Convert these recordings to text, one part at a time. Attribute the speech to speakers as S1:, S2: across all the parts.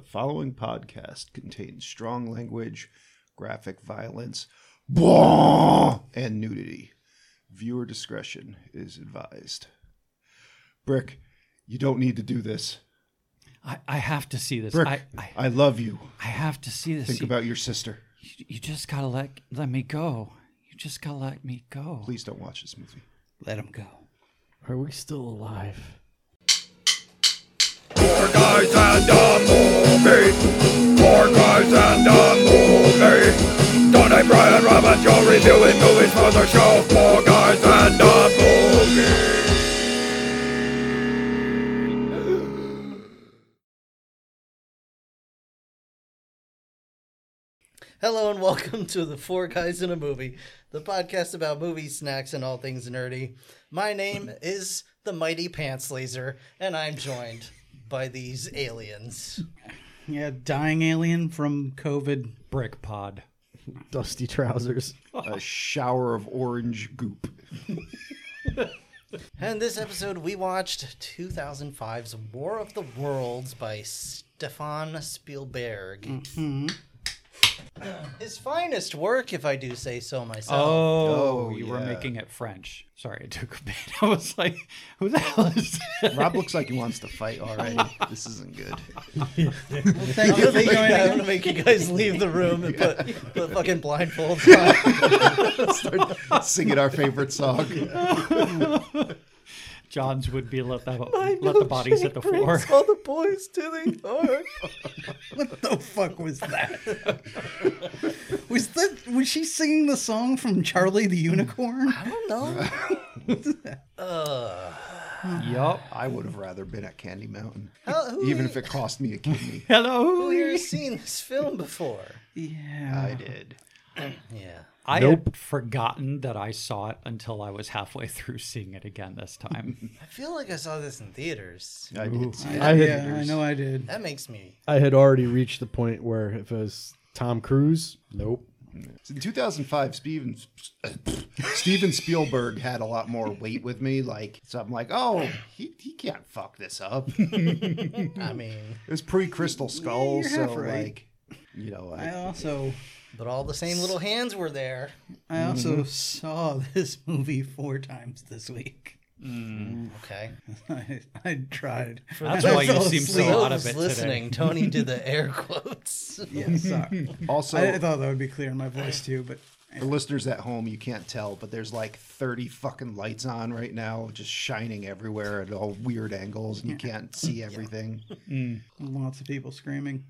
S1: The following podcast contains strong language, graphic violence, blah, and nudity. Viewer discretion is advised. Brick, you don't need to do this.
S2: I, I have to see this.
S1: Brick,
S2: I,
S1: I,
S2: I,
S1: love you.
S2: I have to see this.
S1: Think
S2: you,
S1: about your sister.
S2: you, you just gotta let let me go. You just gotta let me go.
S1: Please don't watch this movie.
S2: Let him go.
S3: Are we still alive?
S4: Four guys and a movie. Four guys and a movie. Tony, Brian, Robbins, you're reviewing movies for the show. Four guys and a movie.
S5: Hello and welcome to the Four Guys in a Movie, the podcast about movies, snacks, and all things nerdy. My name is the Mighty Pants Laser, and I'm joined by these aliens.
S6: Yeah, dying alien from COVID.
S2: Brick pod.
S3: Dusty trousers.
S1: A shower of orange goop.
S5: And this episode, we watched 2005's War of the Worlds by Stefan Spielberg. His finest work, if I do say so myself.
S1: Oh,
S2: Oh, you were
S1: yeah.
S2: making it French. Sorry, it took a bit. I was like, who the hell is that?
S1: Rob looks like he wants to fight already. this isn't good.
S6: Thank you for
S5: I'm
S6: joining
S5: going
S6: us.
S5: to make you guys leave the room and put, put fucking blindfolds on.
S1: Singing our favorite song.
S2: John's would be let the let the bodies hit the floor.
S5: all the boys to the ark.
S6: What the fuck was that? was that was she singing the song from Charlie the Unicorn?
S5: No.
S2: yup.
S1: I would have rather been at Candy Mountain,
S5: How- who
S1: even
S5: are
S1: if it cost me a kidney.
S2: Hello.
S5: Who here has seen this film before?
S6: Yeah.
S1: I did.
S5: Yeah.
S2: I had forgotten that I saw it until I was halfway through seeing it again this time.
S5: I feel like I saw this in theaters.
S1: I did. see it.
S3: I had,
S6: yeah, I know I did.
S5: That makes me.
S3: I had already reached the point where if it was Tom Cruise, nope.
S1: In 2005, Steven, Steven Spielberg had a lot more weight with me. Like, so I'm like, oh, he, he can't fuck this up. It
S5: I mean,
S1: was pre Crystal Skull,
S6: you're
S1: so
S6: half right.
S1: like, you know,
S6: I
S1: I,
S6: also
S5: but all the same little hands were there.
S6: I also
S3: Mm-hmm.
S6: saw this movie four times this week.
S5: Okay.
S6: I, I tried.
S2: That's why you
S6: fell
S2: seem so
S6: asleep.
S2: out of
S5: Those
S2: it today.
S5: listening, Tony did the air quotes.
S6: Yeah, sorry.
S1: also
S6: I, I thought that would be clear in my voice too, but
S1: for listeners at home, you can't tell, but there's like 30 fucking lights on right now, just shining everywhere at all weird angles, and you can't see everything.
S6: lots of people screaming.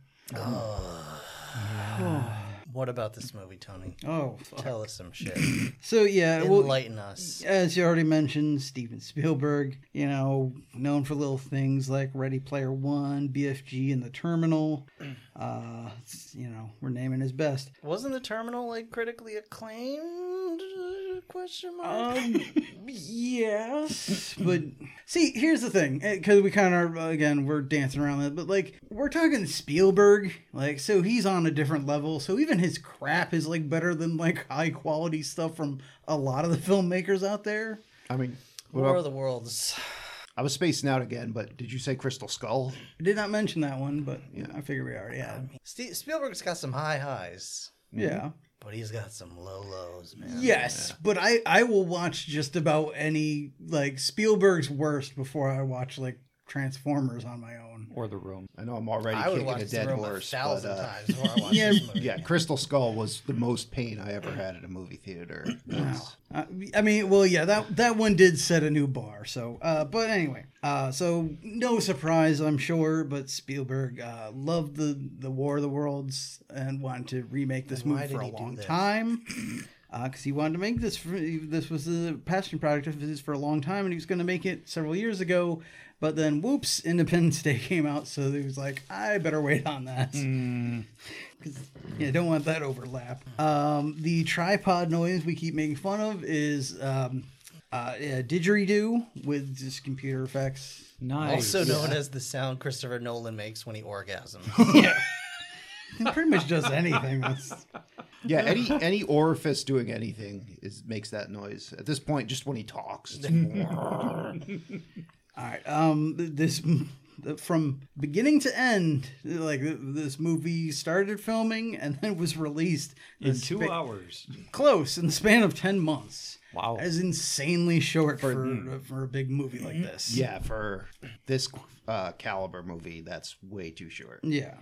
S5: What about this movie, Tony?
S6: Oh, fuck.
S5: Tell us some shit.
S6: so yeah, well,
S5: Enlighten us.
S6: as you already mentioned, Steven Spielberg, you know, known for little things like Ready Player One, BFG, and The Terminal. Uh, it's- you know, we're naming his best.
S5: Wasn't the terminal like critically acclaimed? Uh, Question mark.
S6: Um, yes, but see, here's the thing, because we kind of again we're dancing around that, but like we're talking Spielberg, like so he's on a different level. So even his crap is like better than like high quality stuff from a lot of the filmmakers out there.
S1: I mean, what
S5: War
S1: about-
S5: of the Worlds.
S1: I was spacing out again, but did you say Crystal Skull?
S6: I did not mention that one, but I figure we already had.
S5: Ste Spielberg's got some high highs,
S6: Yeah.
S5: but he's got some low lows, man.
S6: Yes, but I I will watch just about any like Spielberg's worst before I watch like Transformers on my own.
S2: Or the room.
S1: I know I'm already
S5: I would
S1: kicking
S5: watch
S1: a
S5: this
S1: dead
S5: room
S1: horse.
S5: a thousand
S1: but, uh,
S5: times before I watch
S6: Yeah.
S5: this movie.
S1: Yeah, Crystal Skull was the most pain I ever had at a movie theater. That's-
S6: Uh, I mean, well, yeah, that that one did set a new bar. So, uh, but anyway, uh, so no surprise, I'm sure. But Spielberg uh, loved the the War of the Worlds and wanted to remake this
S5: And why
S6: movie
S5: did
S6: for a
S5: he do
S6: long
S5: that?
S6: time. Because he wanted to make this, for, this was the passion project of his for a long time, and he was going to make it several years ago. But then, whoops, Independence Day came out, so he was like, I better wait on that.
S5: Hmm.
S6: Yeah, don't want that overlap. Um, the tripod noise we keep making fun of is um, uh, yeah, didgeridoo with just computer effects.
S2: Nice.
S5: Also known as the sound Christopher Nolan makes when he orgasms.
S6: It pretty much does anything. That's,
S1: yeah, any any orifice doing anything is makes that noise. At this point, just when he talks, it's like,
S6: all right. Um, th- this the- from beginning to end. Like th- this movie started filming and then was released
S2: in
S6: the
S2: two
S6: spa-
S2: hours.
S6: close in the span of ten months.
S2: Wow.
S6: that is insanely short for for, a big movie
S2: Mm-hmm.
S6: like this.
S1: Yeah, for this uh, caliber movie, that's way too short.
S6: Yeah.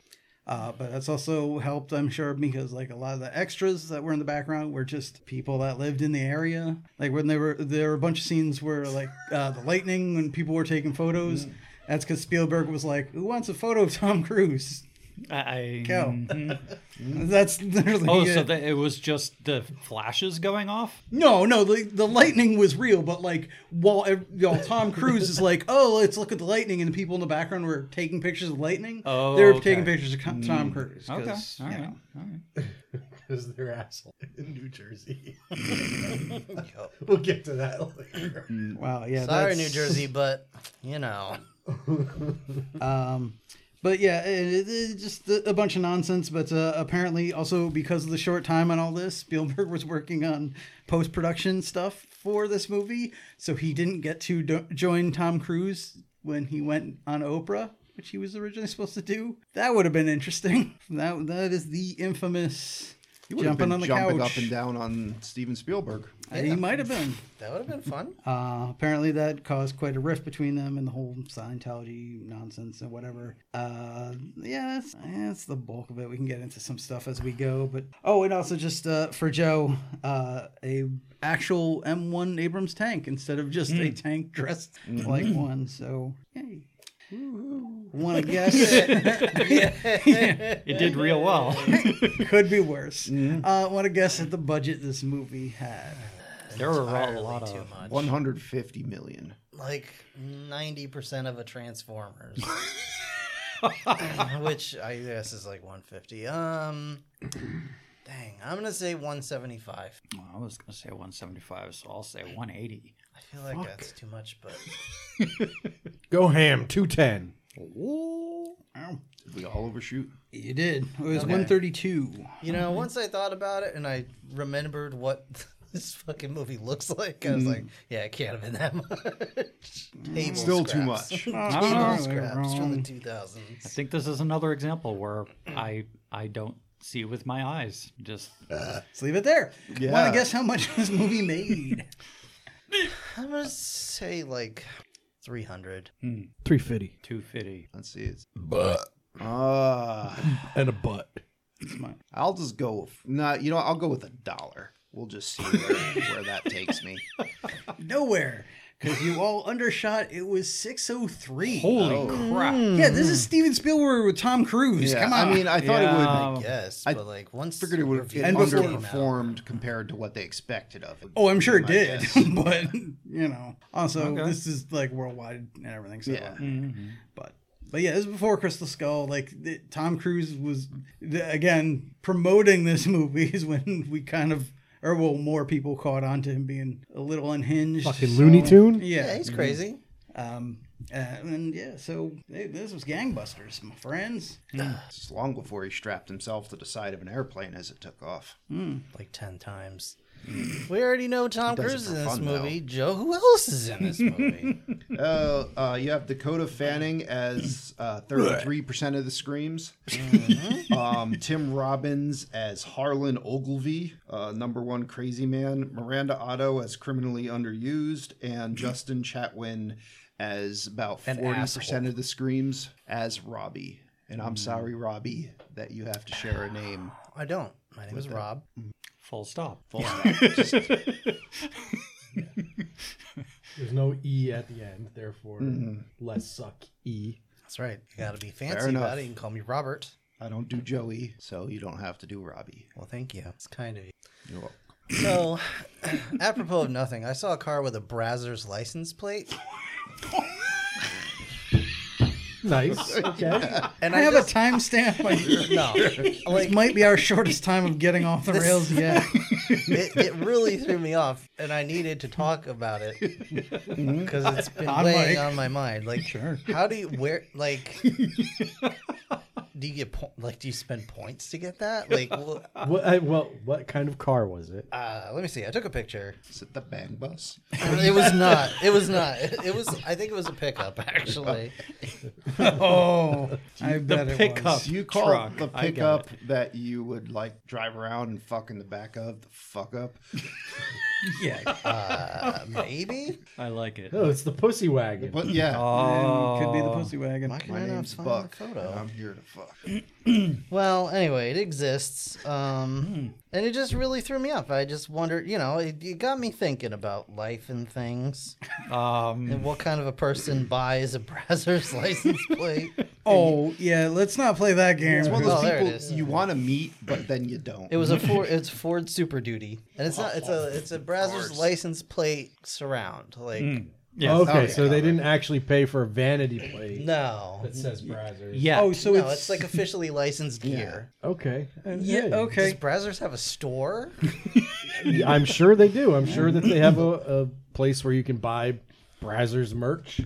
S6: Uh, but that's also helped, I'm sure, because like a lot of the extras that were in the background were just people that lived in the area. Like when there were there were a bunch of scenes where like uh, the lightning when people were taking photos.
S2: Mm.
S6: That's because Spielberg was like, "Who wants a photo of Tom Cruise?"
S2: I,
S6: Go. that's literally.
S2: Mm-hmm. Oh,
S6: it.
S2: so that it was just the flashes going off?
S6: No, no, the, the lightning was real, but like while ev- while Tom Cruise is like, oh, let's look at the lightning, and the people in the background were taking pictures of lightning.
S2: Oh,
S6: they were
S2: okay. Mm.
S6: taking pictures of Co- Tom Cruise.
S2: Okay.
S6: 'cause,
S2: All
S6: you
S2: right.
S6: know.
S2: All right.
S7: Because they're asshole in New Jersey. we'll get to that later.
S6: Wow, yeah.
S5: Sorry,
S6: that's-
S5: New Jersey, but you know.
S6: Um, but yeah, it, it, it just a a bunch of nonsense. But uh, apparently, also because of the short time on all this, Spielberg was working on post production stuff for this movie, so he didn't get to do- join Tom Cruise when he went on Oprah, which he was originally supposed to do. That would have been interesting. That that is the infamous
S1: would have
S6: jumping
S1: been
S6: on the
S1: jumping
S6: couch.
S1: up and down on Steven Spielberg.
S6: He might have been.
S5: That would have been fun.
S6: Uh, apparently, that caused quite a rift between them and the whole Scientology nonsense and whatever. Uh, yeah, that's, that's the bulk of it. We can get into some stuff as we go. But oh, and also just uh, for Joe, uh, a actual M1 Abrams tank instead of just a tank dressed like one. So yay. Want to guess?
S2: It did real well.
S6: Could be worse. Uh, Want to guess at the budget this movie had?
S2: there were a
S5: Entirely
S2: lot
S5: too
S2: of.
S5: much.
S1: 150 million.
S5: Like ninety percent of a Transformers, which I guess is like one fifty. Um, dang, I'm gonna say one seventy five.
S2: Well, I was going to say 175, so I'll say 180.
S5: I feel like that's too much, but
S3: Go ham, 210.
S1: Did we all overshoot?
S6: You did. It was 132.
S5: you know, once I thought about it and I remembered what this fucking movie looks like, I was like, yeah, it can't have been that much. Table
S1: Mm. Still too
S5: scraps.
S1: much.
S2: Oh,
S5: Table scraps from the
S6: wrong.
S5: two
S2: I
S5: thousands.
S2: think this is another example where I I don't see with my eyes. Just
S6: Let's leave it there.
S1: Yeah.
S6: Want to guess how much this movie made?
S5: I'm gonna say like three hundred.
S3: 350.
S2: 250.
S1: Let's see. It's,
S7: But
S1: uh,
S3: And a butt.
S1: I'll just go. with- Nah, you know, what? I'll go with a dollar. We'll just see where, where that takes me.
S6: Nowhere. Because you all undershot. It was 603.
S2: Holy crap.
S6: yeah, this is Steven Spielberg with Tom Cruise.
S1: Oh, Yeah,
S6: Come on.
S1: I mean, I thought it would.
S2: Yeah.
S5: Yes,
S1: I
S5: but like once
S1: figured it would have
S6: And before-
S1: underperformed compared to what they expected of it.
S6: oh, I'm sure it
S1: My
S6: did.
S1: guess.
S6: but, you know, also,
S2: Okay.
S6: this is like worldwide and everything. So, Mm-hmm.
S1: Yeah. Mm-hmm.
S6: but. But yeah, this is before Crystal Skull. Like the, Tom Cruise was the, again promoting this movie is when we kind of, or well, more people caught on to him being a little unhinged.
S3: Fucking
S6: so-
S3: Looney Tune?
S5: Yeah, he's crazy.
S6: Um, uh, and yeah, so hey, this was gangbusters, my friends.
S1: It's long before he strapped himself to the side of an airplane as it took off.
S5: Like ten times. We already know Tom
S1: does it
S5: Cruise is
S1: for
S5: in this
S1: fun,
S5: movie. Joe, who else is in this movie?
S1: Uh, uh, you have Dakota Fanning as uh, 33% of the screams. um, Tim Robbins as Harlan Ogilvy, uh, number one crazy man. Miranda Otto as criminally underused. And Justin Chatwin as about 40% of the screams as Robbie. And I'm sorry, Robbie, that you have to share a name.
S5: I don't. My name is Rob.
S2: Full stop.
S7: there's no E at the end, therefore, less suck E.
S5: That's right. You gotta be
S1: Fair
S5: fancy
S1: enough.
S5: about it. You can call me Robert.
S1: I don't do Joey, so you don't have to do Robbie.
S5: Well, thank you. It's kind of you.
S1: You're welcome.
S5: So, apropos of nothing, I saw a car with a Brazzers license plate,
S3: Nice. Okay.
S5: and
S6: I
S5: I,
S6: have
S5: just,
S6: a timestamp. on here.
S5: no,
S6: This might be our shortest time of getting off the rails yet.
S5: it, it really threw me off, and I needed to talk about it
S1: Mm-hmm.
S5: because it's been
S6: On
S5: weighing
S6: mic.
S5: on my mind. Like,
S6: Sure.
S5: how do you where like? do you get po- like do you spend points to get that? Like, well,
S3: What, I, well, what kind of car was it?
S5: uh, let me see. I took a picture.
S1: Is it the bang bus?
S5: It was not. It was not. It was. I think it was a pickup actually.
S6: Oh, I
S2: The
S6: bet it
S2: pickup
S6: was.
S1: Do you call
S2: truck.
S1: the
S2: I get
S1: pickup
S2: it.
S1: that you would like drive around and fuck in the back of the fuck up?
S6: Yeah,
S5: Uh, maybe.
S2: I like it.
S7: No, Oh, it's the pussy wagon.
S1: But yeah,
S6: And Um, could be the
S2: Oh.
S6: pussy wagon.
S5: Why can
S1: my
S5: I not
S1: name's
S5: find that
S1: Buck.
S5: photo?
S1: and I'm here to fuck.
S5: Well, anyway, it exists. Um,
S3: Hmm.
S5: and it just really threw me off. I just wondered, you know, it, it got me thinking about life and things
S2: Um,
S5: and what kind of a person buys a browser's license plate.
S6: Oh yeah, let's not play that game.
S1: It's one of
S5: Oh,
S1: those
S5: there it is.
S1: people you want to meet, but then you don't.
S5: It was a Ford, it's Ford Super Duty, and it's not. It's a it's a browser's license plate surround. Like
S3: Hmm.
S2: yes.
S3: okay, so they didn't actually pay for a vanity plate
S5: no,
S7: that says Brazzers.
S2: Yeah.
S6: Oh, so
S5: no,
S6: it's,
S5: it's, like officially licensed gear.
S3: Okay. Uh,
S6: yeah,
S3: hey.
S5: Does
S6: okay.
S5: browsers have a store?
S3: I'm sure they do. I'm sure that they have a, a place where you can buy Brazzers merch.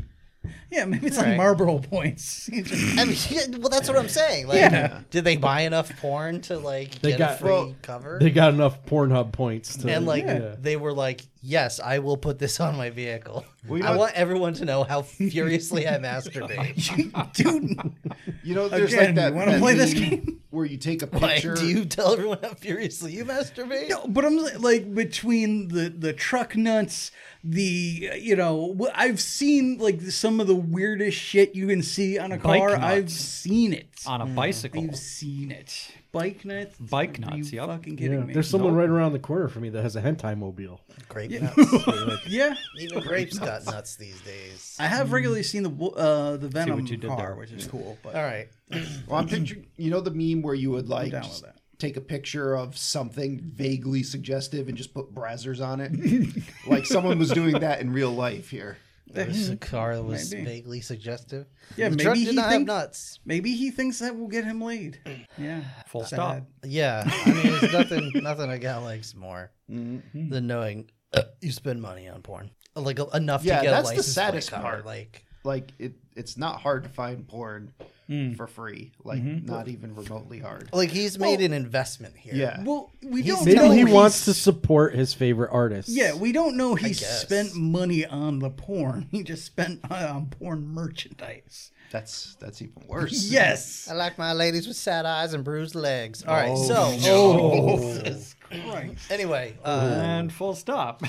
S6: Yeah, maybe it's
S5: Right.
S6: like Marlboro points.
S5: I mean, yeah, well, that's what I'm saying. Like,
S6: Yeah.
S5: did they buy enough porn to like
S3: They
S5: get a
S3: got-
S5: free
S3: well,
S5: cover?
S3: They got enough Pornhub points to
S5: and like
S3: yeah.
S5: they were like, "Yes, I will put this on my vehicle.
S1: Well, you know
S5: I
S1: what-
S5: want everyone to know how furiously I masturbate.
S6: Dude,
S1: You know, there's like
S6: Again,
S1: that.
S6: you wanna
S1: that
S6: play this
S1: meme
S6: game?
S1: where you take a
S5: Like,
S1: picture?
S5: do you tell everyone how furiously you masturbate?
S6: No, but I'm li- like between the the truck nuts, the uh, you know, wh- I've seen like some of the weirdest shit you can see on a
S2: Bike
S6: car.
S2: nuts.
S6: I've seen it.
S2: on a bicycle.
S6: I've seen it. Bike nuts.
S2: Oh. Bike
S6: Are you
S2: nuts. Yep.
S6: fucking
S3: Yeah,
S6: kidding me?
S3: There's someone right around the corner for me that has a hentai mobile.
S5: Grape nuts.
S6: Yeah,
S5: Even grapes got nuts these days.
S6: I have regularly seen the wo- uh the Venom
S2: Mm. you did
S6: car,
S2: there.
S6: which is cool. But
S5: All right.
S1: Well, I'm picturing. You know the meme where you would like
S6: down with
S1: just
S6: that.
S1: take a picture of something vaguely suggestive and just put Brazzers on it. like someone was doing that in real life here.
S5: There's a car that was
S6: Maybe.
S5: vaguely suggestive.
S6: Yeah,
S5: the
S6: maybe
S5: truck
S6: he
S5: did not have
S6: thinks-
S5: nuts.
S6: maybe he thinks that will get him laid. Yeah,
S2: Full
S6: Sad.
S2: stop.
S5: Yeah, I mean, there's nothing, nothing a guy likes more than knowing you spend money on porn, like enough
S1: Yeah,
S5: to get
S1: that's
S5: a
S1: the
S5: license plate
S1: saddest
S5: cover,
S1: part.
S5: Like,
S1: Like it, it's not hard to find porn for free. Like not even remotely hard.
S5: like he's made an investment here.
S1: Yeah.
S6: Well, we don't
S3: Maybe
S6: know.
S3: he
S6: he's-
S3: wants to support his favorite artist.
S6: Yeah, we don't know he
S5: guess.
S6: spent money on the porn. He just spent money on porn merchandise.
S1: That's that's even worse.
S6: Yes.
S5: I like my ladies with sad eyes and bruised legs. All right, so oh.
S6: Oh.
S2: Oh.
S6: Jesus Christ.
S5: anyway, uh,
S2: And full stop.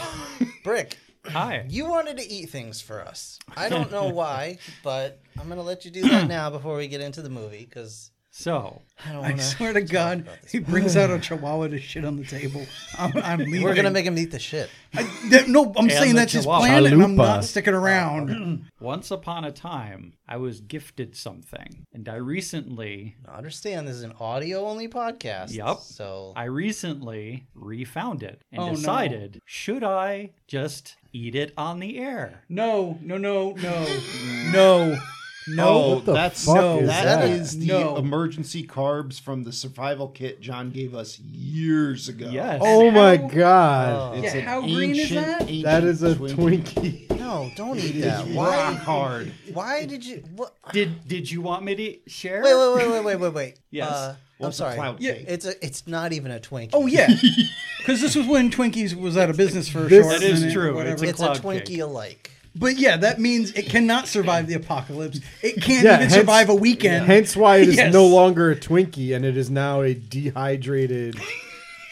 S5: Brick,
S2: Hi.
S5: you wanted to eat things for us. I don't know why, but I'm gonna let you do that now before we get into the movie because
S2: So
S5: I don't
S6: I
S5: want to.
S6: swear to God, he brings out a chihuahua to shit on the table. I'm, I'm leaving.
S5: We're gonna make him eat the shit.
S6: I- that- no, I'm saying
S2: the
S6: that's his
S2: chihuahua.
S6: plan, and I'm
S3: Chalupa.
S6: not sticking around.
S2: once upon a time, I was gifted something, and I recently,
S5: I understand this is an audio only podcast.
S2: Yup.
S5: So
S2: I recently refound it and
S6: Oh, no.
S2: decided, should I just eat it on the air?
S6: No, no, no, no, no,
S1: Oh,
S6: no.
S3: the
S1: that's
S3: fuck
S1: no,
S3: is
S1: that
S6: that?
S1: is the
S6: No.
S1: emergency carbs from the survival kit John gave us years ago.
S2: Yes.
S3: Oh
S6: And
S3: my
S6: how- Oh.
S3: god.
S6: Yeah,
S1: an
S6: how green is that?
S3: that is a
S1: ancient
S3: Twinkie.
S5: no, don't eat
S1: It's
S5: that.
S1: rock
S5: Why?
S1: hard.
S5: Why did you? What?
S2: Did Did you want me to share?
S5: Wait, wait, wait, wait, wait, wait, wait.
S2: Yes.
S5: Uh,
S1: Well,
S5: I'm
S1: it's a
S5: sorry.
S1: cloud
S6: Yeah,
S1: cake.
S5: It's a. It's not even a Twinkie.
S6: Oh yeah, because this was when Twinkies was out of business for a
S3: This-
S6: short
S2: That is
S6: minute,
S2: true. It's
S6: Whatever.
S2: a
S5: it's a
S2: cloud
S5: Twinkie
S2: cake.
S5: alike.
S6: But yeah, that means it cannot survive the apocalypse. It can't
S3: Yeah,
S6: even
S3: hence-
S6: survive a weekend.
S3: Hence why it is
S6: Yes.
S3: no longer a Twinkie and it is now a dehydrated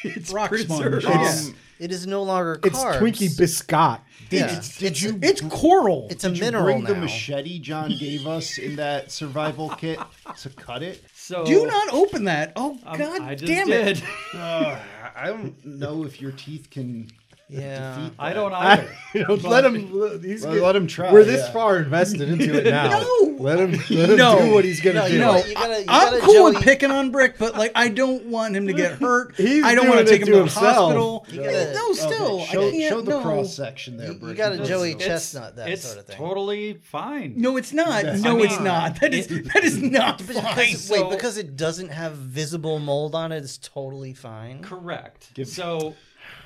S6: it's rock sponge.
S2: preserved.
S6: Yes.
S1: Um,
S5: It is no longer
S3: It's
S5: carbs.
S3: Twinkie biscot.
S5: Yeah.
S1: Did, did you
S6: it's coral.
S5: It's a
S1: did you
S5: mineral
S1: bring
S5: now.
S1: the machete John gave us in that survival kit to cut it?
S2: So
S6: Do not open that. Oh
S2: um,
S6: god
S2: I just
S6: damn
S2: did.
S6: it.
S1: I don't know if your teeth can.
S5: Yeah.
S2: I don't either.
S3: let him. Let, he's
S1: Well,
S3: get-
S1: let him try,
S3: We're this
S1: yeah.
S3: far invested into it now.
S6: No.
S3: let him. Let him
S6: No.
S3: do what he's gonna
S5: No,
S3: do.
S5: you know what? You gotta, you
S6: I'm
S5: gotta
S6: cool
S5: Joey,
S6: with picking on Brick, but like I don't want him to get hurt.
S3: He's
S6: I don't
S3: doing
S6: want
S3: it
S6: to take him
S3: to
S6: to the
S3: himself.
S6: hospital.
S5: You gotta-
S6: no, still,
S1: show,
S6: I can't.
S1: show the
S6: no.
S1: cross section there,
S5: You- you
S1: Brick.
S5: gotta Joey
S2: It's-
S5: Chestnut, that
S2: it's
S5: sort of thing.
S2: Totally fine.
S6: No, it's not. No,
S2: I
S6: it's
S2: mean-
S6: not. That is that is not fine.
S5: Because,
S2: So-
S5: wait, because it doesn't have visible mold on it, it's totally fine.
S2: Correct. so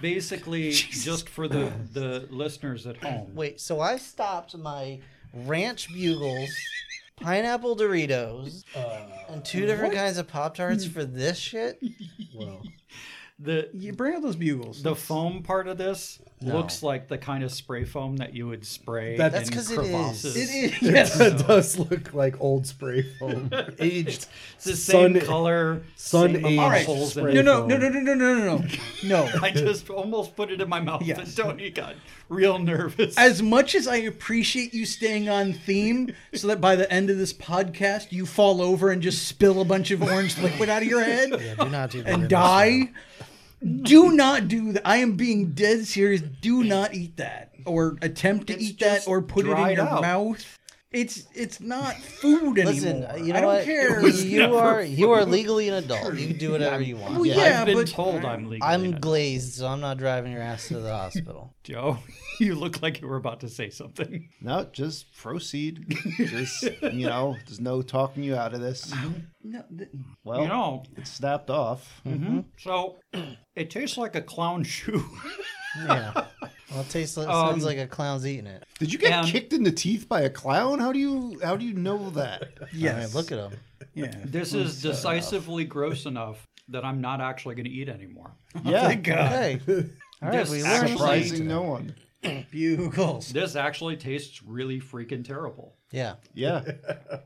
S2: basically, just for the the listeners at home,
S5: Wait, so I stopped my ranch bugles pineapple Doritos, and two different kinds of Pop Tarts for this shit?
S2: The
S6: You bring out those bugles.
S2: the foam part of this looks like the kind of spray foam that you would spray.
S3: That-
S5: That's
S2: in
S5: 'cause it is.
S2: crevasses.
S6: it is. Yes.
S3: That does look like old spray foam, aged.
S2: It's the same
S3: Sun-
S2: color,
S3: sun aged
S2: same amount of
S6: Alright.
S2: holes in
S3: spray.
S2: it.
S6: No, no, no, no, no, no, no, no, no. No.
S2: I just almost put it in my mouth,
S6: Yes.
S2: and Tony got real nervous.
S6: As much as I appreciate you staying on theme, so that by the end of this podcast you fall over and just spill a bunch of orange liquid out of your head
S5: Do not do
S6: and
S5: weirdness.
S6: die, do not do that. I am being dead serious. Do not eat that, or attempt to
S2: It's
S6: eat that,
S2: just
S6: or put it in
S2: dried
S6: your
S2: out.
S6: mouth. It's it's not food anymore.
S5: Listen, uh, you know
S6: I don't
S5: what?
S6: care.
S5: You are you are legally an adult. You can do whatever you
S6: Well,
S5: want.
S6: yeah,
S2: I've been
S6: but
S2: told I'm legal.
S5: I'm glazed, so I'm not driving your ass to the hospital.
S2: Joe. You look like you were about to say something.
S1: No, just proceed. Just you know, there's no talking you out of this.
S6: no, th-
S1: Well,
S2: You know,
S1: it snapped off.
S2: so it tastes like a clown shoe.
S5: Yeah. Well, it tastes like, sounds like a clown's eating it.
S1: Did you get
S2: And-
S1: kicked in the teeth by a clown? How do you how do you know that?
S5: I mean,
S6: yes,
S5: look at him.
S6: yeah.
S2: This is decisively gross enough that I'm not actually going to eat anymore.
S1: Yeah,
S5: Okay. All right,
S2: This actually-
S5: we learned. something.
S1: surprising no one.
S6: Bugles.
S2: This actually tastes really freaking terrible.
S5: Yeah,
S1: Yeah,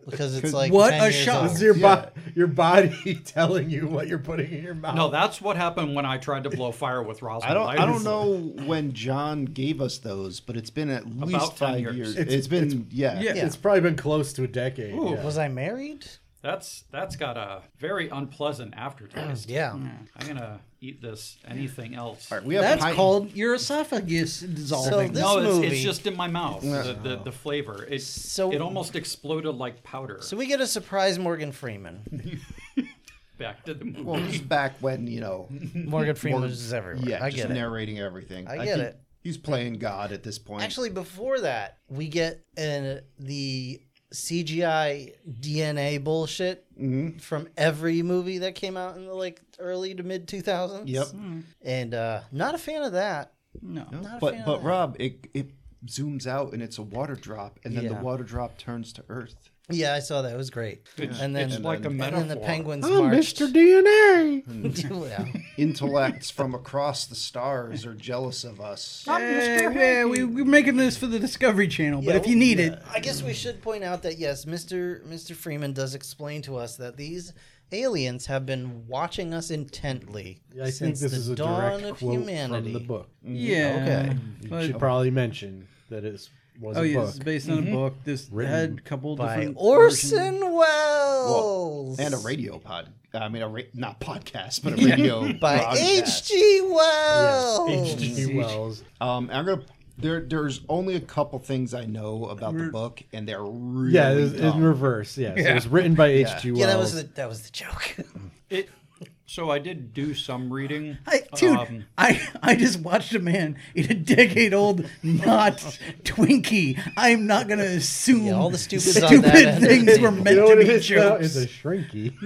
S5: because it's like
S6: What
S5: 10
S6: a
S5: years
S6: shock.
S5: old.
S7: It's your, bo- your body telling you what you're putting in your mouth.
S2: No, that's what happened when I tried to blow fire with rosin.
S1: I don't I don't
S2: lighters.
S1: know when John gave us those, but it's been at least
S2: 10
S1: five
S2: years.
S1: years. it's been yeah.
S6: yeah.
S7: It's probably been close to a decade.
S2: Ooh.
S7: yeah.
S5: Was I married?
S2: That's that's got a very unpleasant aftertaste.
S5: Yeah.
S2: I'm gonna eat this. Anything else?
S1: Mm, All right, we have
S6: That's
S1: pine-
S6: called your esophagus dissolving.
S5: this-
S2: no, it's,
S5: movie-
S2: it's just in my mouth. The, the, the flavor. It's
S5: So-
S2: it almost exploded like powder.
S5: So we get a surprise Morgan Freeman.
S2: Back to the movie.
S1: Well, this is back when you know.
S5: Morgan Freeman is everywhere.
S1: Yeah,
S5: I
S1: just
S5: get it.
S1: narrating everything.
S5: I get
S1: think
S5: it.
S1: He's playing God at this point.
S5: Actually, before that, we get in the CGI DNA bullshit
S1: Mm-hmm.
S5: from every movie that came out in the like early to mid 2000s.
S1: yep.
S2: Hmm.
S5: And uh, not a fan of that.
S6: no.
S5: Not a fan
S1: But
S5: of
S1: but
S5: that.
S1: Rob, it it zooms out and it's a water drop, and then
S5: Yeah.
S1: the water drop turns to Earth.
S5: Yeah, I saw that. It was great.
S2: It's,
S5: and then
S2: it's like a
S1: and uh, Oh,
S5: and
S2: metaphor.
S5: then the penguins marched.
S7: DNA.
S5: yeah.
S1: Intellects from across the stars are jealous of us.
S6: Eh, eh, we, we're making this for the Discovery Channel, but if you need it,
S5: I guess we should point out that yes, Mr. Mr. Freeman does explain to us that these aliens have been watching us intently
S7: I think
S5: since
S7: this
S5: the
S7: is a
S5: dawn
S7: direct
S5: of
S7: quote
S5: humanity.
S7: from the book.
S5: Mm-hmm.
S6: yeah.
S7: You
S6: Okay.
S7: should probably mention that it was
S6: oh,
S7: a
S6: yeah,
S7: book.
S6: it's based on a book. This had a couple
S5: Mm-hmm. by
S6: different versions.
S5: Orson Welles
S1: and a radio pod. I mean, a ra- not podcast, but a radio
S5: by
S1: broadcast.
S5: H.G. Wells.
S7: H.G. Wells.
S1: Um, I'm gonna. There, there's only a couple things I know about the book, and they're really
S7: Yeah, it was in
S1: dumb.
S7: reverse. Yeah, so it was written by H.G. Wells.
S5: yeah, that was the that was the joke.
S2: It- so I did do some reading.
S6: I, dude,
S2: Um,
S6: I, I just watched a man eat a decade old not Twinkie. I'm not gonna assume
S5: Yeah, all the stupids on
S6: stupid
S5: that end are
S6: things were
S5: the-
S6: meant
S7: you know
S6: to be
S7: what it is now?
S6: jokes.
S7: It's a shrinky.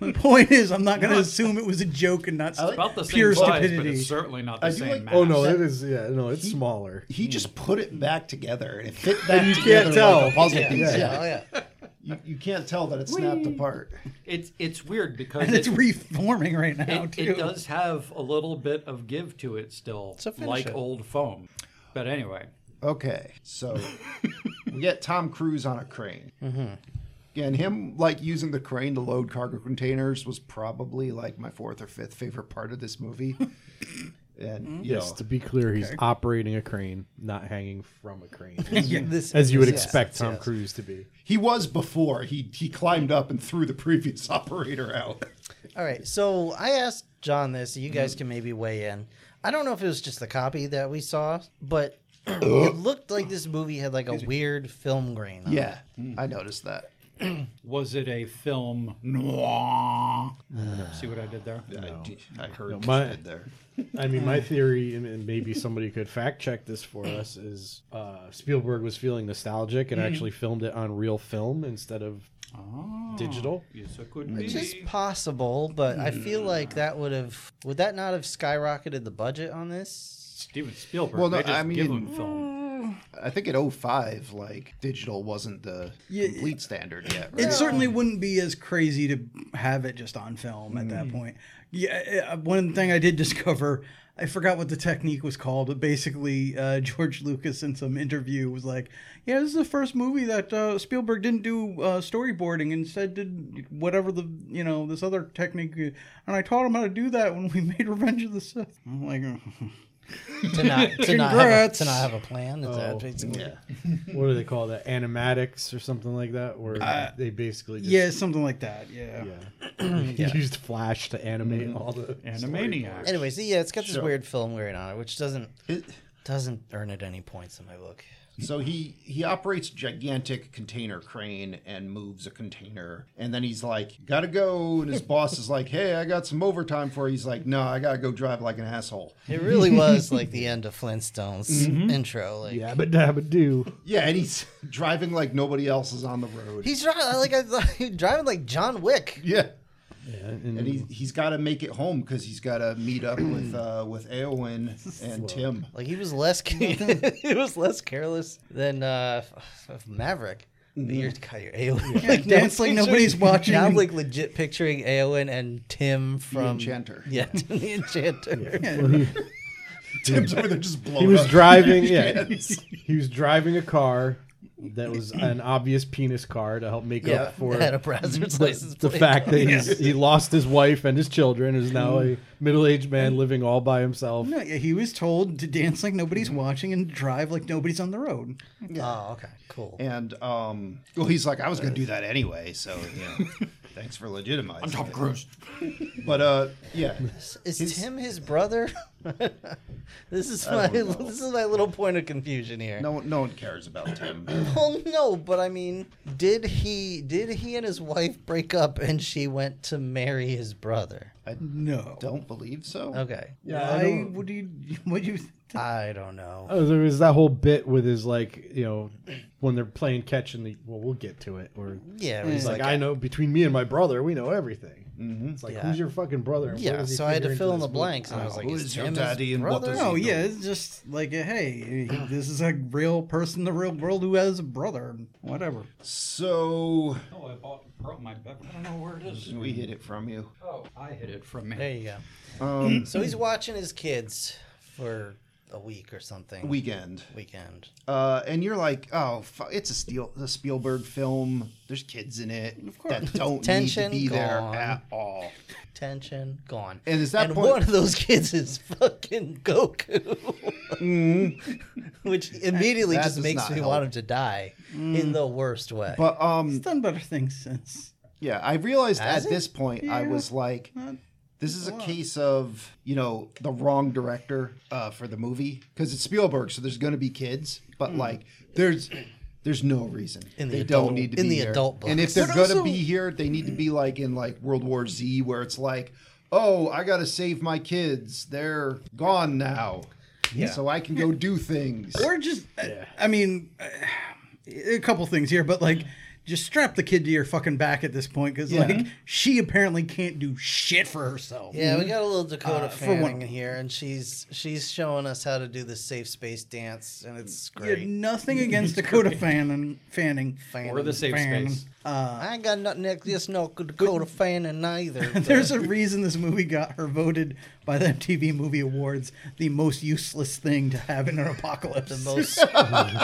S6: The point is, I'm not gonna assume it was a joke and not
S2: about the same
S6: pure
S2: size, but
S6: stupidity.
S2: it's certainly not the
S1: I do
S2: same
S1: like-
S2: mass.
S7: oh no, it is. Yeah, no, it's smaller.
S1: He just put it back together, and it fit back
S7: you
S1: together
S7: can't tell.
S1: like a puzzle piece.
S7: yeah.
S1: Yeah.
S5: Oh yeah.
S1: You, you can't tell that it snapped apart.
S2: It's it's weird because
S6: And it's
S2: it,
S6: reforming right now
S2: it,
S6: too.
S2: it does have a little bit of give to it still,
S5: So finish
S2: like
S5: it.
S2: old foam. But anyway,
S1: Okay, so we get Tom Cruise on a crane. And him like using the crane to load cargo containers was probably like my fourth or fifth favorite part of this movie. And you
S7: Yes,
S1: know,
S7: to be clear, he's operating a crane, not hanging from a crane,
S5: This
S7: as you would
S5: yes,
S7: expect Tom
S5: yes.
S7: Cruise to be.
S1: he was before he he climbed up and threw the previous operator out.
S5: All right. So I asked John this. So you
S7: Mm-hmm.
S5: guys can maybe weigh in. I don't know if it was just the copy that we saw, but it looked like this movie had like a weird film grain. On
S1: Yeah, I noticed that.
S2: was it a film noir? See what I did there?
S1: I, I heard
S7: my-
S1: you did there.
S7: I mean, my theory, and- and maybe somebody could fact check this for us, is uh, Spielberg was feeling nostalgic and actually filmed it on real film instead of digital.
S2: Yes, it could be.
S5: Which is possible, but I feel like that would have would that not have skyrocketed the budget on this?
S2: Steven Spielberg.
S1: Well, no,
S2: Well, they just
S1: I
S2: give him
S1: mean-
S2: film.
S1: I think at 05, like digital wasn't the
S6: Yeah.
S1: complete standard yet. Right?
S6: It certainly wouldn't be as crazy to have it just on film at that point. Yeah, uh, one thing I did discover, I forgot what the technique was called, but basically uh, George Lucas in some interview was like, "Yeah, this is the first movie that uh, Spielberg didn't do uh, storyboarding, instead did whatever the you know this other technique, uh, and I taught him how to do that when we made Revenge of the Sith." I'm like, "Mm,
S5: to not to not have a,
S6: Congrats.
S5: to not have a plan. Is that basically?
S7: What do they call that? Animatics or something like that, where they basically just
S6: "Yeah, something like that." Yeah,
S7: used Flash to animate all the
S2: Animaniacs.
S5: Anyways, yeah, it's got this weird filmwear on it, which doesn't doesn't earn it any points in my book.
S1: So he he operates gigantic container crane and moves a container, and then he's like, "Gotta go." And his boss is like, "Hey, I got some overtime for you." He's like, "No, I gotta go drive like an asshole."
S5: It really was like the end of Flintstones intro. Like
S7: Dabba dabba uh, do.
S1: Yeah, and he's driving like nobody else is on the road.
S5: he's dri- like I thought he was driving like John Wick.
S1: yeah.
S7: and,
S1: And he, he's got to make it home because he's got to meet up with uh, with Eowyn and Tim.
S5: Like he was less he was less careless than uh, f- Maverick. But You're, God, you're Eowyn. like, now
S6: dance like
S5: picturing-
S6: nobody's watching.
S5: Now I'm like legit picturing Eowyn and Tim from
S1: Enchanter.
S5: Yeah, Tim the Enchanter.
S1: Tim's over there just blowing
S5: Oh,
S7: he was
S1: up.
S7: driving. Yeah, he was driving a car that was an obvious penis car to help make
S5: Yeah,
S7: up for
S5: had a browser's license
S7: the
S5: plate.
S7: fact that he's, he lost his wife and his children is now
S5: Mm.
S7: a middle-aged man living all by himself.
S6: No, yeah, he was told to dance like nobody's watching and drive like nobody's on the road.
S5: Oh, okay, cool.
S1: And um, well, he's like, I was gonna do that anyway, so you know, thanks for legitimizing. I'm Tom Cruise. But uh, yeah,
S5: Is Tim his brother? this is my
S1: don't know.
S5: this is my little point of confusion here.
S1: no, no one cares about Tim.
S5: Well, no, but I mean, did he did he and his wife break up and she went to marry his brother?
S6: No.
S1: Don't believe so.
S5: Okay.
S7: Yeah, I
S6: I
S7: don't-
S6: would you would you
S5: I don't know.
S7: Oh, there was that whole bit with his like, you know, when they're playing catch and the. Well, we'll get to it. Or
S5: Yeah, it was
S7: he's like,
S5: like, Mm-hmm.
S7: I know between me and my brother, we know everything. It's like,
S5: Yeah.
S7: who's your fucking brother? and what
S5: yeah.
S7: does he
S5: So I had
S7: figure
S5: to
S7: into
S5: fill in
S7: this
S5: the
S7: movie?
S5: blanks, and I was like,
S1: Oh, Who
S5: is
S1: is your
S5: Tim his
S1: daddy and what
S5: brother? Oh,
S1: does he
S6: No, yeah, it's just like uh, hey, this is a real person in the real world who has a brother, whatever.
S1: So
S2: Oh, I bought broke my bed. I don't know where it is.
S1: we hid it from you.
S2: Oh, I hid it from me.
S5: There you go.
S1: Um,
S5: So he's watching his kids for a week or something.
S1: weekend,
S5: Weekend.
S1: uh, and you're like, oh, fu- it's a Steel, the Spielberg film. There's kids in it that don't
S5: Tension
S1: need to be
S5: gone.
S1: there at all.
S5: Tension gone.
S1: And is that
S5: and
S1: point-
S5: one of those kids is fucking Goku, which immediately
S1: Mm-hmm. That
S5: just
S1: does
S5: makes
S1: not
S5: me
S1: help. Mm.
S5: want him to die in the worst way.
S1: But um,
S6: He's done better things since.
S1: Yeah, I realized
S5: Has
S1: at
S5: it?
S1: this point I
S6: Yeah.
S1: was like,
S6: Not
S1: this is a case of you know the wrong director uh, for the movie because it's Spielberg, so there's going to be kids, but like there's there's no reason
S5: In the
S1: they
S5: adult-
S1: don't need to
S5: in
S1: be
S5: the
S1: here.
S5: adult
S1: and if
S5: books.
S1: they're
S5: But
S1: going to
S6: also-
S1: be here, they need to be like in like World War Z where it's like, oh, I got to save my kids, they're gone now, so I can go do things.
S6: Or just, I mean, uh, a couple things here, but like, just strap the kid to your fucking back at this point because like she apparently can't do shit for herself.
S5: Yeah, we got a little
S1: uh,
S5: Dakota
S6: for
S5: Fanning
S6: one-
S5: here, and she's she's showing us how to do the safe space dance, and it's
S6: You
S5: great.
S6: had nothing against Dakota Fanning, Fanning, Uh,
S2: Or the safe
S6: Fanning.
S2: space.
S5: I ain't got nothing against no Dakota Fanning neither. but-
S6: There's a reason this movie got her voted by the MTV Movie Awards the most useless thing to have in an apocalypse.
S5: the most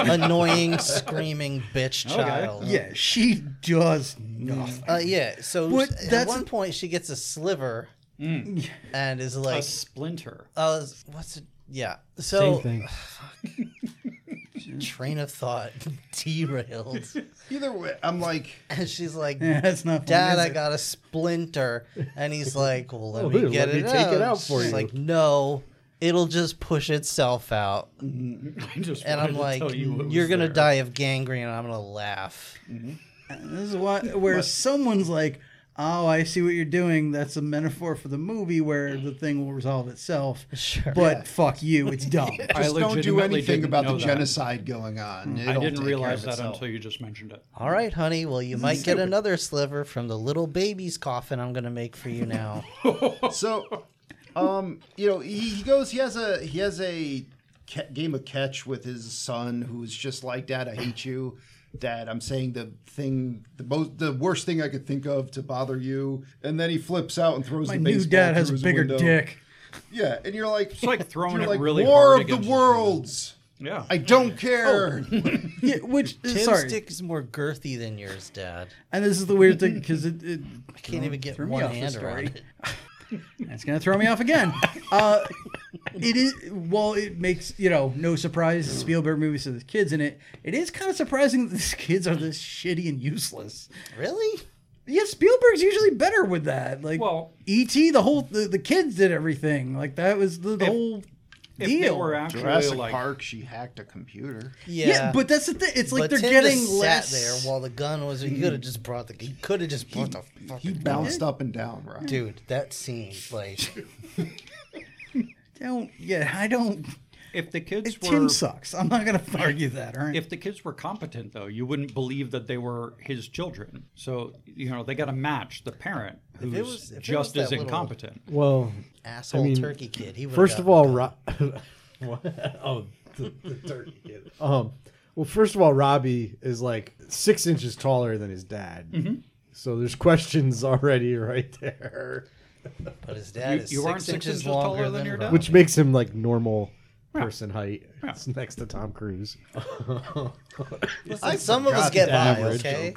S5: annoying screaming bitch child.
S6: yeah, she does nothing.
S5: Uh, yeah. So
S6: But
S5: at
S6: that's-
S5: one point she gets a sliver, and is like,
S2: A splinter.
S5: uh, "What's it?" Yeah. So
S7: Same thing.
S5: train of thought derailed,
S1: Either way, I'm like,
S5: and she's like,
S6: Yeah, that's not.
S5: Dad,
S6: funny,
S5: I
S6: is
S5: got a splinter. And he's like, Well, let
S7: Oh,
S5: me
S7: dude,
S5: get
S7: let
S5: it
S7: me
S5: out.
S7: take it out for
S5: She's
S7: you.
S5: like, No, it'll just push itself out.
S2: I just
S5: And I'm like, You're going to die of gangrene. And I'm going to laugh.
S6: it? This is why where someone's like, "Oh, I see what you're doing." That's a metaphor for the movie where the thing will resolve itself.
S5: Sure.
S6: But fuck you, it's dumb.
S1: just don't do anything about the genocide
S2: genocide.
S1: going on.
S2: I didn't realize that until you just mentioned it.
S5: All right, honey. Well, you might get another sliver from the little baby's coffin I'm going to make for you now.
S1: So, um, you know, he, he goes. He has a he has a ca- game of catch with his son, who's just like, "Dad, I hate you. Dad, I'm saying the thing, the most, the worst thing I could think of to bother you." And then he flips out and throws
S6: My
S1: the
S6: new
S1: baseball
S6: dad has
S1: through
S6: a
S1: his
S6: bigger
S1: window.
S6: dick.
S1: Yeah, and you're like, it's
S2: like throwing
S1: you're
S2: it
S1: like,
S2: really
S1: War
S2: hard
S1: of the
S2: against-
S1: Worlds.
S2: Yeah. Oh,
S1: I don't care.
S6: Yeah, which
S5: Tim's
S6: sorry.
S5: dick is more girthy than yours, Dad.
S6: And this is the weird thing because it, it
S5: I can't even get
S6: threw me
S5: one
S6: off the
S5: hand around
S6: story.
S5: it.
S6: That's gonna throw me off again. Uh, it is well, it makes you know no surprise the Spielberg movies with kids in it. It is kind of surprising that these kids are this shitty and useless.
S5: Really?
S6: Yeah, Spielberg's usually better with that. Like
S2: Well-
S6: E.T., the whole the, the kids did everything. Like that was the, the
S2: If-
S6: whole
S2: If
S6: deal.
S2: they were actually
S1: Jurassic
S2: like,
S1: Park, she hacked a computer.
S5: Yeah.
S6: yeah. but that's the thing. It's like
S5: But
S6: they're
S5: Tim
S6: getting
S5: just
S6: less.
S5: sat there while the gun was. He could have just brought the. He could have just brought the
S1: He
S5: fucking.
S1: bounced up and down, right?
S5: Dude, that scene, like,
S6: don't yeah, I don't.
S2: if the kids were
S6: Tim sucks. I'm not gonna argue that. All right.
S2: if the kids were competent though, you wouldn't believe that they were his children. So you know they got to match the parent who's
S5: it was- if it
S2: just
S5: was
S2: as
S5: that little-
S2: incompetent.
S7: Well,
S5: asshole
S7: I mean,
S5: turkey kid. He would've
S7: First
S5: got
S7: of all,
S5: the
S7: Ro- What? oh, the, the turkey kid. Um, well, first of all, Robbie is like six inches taller than his dad, so there's questions already right there,
S5: gun, but his dad
S2: You-
S5: is
S2: you
S5: 6
S2: aren't six
S5: inches
S2: inches
S5: longer than, your dad.
S7: which makes him like normal person height. It's next to Tom Cruise.
S5: Listen, some of us get by,
S7: average
S5: okay?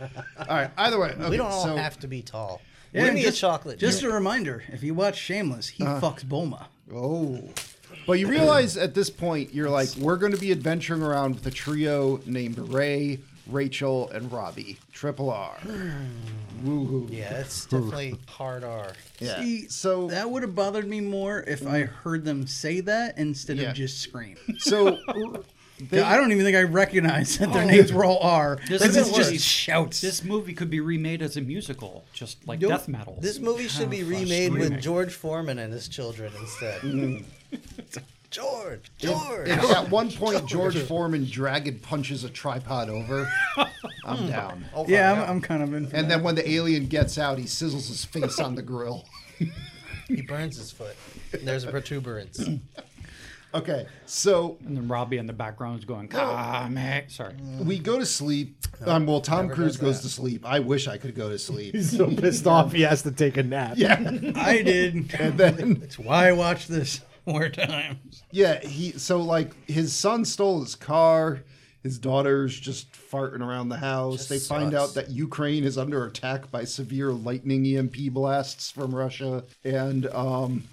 S1: all right. Either way, okay,
S5: We don't all
S1: so-
S5: have to be tall.
S6: Yeah,
S5: Give me
S6: just-
S5: a chocolate.
S6: Just
S5: drink.
S6: a reminder: if you watch Shameless, he
S2: Uh.
S6: fucks Bulma.
S1: Oh. But you realize at this point, you're like, we're going to be adventuring around with a trio named Ray, Rachel, and Robbie. Triple R. Woohoo.
S5: yeah, it's definitely hard R.
S1: Yeah.
S6: See,
S1: so
S6: that would have bothered me more if I heard them say that instead
S1: Yeah.
S6: of just scream.
S1: so they,
S6: I don't even think I recognize that their names were all R. This
S2: is
S6: is just
S2: worse.
S6: shouts.
S2: This movie could be remade as a musical, just like
S6: Nope.
S2: death metal.
S5: This movie should be remade with George Foreman and his children
S1: Mm.
S5: instead. George, George.
S1: if at one point George Foreman dragon punches a tripod over,
S6: Hmm.
S1: I'm down.
S5: Oh,
S6: yeah,
S5: yeah.
S6: I'm, I'm kind of in. for
S1: And
S6: that.
S1: then when the alien gets out, he sizzles his face on the grill.
S5: he burns his foot. And there's a protuberance.
S1: Okay, so
S2: and then Robbie in the background is going, "Comic." Sorry,
S6: Mm.
S1: we go to sleep. Um, well, Tom Cruise goes to sleep. I wish I could go to sleep.
S7: He's so pissed off he has to take a nap.
S1: Yeah.
S6: I did.
S1: And then
S6: That's why I watched this more times.
S1: Yeah, he so like his son stole his car. His daughter's just farting around the house.
S5: Just
S1: they find
S5: sucks.
S1: out that Ukraine is under attack by severe lightning EMP blasts from Russia and um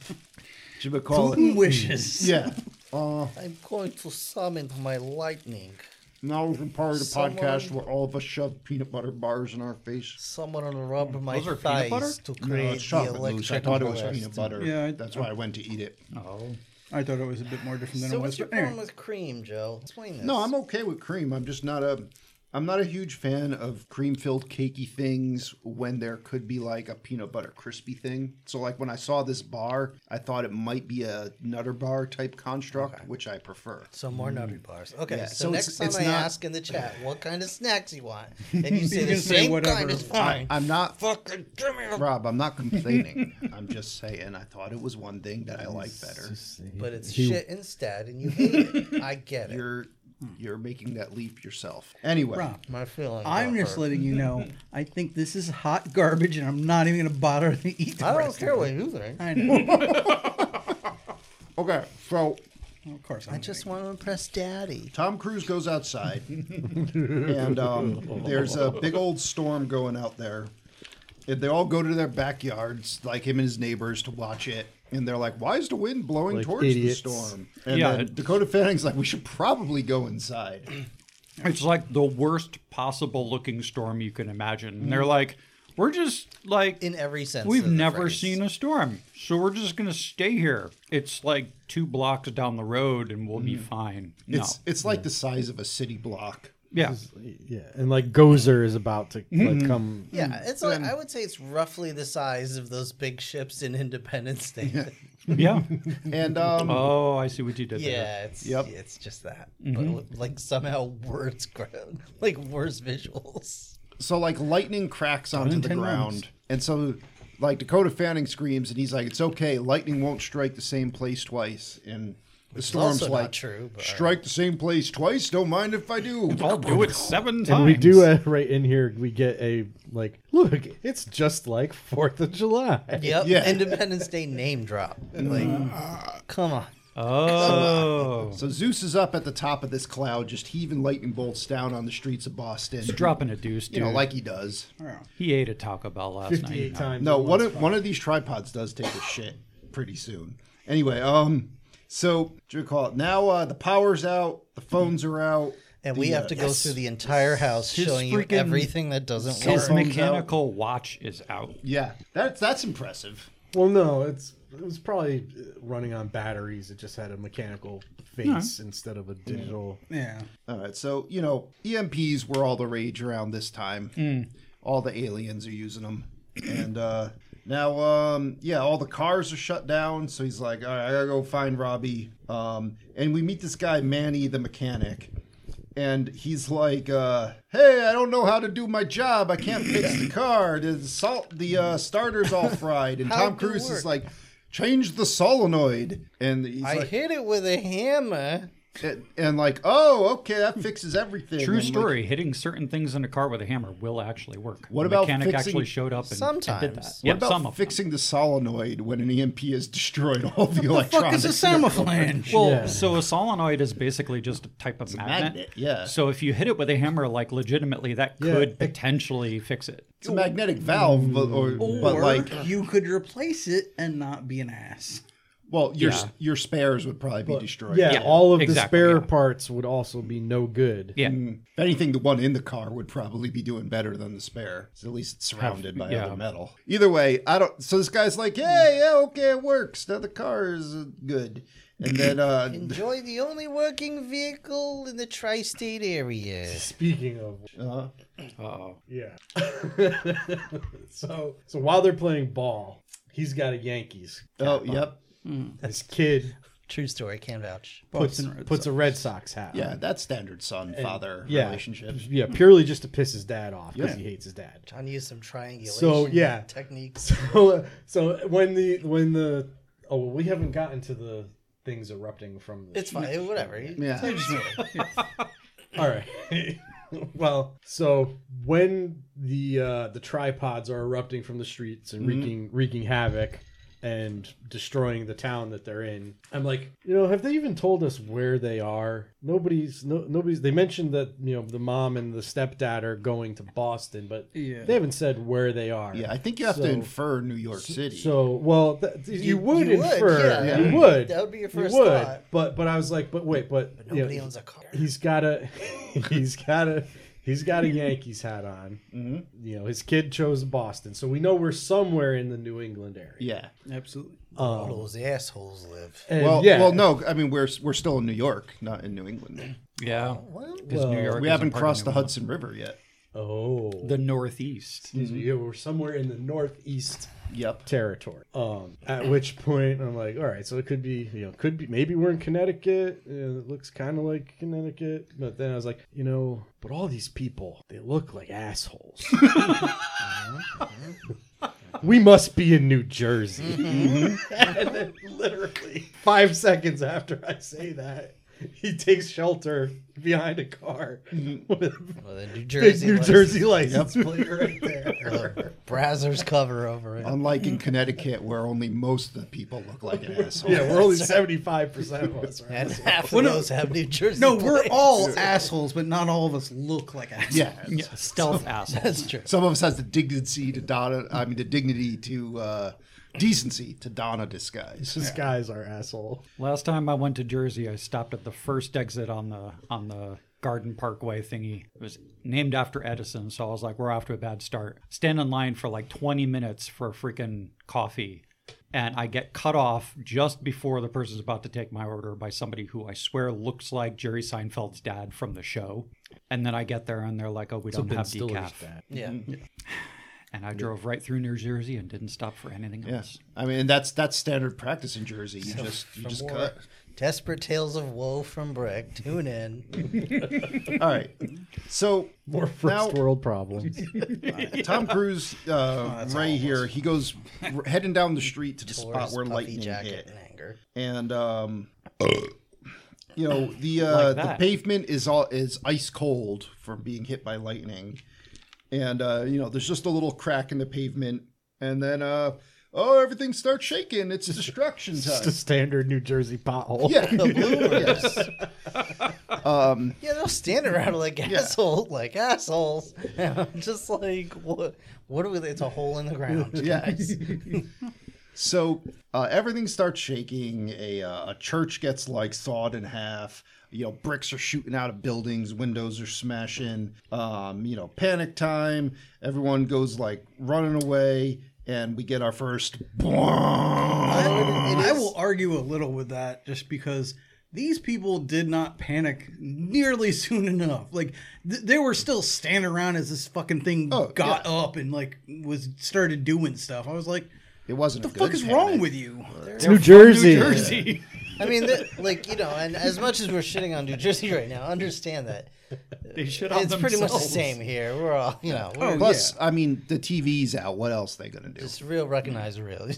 S6: Putin
S1: Jimacall.
S6: wishes.
S1: Yeah.
S5: I'm going to summon my lightning.
S1: Now we're part of the
S5: Someone-
S1: podcast where all of us shove peanut butter bars in our face.
S5: Someone
S1: Mm.
S5: rub my
S2: Those are peanut
S5: thighs
S2: butter?
S5: to
S1: No,
S5: create
S1: it's
S5: the
S1: chocolate mousse. I
S5: electric
S1: thought it was
S5: blast.
S1: peanut butter.
S6: Yeah, I-
S1: That's why I went to eat it.
S2: oh,
S6: I thought it was a bit more different than
S5: So
S6: it
S5: what's
S6: was.
S5: your
S6: But
S5: problem
S6: anyway.
S5: with cream, Joe? Explain this.
S1: No, I'm okay with cream. I'm just not a I'm not a huge fan of cream filled cakey things when there could be like a peanut butter crispy thing. So like when I saw this bar, I thought it might be a nutter bar type construct, which I prefer.
S5: So more nutty bars. Okay,
S1: Yeah,
S5: so,
S1: so it's-
S5: next time
S1: it's
S5: I
S1: not-
S5: ask in the chat what kind of snacks you want, and you say the
S6: can say
S5: same kind
S6: whatever.
S5: is fine.
S1: I'm not
S5: Fucking give me a...
S1: Rob, I'm not complaining. I'm just saying I thought it was one thing that I like better.
S5: But it's shit instead, and you hate it. I get it.
S1: You're you're making that leap yourself. Anyway,
S6: Rob,
S5: My feeling.
S6: I'm
S5: got
S6: just
S5: hurt.
S6: letting you know. I think this is hot garbage, and I'm not even gonna bother to eat. The
S5: I
S6: rest
S5: don't care
S6: of it.
S5: what you think.
S6: I know.
S1: Okay, so
S6: of course.
S5: I just want to impress Daddy.
S1: Tom Cruise goes outside, and um, there's a big old storm going out there. And they all go to their backyards, like him and his neighbors, to watch it. And they're like, "Why is the wind blowing
S7: Like
S1: towards
S7: idiots.
S1: the storm?" And
S2: Yeah.
S1: then Dakota Fanning's like, "We should probably go inside."
S2: it's like the worst possible looking storm you can imagine. And they're like, "We're just like
S5: Mm. In every sense.
S2: We've
S5: of the
S2: never
S5: phrase.
S2: seen a storm, so we're just gonna stay here. It's like two blocks down the road, and we'll
S7: Mm.
S2: be fine. No,
S1: It's it's like the size of a city block.
S2: yeah,
S7: Yeah, and like Gozer is about to like come.
S5: Yeah, it's like I would say it's roughly the size of those big ships in Independence Day. Yeah,
S2: yeah.
S1: And um,
S2: Oh, I see what you did there.
S5: it's
S1: Yep.
S5: it's just that, but with, like somehow worse, gra- like worse visuals.
S1: so like lightning cracks onto the
S6: ten
S1: ground,
S6: months.
S1: and so like Dakota Fanning screams, and he's like, "It's okay, lightning won't strike the same place twice." And The storm's
S5: also not
S1: like
S5: true, but-
S1: strike the same place twice. Don't mind if I do.
S2: I'll do it seven times.
S7: And we do a, right in here. We get a like. Look, it's just like Fourth of July.
S5: Yep.
S1: Yeah.
S5: Independence Day name drop. Like, come on.
S2: Oh,
S1: So Zeus is up at the top of this cloud, just heaving lightning bolts down on the streets of Boston.
S2: dropping a deuce, dude.
S1: you know, like he does.
S2: he ate a Taco Bell last night. you know.
S1: No, one of, one of these tripods does take a shit pretty soon. Anyway, um, so what do you call it now? Uh, the power's out, the phones are out,
S5: And we
S1: the,
S5: have
S1: uh,
S5: to go through the entire house
S2: His
S5: showing you
S2: freaking
S5: everything that doesn't
S2: His
S5: work.
S1: phone's
S2: mechanical watch is out.
S1: Yeah, that's that's impressive.
S7: Well, no, it's it was probably uh, running on batteries. It just had a mechanical face instead of a digital.
S6: Yeah.
S1: All right, so you know EMPs were all the rage around this time.
S5: Mm.
S1: All the aliens are using them, and uh, now um, yeah, all the cars are shut down. So he's like, all right, I gotta go find Robbie. Um, and we meet this guy Manny, the mechanic, and he's like, uh, hey, I don't know how to do my job. I can't fix the car. The salt, the uh, starter's all fried, and Tom
S5: How'd you
S1: Cruise is
S5: work?
S1: like. Change the solenoid, and he's
S5: I
S1: like,
S5: hit it with a hammer.
S1: and, and like, oh, okay, that fixes everything.
S2: True
S1: And, like,
S2: story. hitting certain things in a car with a hammer will actually work.
S1: What
S2: The
S1: about
S2: mechanic
S1: fixing-
S2: actually showed up and, and did that?
S5: Sometimes.
S2: yeah,
S1: What about
S2: some of them.
S1: fixing the solenoid when an EMP has destroyed all the
S6: The fuck
S1: electronics?
S6: is a samophilange?
S2: Well, so a solenoid is basically just a type of magnet.
S1: magnet, yeah.
S2: So if you hit it with a hammer, like legitimately, that could potentially fix it.
S1: It's a magnetic valve, but, or, but
S6: or
S1: like,
S6: you could replace it and not be an ass.
S1: well, your
S2: Yeah.
S1: your spares would probably be destroyed.
S7: Yeah,
S2: Yeah,
S7: all of
S2: exactly,
S7: the spare
S2: yeah.
S7: parts would also be no good.
S2: Yeah.
S1: If anything, the one in the car would probably be doing better than the spare. 'cause at least it's surrounded by
S2: yeah.
S1: other metal. Either way, I don't. So this guy's like, "Hey, yeah, okay, it works. Now the car is uh, good." And then, uh,
S5: Enjoy the only working vehicle in the tri state area.
S7: Speaking of,
S1: uh,
S2: Uh-oh.
S7: yeah. so so while they're playing ball, he's got a Yankees.
S1: oh, yep,
S7: His kid
S5: True story, can vouch.
S7: puts
S6: Boston Red
S7: puts a Red Sox hat. on.
S1: yeah, that's standard son-father
S7: yeah.
S1: relationship.
S7: yeah, purely just to piss his dad off because
S1: Yeah.
S7: he hates his dad.
S5: John used some triangulation
S7: So, yeah.
S5: techniques.
S7: So, so when the when the oh well, we haven't gotten to the things erupting from the
S5: It's fine, whatever.
S1: Yeah,
S7: all right well so when the uh the tripods are erupting from the streets and wreaking wreaking havoc and destroying the town that they're in i'm like you know have they even told us where they are nobody's no, nobody's they mentioned that you know the mom and the stepdad are going to boston but
S6: Yeah.
S7: they haven't said where they are
S1: yeah. I think you have
S7: So-
S1: to infer New York City.
S7: so well, th- you, would
S5: you would,
S7: infer
S5: yeah.
S7: you would
S5: That would be your first
S7: you would,
S5: thought.
S7: But but I was like, but wait, but, you know,
S5: Nobody owns a car.
S7: he's got a he's got a he's got a Yankees hat on.
S5: Mm-hmm.
S7: You know, his kid chose Boston, so we know we're somewhere in the New England area.
S1: yeah.
S6: Absolutely.
S5: All those assholes live.
S7: And
S1: Well,
S7: yeah,
S1: well, no. I mean, we're we're still in New York, not in New England.
S2: Yeah. Because New York.
S1: We
S2: isn't
S1: haven't
S2: part of
S1: crossed the
S2: New England.
S1: Hudson River yet.
S7: Oh,
S2: The Northeast.
S7: yeah, we're somewhere in the northeast
S1: Yep.
S7: territory. Um, at which point I'm like, all right, so it could be, you know, could be maybe we're in Connecticut. And it looks kind of like Connecticut, but then I was like, you know, but all these people, they look like assholes. Uh-huh. we must be in New Jersey. and then literally five seconds after I say that. He takes shelter behind a car with a
S5: Well, the New
S7: big
S5: Jersey,
S7: New
S5: lives.
S7: Jersey license plate right there.
S5: Brazzers cover over it.
S1: Unlike in Connecticut, where only most of the people look like assholes.
S7: yeah, we're only seventy five percent of us. Are
S5: And half of those have New Jersey.
S6: No, we're
S5: plates.
S6: all assholes, but not all of us look like assholes.
S1: yeah.
S2: Yeah, stealth asshole.
S5: That's true.
S1: Some of us has the dignity to don. I mean, the dignity to uh, decency to don a disguise.
S7: This guy's our asshole.
S2: Last time I went to Jersey, I stopped at the first exit on the on the Garden Parkway thingy. It was named after Edison, so I was like, we're off to a bad start. Stand in line for like 20 minutes for a freaking coffee. And I get cut off just before the person's about to take my order by somebody who I swear looks like Jerry Seinfeld's dad from the show. And then I get there and they're like, oh, we don't have decaf.
S5: Yeah.
S2: And I drove right through New Jersey and didn't stop for anything
S1: Yes,
S2: else.
S1: I mean that's that's standard practice in Jersey. You just you
S5: From
S1: just
S5: war.
S1: cut.
S5: Desperate Tales of Woe from Brick. Tune in.
S1: All right. So
S7: More
S1: Now-
S7: first world problems.
S1: Tom Cruise, uh, right here, he goes r- heading down the street to the
S5: Or
S1: spot
S5: his
S1: where
S5: puffy
S1: lightning
S5: jacket
S1: hit,
S5: and anger.
S1: and um, you know the uh,
S2: Like
S1: the
S2: that.
S1: pavement is all is ice cold from being hit by lightning, and uh, you know there's just a little crack in the pavement, and then uh, oh everything starts shaking. It's destruction
S7: Just a
S1: time.
S7: standard New Jersey pothole.
S1: Yeah, yes.
S5: Yeah, they'll stand around like
S1: Mm-hmm. Yeah.
S5: asshole, like assholes. And I'm just like, what? What are we? It's a hole in the ground.
S1: Yes. so uh, everything starts shaking. A, uh, a church gets like sawed in half. You know, bricks are shooting out of buildings. Windows are smashing. Um, you know, panic time. Everyone goes like running away, and we get our first.
S6: I will argue a little with that just because these people did not panic nearly soon enough. Like th- they were still standing around as this fucking thing
S1: Oh,
S6: got up and like was started doing stuff. I was like,
S1: It wasn't.
S6: "The fuck is wrong with you?"
S7: It's New Jersey.
S2: Jersey.
S5: I mean, they're- like you know, and as much as we're shitting on New Jersey right now, understand that
S2: They shit on
S5: it's pretty much the
S2: themselves.
S5: same here. We're all, you know, we're
S1: Plus, I mean, the TV's out. What else they gonna do?
S5: just real recognize real.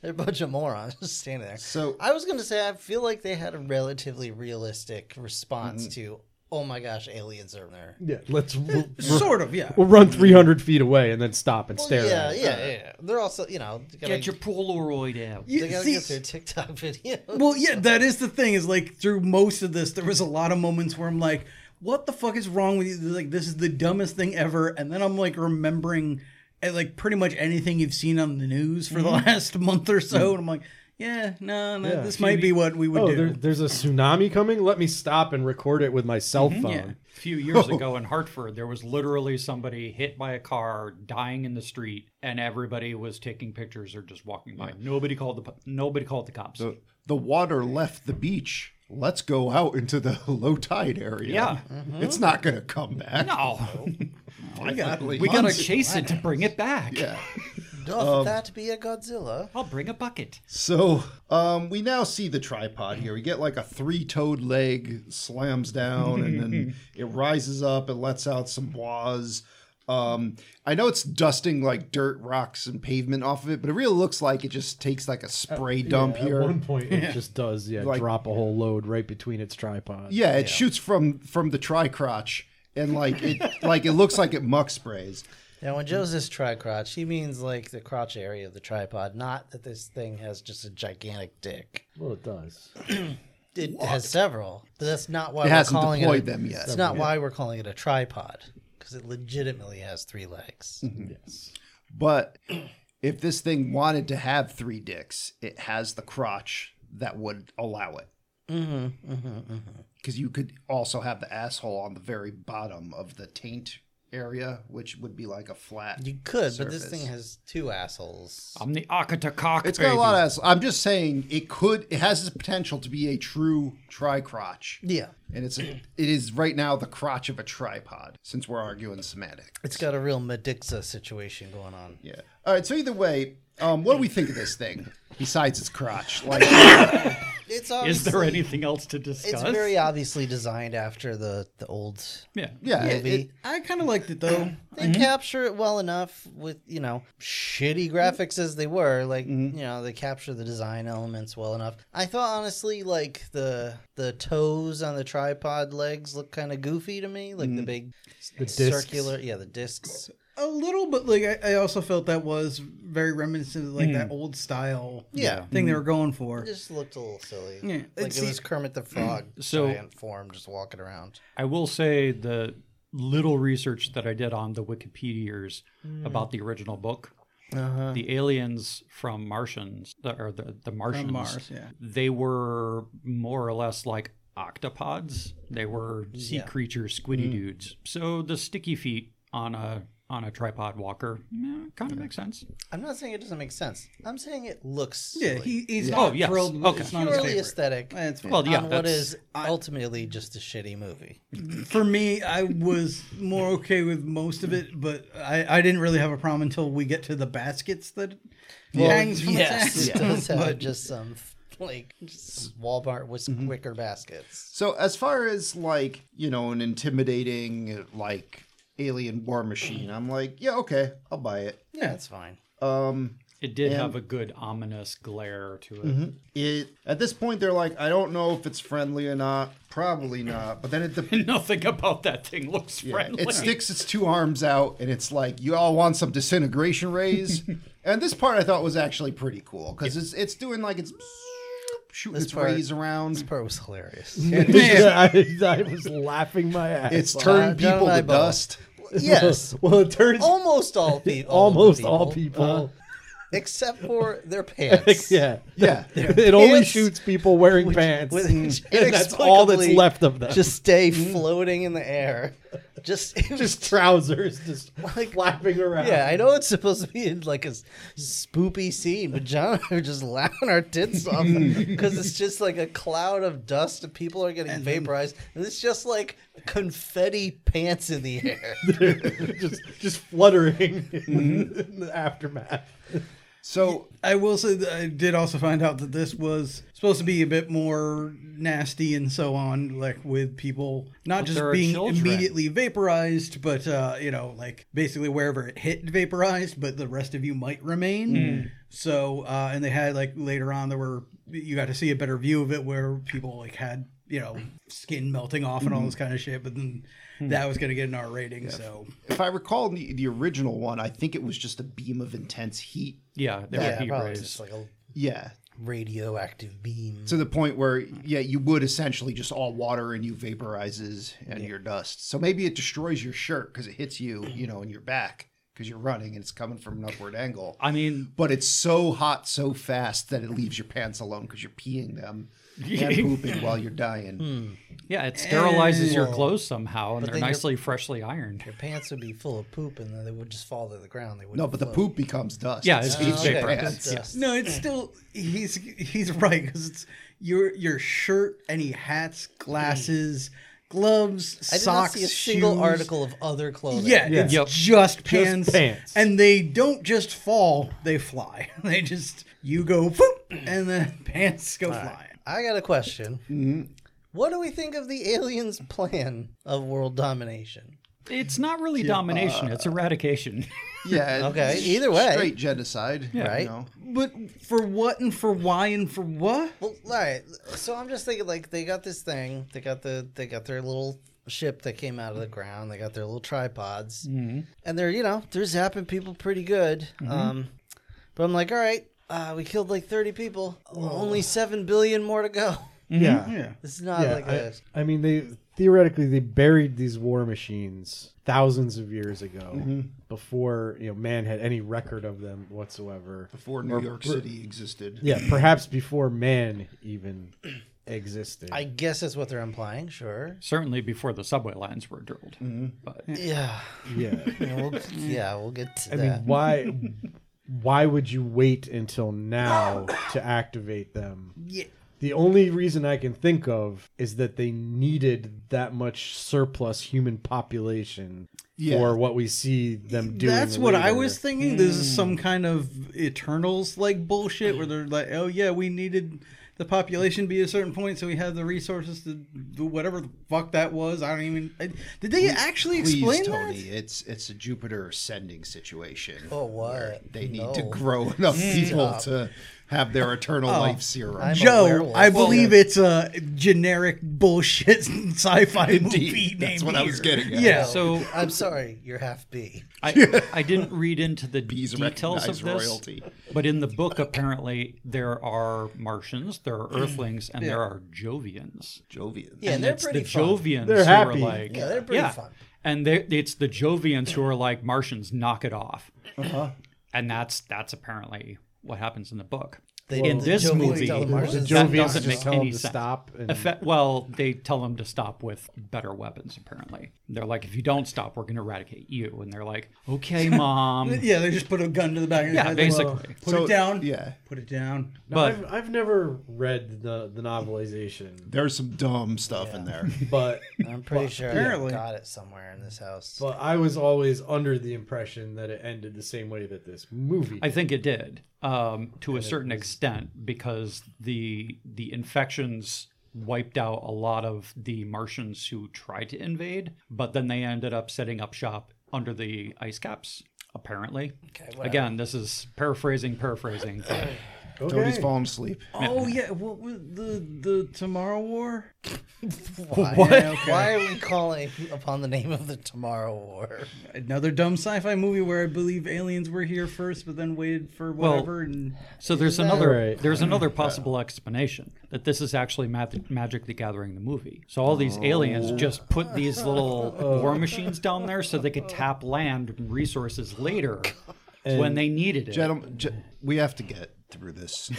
S5: They're a bunch of morons just standing there.
S1: So-
S5: I was gonna say, I feel like they had a relatively realistic response to, oh my gosh, aliens are there.
S7: Yeah, let's we'll,
S6: Sort of, yeah.
S7: we'll run 300 feet away and then stop and
S5: Well,
S7: stare.
S5: yeah,
S7: at it.
S5: yeah, yeah. They're also, you know, they gotta,
S2: Get your Polaroid out.
S5: they gotta
S6: See,
S5: get their TikTok video.
S6: Well, yeah, that is the thing. Is like through most of this, there was a lot of moments where I'm like, "What the fuck is wrong with you?" Like this is the dumbest thing ever, and then I'm like remembering, eh, like pretty much anything you've seen on the news for the last month or so, and I'm like, "Yeah, no, no
S7: Yeah.
S6: this might be what we would
S7: Oh,
S6: do."
S7: there, there's a tsunami coming. Let me stop and record it with my cell phone.
S6: yeah.
S2: A few years
S1: Oh.
S2: ago in Hartford, there was literally somebody hit by a car, dying in the street, and everybody was taking pictures or just walking by. Nobody called the po- nobody called the cops.
S1: The, the water left the beach. Let's go out into the low tide area.
S2: Yeah.
S1: It's not gonna come back. Oh.
S2: no,
S1: Finally.
S2: we gotta chase it to bring it back.
S1: Yeah.
S5: Doth that be a Godzilla?
S2: I'll bring a bucket.
S1: So um, we now see the tripod here. We get like a three-toed leg slams down, and then it rises up and lets out some bois. Um, I know it's dusting like dirt, rocks, and pavement off of it, but it really looks like it just takes like a spray
S5: Uh,
S1: dump
S7: At
S1: here.
S7: one point, it just does. Yeah,
S1: Like-
S7: drop a whole load right between its tripod.
S1: Yeah, it shoots from from the tri crotch, and like it like it looks like it muck sprays.
S5: Now, when Joe says tri crotch, he means like the crotch area of the tripod, not that this thing has just a gigantic dick.
S7: Well, it does.
S5: It has several. But that's not
S1: It
S5: why we're
S1: hasn't
S5: calling
S1: deployed
S5: it. A,
S1: them yet.
S5: It's not why we're calling it a tripod because it legitimately has three legs.
S7: Yes.
S1: But if this thing wanted to have three dicks, it has the crotch that would allow it.
S5: Mm-hmm,
S1: Because you could also have the asshole on the very bottom of the taint area, which would be like a flat.
S5: You could, but this
S1: Surface.
S5: thing has two assholes.
S2: I'm the Akata cock.
S1: It's
S2: baby.
S1: got a lot of ass. I'm just saying it could. It has the potential to be a true tri crotch,
S5: Yeah,
S1: and it's a, it is right now the crotch of a tripod. Since we're arguing semantics,
S5: it's got a real Medixa situation going on.
S1: yeah. All right. So either way, um, what do we think of this thing besides its crotch? Like,
S5: It's
S2: Is there anything else to discuss?
S5: It's very obviously designed after the the old
S2: yeah.
S1: yeah, it-
S5: movie.
S1: it-
S6: I kind of liked it though.
S5: they capture it well enough with you know shitty graphics as they were like you know they capture the design elements well enough i thought honestly like the the toes on the tripod legs look kind of goofy to me like the big
S7: discs.
S5: circular yeah the discs
S6: A little, but like I, I also felt that was very reminiscent of like that old style
S5: Yeah.
S6: thing they were going for.
S5: it just looked a little silly
S6: Yeah,
S5: like
S6: it's-
S5: it was kermit the frog
S2: So-
S5: giant form just walking around
S2: I will say the little research that I did on the Wikipedia's about the original book. The aliens from Martians, the, or the, the Martians,
S6: Mars, yeah.
S2: they were more or less like octopods. They were sea creatures, squiddy dudes. So the sticky feet on a on a tripod walker kind of makes sense.
S5: i'm not saying it doesn't make sense i'm saying it looks
S6: Yeah,
S5: silly.
S6: he, he's
S2: Oh,
S6: not
S2: yes.
S6: thrilled. with
S2: Okay.
S6: It's not his
S5: purely
S6: favorite.
S5: aesthetic
S6: That's fine.
S2: Well, yeah,
S5: on what
S2: that's-
S5: is ultimately just a shitty movie
S6: for me, I was more okay with most of it, but I, I didn't really have a problem until we get to the baskets that hangs from
S5: Yes,
S6: its
S5: it
S6: ass.
S5: does have
S6: But-
S5: just some like just Walmart with wicker baskets.
S1: So as far as like you know an intimidating like alien war machine, I'm like yeah okay I'll buy it.
S5: Yeah, that's fine.
S1: Um,
S2: It did
S1: And-
S2: have a good ominous glare to it.
S1: Mm-hmm. It at this point they're like, I don't know if it's friendly or not. Probably not. But then it depends.
S2: Nothing about that thing looks friendly.
S1: It sticks its two arms out, and it's like, "You all want some disintegration rays?" and this part I thought was actually pretty cool because it's it's doing like it's shooting
S5: This
S1: its
S5: part-
S1: rays around.
S5: part was hilarious.
S7: I, I was laughing my ass.
S1: It's
S7: off.
S1: turned
S5: Down an
S1: people to
S5: eyeball.
S1: dust.
S5: yes,
S7: well, it turns
S5: almost all people.
S7: almost all people.
S5: Uh, except for their pants.
S7: yeah,
S1: Yeah,
S7: it only
S5: Pants.
S7: shoots people wearing pants. Mm.
S5: With
S7: and that's
S5: inexplicably
S7: all that's left of them. Mm.
S5: Just stay floating in the air. Just, it was
S7: just trousers, just
S5: Like-
S7: flapping around.
S5: Yeah, I know it's supposed to be like a s- spoopy scene, but John and I are just laughing our tits off because it's just like a cloud of dust and people are getting vaporized, and it's just like confetti pants in the air.
S7: just just fluttering
S5: Mm-hmm.
S7: in the aftermath.
S1: So
S6: I will say that I did also find out that this was supposed to be a bit more nasty and so on, like with people not
S2: But
S6: just
S2: there are
S6: being
S2: children.
S6: immediately vaporized, but uh, you know, like basically wherever it hit vaporized, but the rest of you might remain.
S2: Hmm.
S6: So, uh, and they had like later on there were you got to see a better view of it where people like had you know skin melting off
S2: Hmm.
S6: and all this kind of shit, but then that was going to get an R rating. So
S1: if I recall the, the original one, I think it was just a beam of intense heat.
S2: Yeah, there were heat
S5: probably
S2: rays.
S5: just like a
S1: Yeah,
S5: radioactive beam.
S1: to the point where yeah, you would essentially just all water and you vaporizes and your dust. So maybe it destroys your shirt because it hits you, you know, in your back because you're running and it's coming from an upward angle.
S2: I mean,
S1: but it's so hot so fast that it leaves your pants alone because you're peeing them and pooping while you're dying.
S2: yeah, it sterilizes your
S5: Ew.
S2: clothes somehow, and they're
S5: then you're-
S2: nicely freshly ironed.
S5: Your pants would be full of poop, and then they would just fall to the ground. They would
S1: No, but the poop becomes dust.
S2: Yeah, it's
S1: in
S2: heat
S1: your
S5: okay.
S2: vapor.
S1: pants.
S5: It's dust.
S6: No, it's still he's he's right because it's your your shirt, any hats, glasses, gloves,
S5: I did
S6: socks,
S5: not see a single
S6: shoes.
S5: article of other clothing.
S6: Yeah, it's
S2: Yep.
S6: just pants,
S7: pants.
S6: and they don't just fall; they fly. They just you go poop, and then pants go flying.
S5: I got a question.
S1: Mm-hmm.
S5: What do we think of the aliens' plan of world domination?
S2: It's not really domination; it's eradication.
S1: Yeah.
S5: Okay,
S1: it's
S5: either way.
S1: Straight genocide. Yeah.
S5: Right.
S6: But for what and for why and for what?
S5: Well, all right. So I'm just thinking, like, they got this thing. They got the they got their little ship that came out of the ground. They got their little tripods, and they're you know they're zapping people pretty good. Um, but I'm like, all right, uh, we killed like 30 people. Only seven billion more to go.
S7: Yeah,
S6: Yeah,
S5: This is not
S7: Yeah,
S5: like
S7: I-
S5: a
S7: I mean, they theoretically they buried these war machines thousands of years ago
S5: Mm-hmm.
S7: before you know man had any record of them whatsoever.
S1: Before New York City existed.
S7: Yeah, perhaps before man even existed.
S5: I guess that's what they're implying. Sure.
S2: Certainly before the subway lines were drilled. But
S5: Yeah.
S7: yeah,
S5: Yeah, we'll, yeah, we'll get to
S7: I
S5: that.
S7: mean, why? Why would you wait until now to activate them?
S6: yeah.
S7: The only reason I can think of is that they needed that much surplus human population
S1: Yeah.
S7: for what we see them doing.
S6: That's what I
S7: later.
S6: was thinking. This is some
S1: Hmm.
S6: kind of Eternals like bullshit where they're like, oh yeah, we needed the population to be a certain point, so we had the resources to do whatever the fuck that was. I don't even. I, did they actually
S1: Please,
S6: explain
S1: Tony,
S6: that?
S1: it's it's a Jupiter ascending situation.
S5: Oh, what?
S1: where They need to
S5: No.
S1: grow enough people to have their eternal life serum.
S5: I'm-
S6: Joe,
S5: werewolf.
S6: I
S5: Well,
S6: believe it's a generic bullshit sci-fi movie.
S1: That's
S6: named
S1: what I was
S6: here.
S1: getting at.
S6: Yeah.
S2: so
S5: I'm sorry, you're half B.
S2: I, I didn't read into the
S1: Bees
S2: details of
S1: recognize
S2: this,
S1: royalty.
S2: but in the book, apparently there are Martians, there are Earthlings, and there are Jovians.
S1: Jovian.
S5: Yeah,
S2: and
S5: they're
S2: it's
S5: pretty
S2: the
S5: fun.
S2: Jovians
S7: They're
S2: who
S7: happy.
S2: are like,
S5: Yeah, they're pretty fun.
S2: And they, it's the Jovians who are like Martians, knock it off.
S7: Uh-huh.
S2: And that's that's apparently what happens in the book.
S5: They
S2: in
S5: the
S2: this
S5: Jovians
S2: movie,
S5: tell the
S2: the Jovians
S5: Martians to
S2: That
S7: Jovians
S2: doesn't
S7: just
S2: make
S7: tell them
S2: any
S7: to
S2: sense.
S7: stop. And
S2: Effe- well, they tell them to stop with better weapons. Apparently, they're like, if you don't stop, we're going to eradicate you. And they're like, okay, mom.
S6: Yeah, they just put a gun to the back of your
S2: yeah,
S6: head.
S2: basically.
S6: Put it down.
S1: Yeah.
S6: Put it down.
S2: But
S7: I've, I've never read the, the novelization,
S1: There's some dumb stuff in there.
S7: but
S5: I'm pretty sure
S6: apparently.
S5: I got it somewhere in this house.
S7: but I was always under the impression that it ended the same way that this movie.
S2: I think it did um, to a certain extent because the the infections wiped out a lot of the Martians who tried to invade, but then they ended up setting up shop under the ice caps. apparently.
S5: Okay, whatever.
S2: Again, this is paraphrasing, paraphrasing. but
S1: Tony's falling asleep.
S6: Oh yeah, what was the the Tomorrow War?
S5: Why,
S6: Yeah, okay.
S5: why are we calling upon the name of the Tomorrow War?
S6: Another dumb sci-fi movie where I believe aliens were here first, but then waited for
S2: Well-
S6: whatever. and
S2: so there's another
S7: Right.
S2: there's another possible explanation that this is actually Mag- Magic the Gathering the movie. So all these aliens just put these little war machines down there so they could tap land and resources later when they needed it.
S1: Gentlemen, ge- we have to get through this,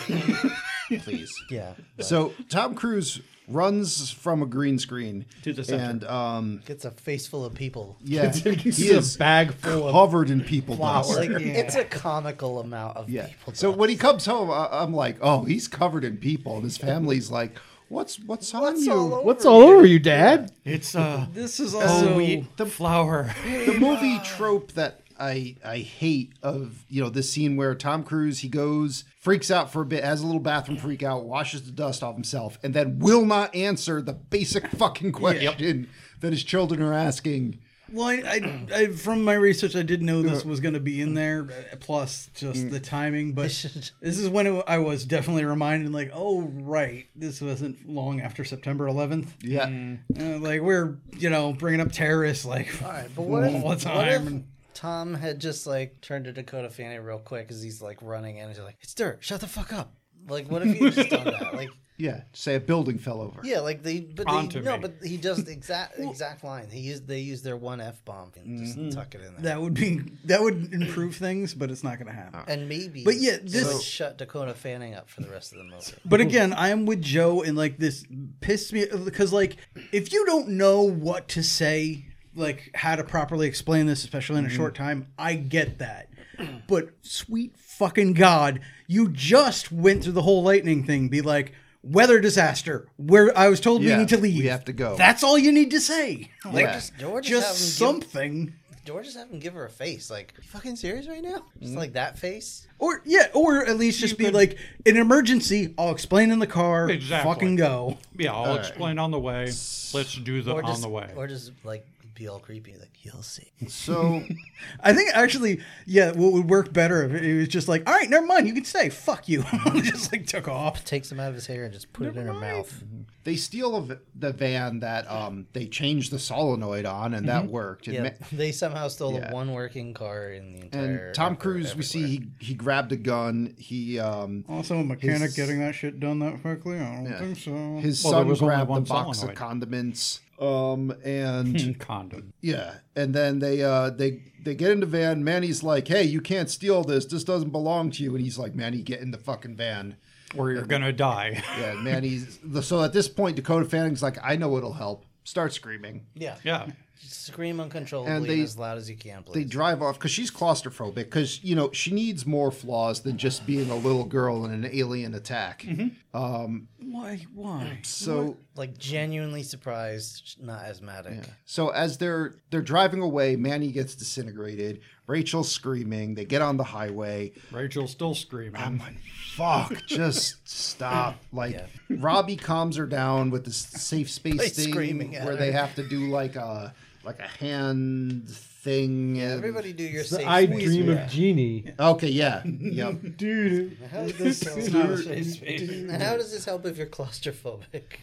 S1: please.
S5: Yeah.
S1: So Tom Cruise runs from a green screen
S2: To the center.
S1: and um,
S5: Gets a face full of people.
S1: yeah,
S7: He's
S1: he
S7: in
S1: is
S7: a bag full of
S1: covered in people dust.
S5: Like, It's a comical amount of
S1: Yeah.
S5: people.
S1: So when he comes home, I- I'm like, oh, he's covered in people, and his family's like, what's what's on you?
S7: What's all over you, Dad?
S2: it's uh
S6: This is also
S2: the flower.
S1: the movie trope that I I hate of you know this scene where Tom Cruise he goes freaks out for a bit has a little bathroom freak out washes the dust off himself and then will not answer the basic fucking question that his children are asking.
S6: well, I, I, I from my research, I did know this was going to be in there. Plus, just the timing. But
S5: should-
S6: this is when it, I was definitely reminded, like, oh right, this wasn't long after September 11th.
S1: Yeah,
S6: Uh, like we're you know bringing up terrorists, like
S5: All right, but what if,
S6: all the
S5: what if
S6: time. and-
S5: Tom had just like turned to Dakota Fanning real quick as he's like running in and he's like, "It's dirt. Shut the fuck up." Like, what if he had just done that? Like,
S1: yeah. Say a building fell over.
S5: yeah, like they, but they,
S2: Onto
S5: no,
S2: me.
S5: but he does the exact exact line. He used they used their one f bomb and just tuck it in there.
S6: that would be that would improve things, but it's not going to happen.
S5: and maybe,
S6: But yeah, this-
S5: would shut Dakota Fanning up for the rest of the movie.
S6: But
S1: Mm-hmm.
S6: again, I am with Joe, and like this pissed me because like if you don't know what to say, like how to properly explain this, especially
S1: Mm-hmm.
S6: in a short time, I get that. But sweet fucking god, you just went through the whole lightning thing. Be like weather disaster. Where I was told
S1: Yeah,
S6: we need to leave.
S1: we have to go.
S6: That's all you need to say. Like
S1: Yeah.
S6: just,
S5: George is having
S6: just
S5: guilt.
S6: something.
S5: George just having give her a face. Like, you fucking serious right now?
S1: Mm-hmm.
S5: Just like that face.
S6: Or yeah, or at least just be like an emergency. I'll explain in the car.
S2: Exactly.
S6: Fucking go.
S2: Yeah, I'll explain on the way. Let's do the
S5: Or
S2: on
S5: just,
S2: the way.
S5: Or just like be all creepy. Like, you'll see.
S1: So
S6: I think actually, yeah, what would work better if it was just like, all right, never mind, you can stay. Fuck you. just like took off.
S5: Takes him out of his hair and just put it in her mouth.
S1: they steal a v the van that um they changed the solenoid on, and that worked. And
S5: Yeah,
S1: ma-
S5: they somehow stole
S1: Yeah.
S5: the one working car in the entire.
S1: and Tom
S5: effort
S1: Cruise, we see
S5: everywhere.
S1: he, he grabbed a gun. He um
S6: Also, a mechanic
S1: His-
S6: getting that shit done that quickly. I don't
S1: Yeah.
S6: think so.
S1: His
S2: Well, there
S1: son
S2: was only
S1: grabbed the
S2: one
S1: box of
S2: solenoid. Hmm.
S1: condiments. Um and
S2: Condom.
S1: yeah, and then they uh they they get in the van. Manny's like, "Hey, you can't steal this. This doesn't belong to you." And he's like, "Manny, get in the fucking van."
S2: Or you're gonna die.
S1: Yeah, Manny's. so at this point, Dakota Fanning's like, "I know it'll help." Start screaming.
S5: yeah,
S2: Yeah.
S5: scream uncontrollably
S1: And
S5: and,
S1: they-
S5: as loud as you can,
S1: They
S5: please.
S1: drive off because she's claustrophobic. Because you know she needs more flaws than just being a little girl in an alien attack.
S2: Mm-hmm.
S6: Why? Why?
S1: So.
S5: like genuinely surprised, not asthmatic.
S1: So as they're they're driving away, Manny gets disintegrated. Rachel's screaming. They get on the highway.
S2: Rachel's still screaming.
S1: I'm like, fuck, just stop. Like Robbie calms her down with this safe space thing
S5: screaming at
S1: where
S5: her.
S1: they have to do like a like a hand thing. and-
S5: Everybody do your
S7: The
S5: safe
S7: I
S5: space.
S7: dream of genie.
S1: Okay, yeah, yep.
S7: Dude,
S5: How does this help?
S6: Not a safe space.
S5: And how does this help if you're claustrophobic?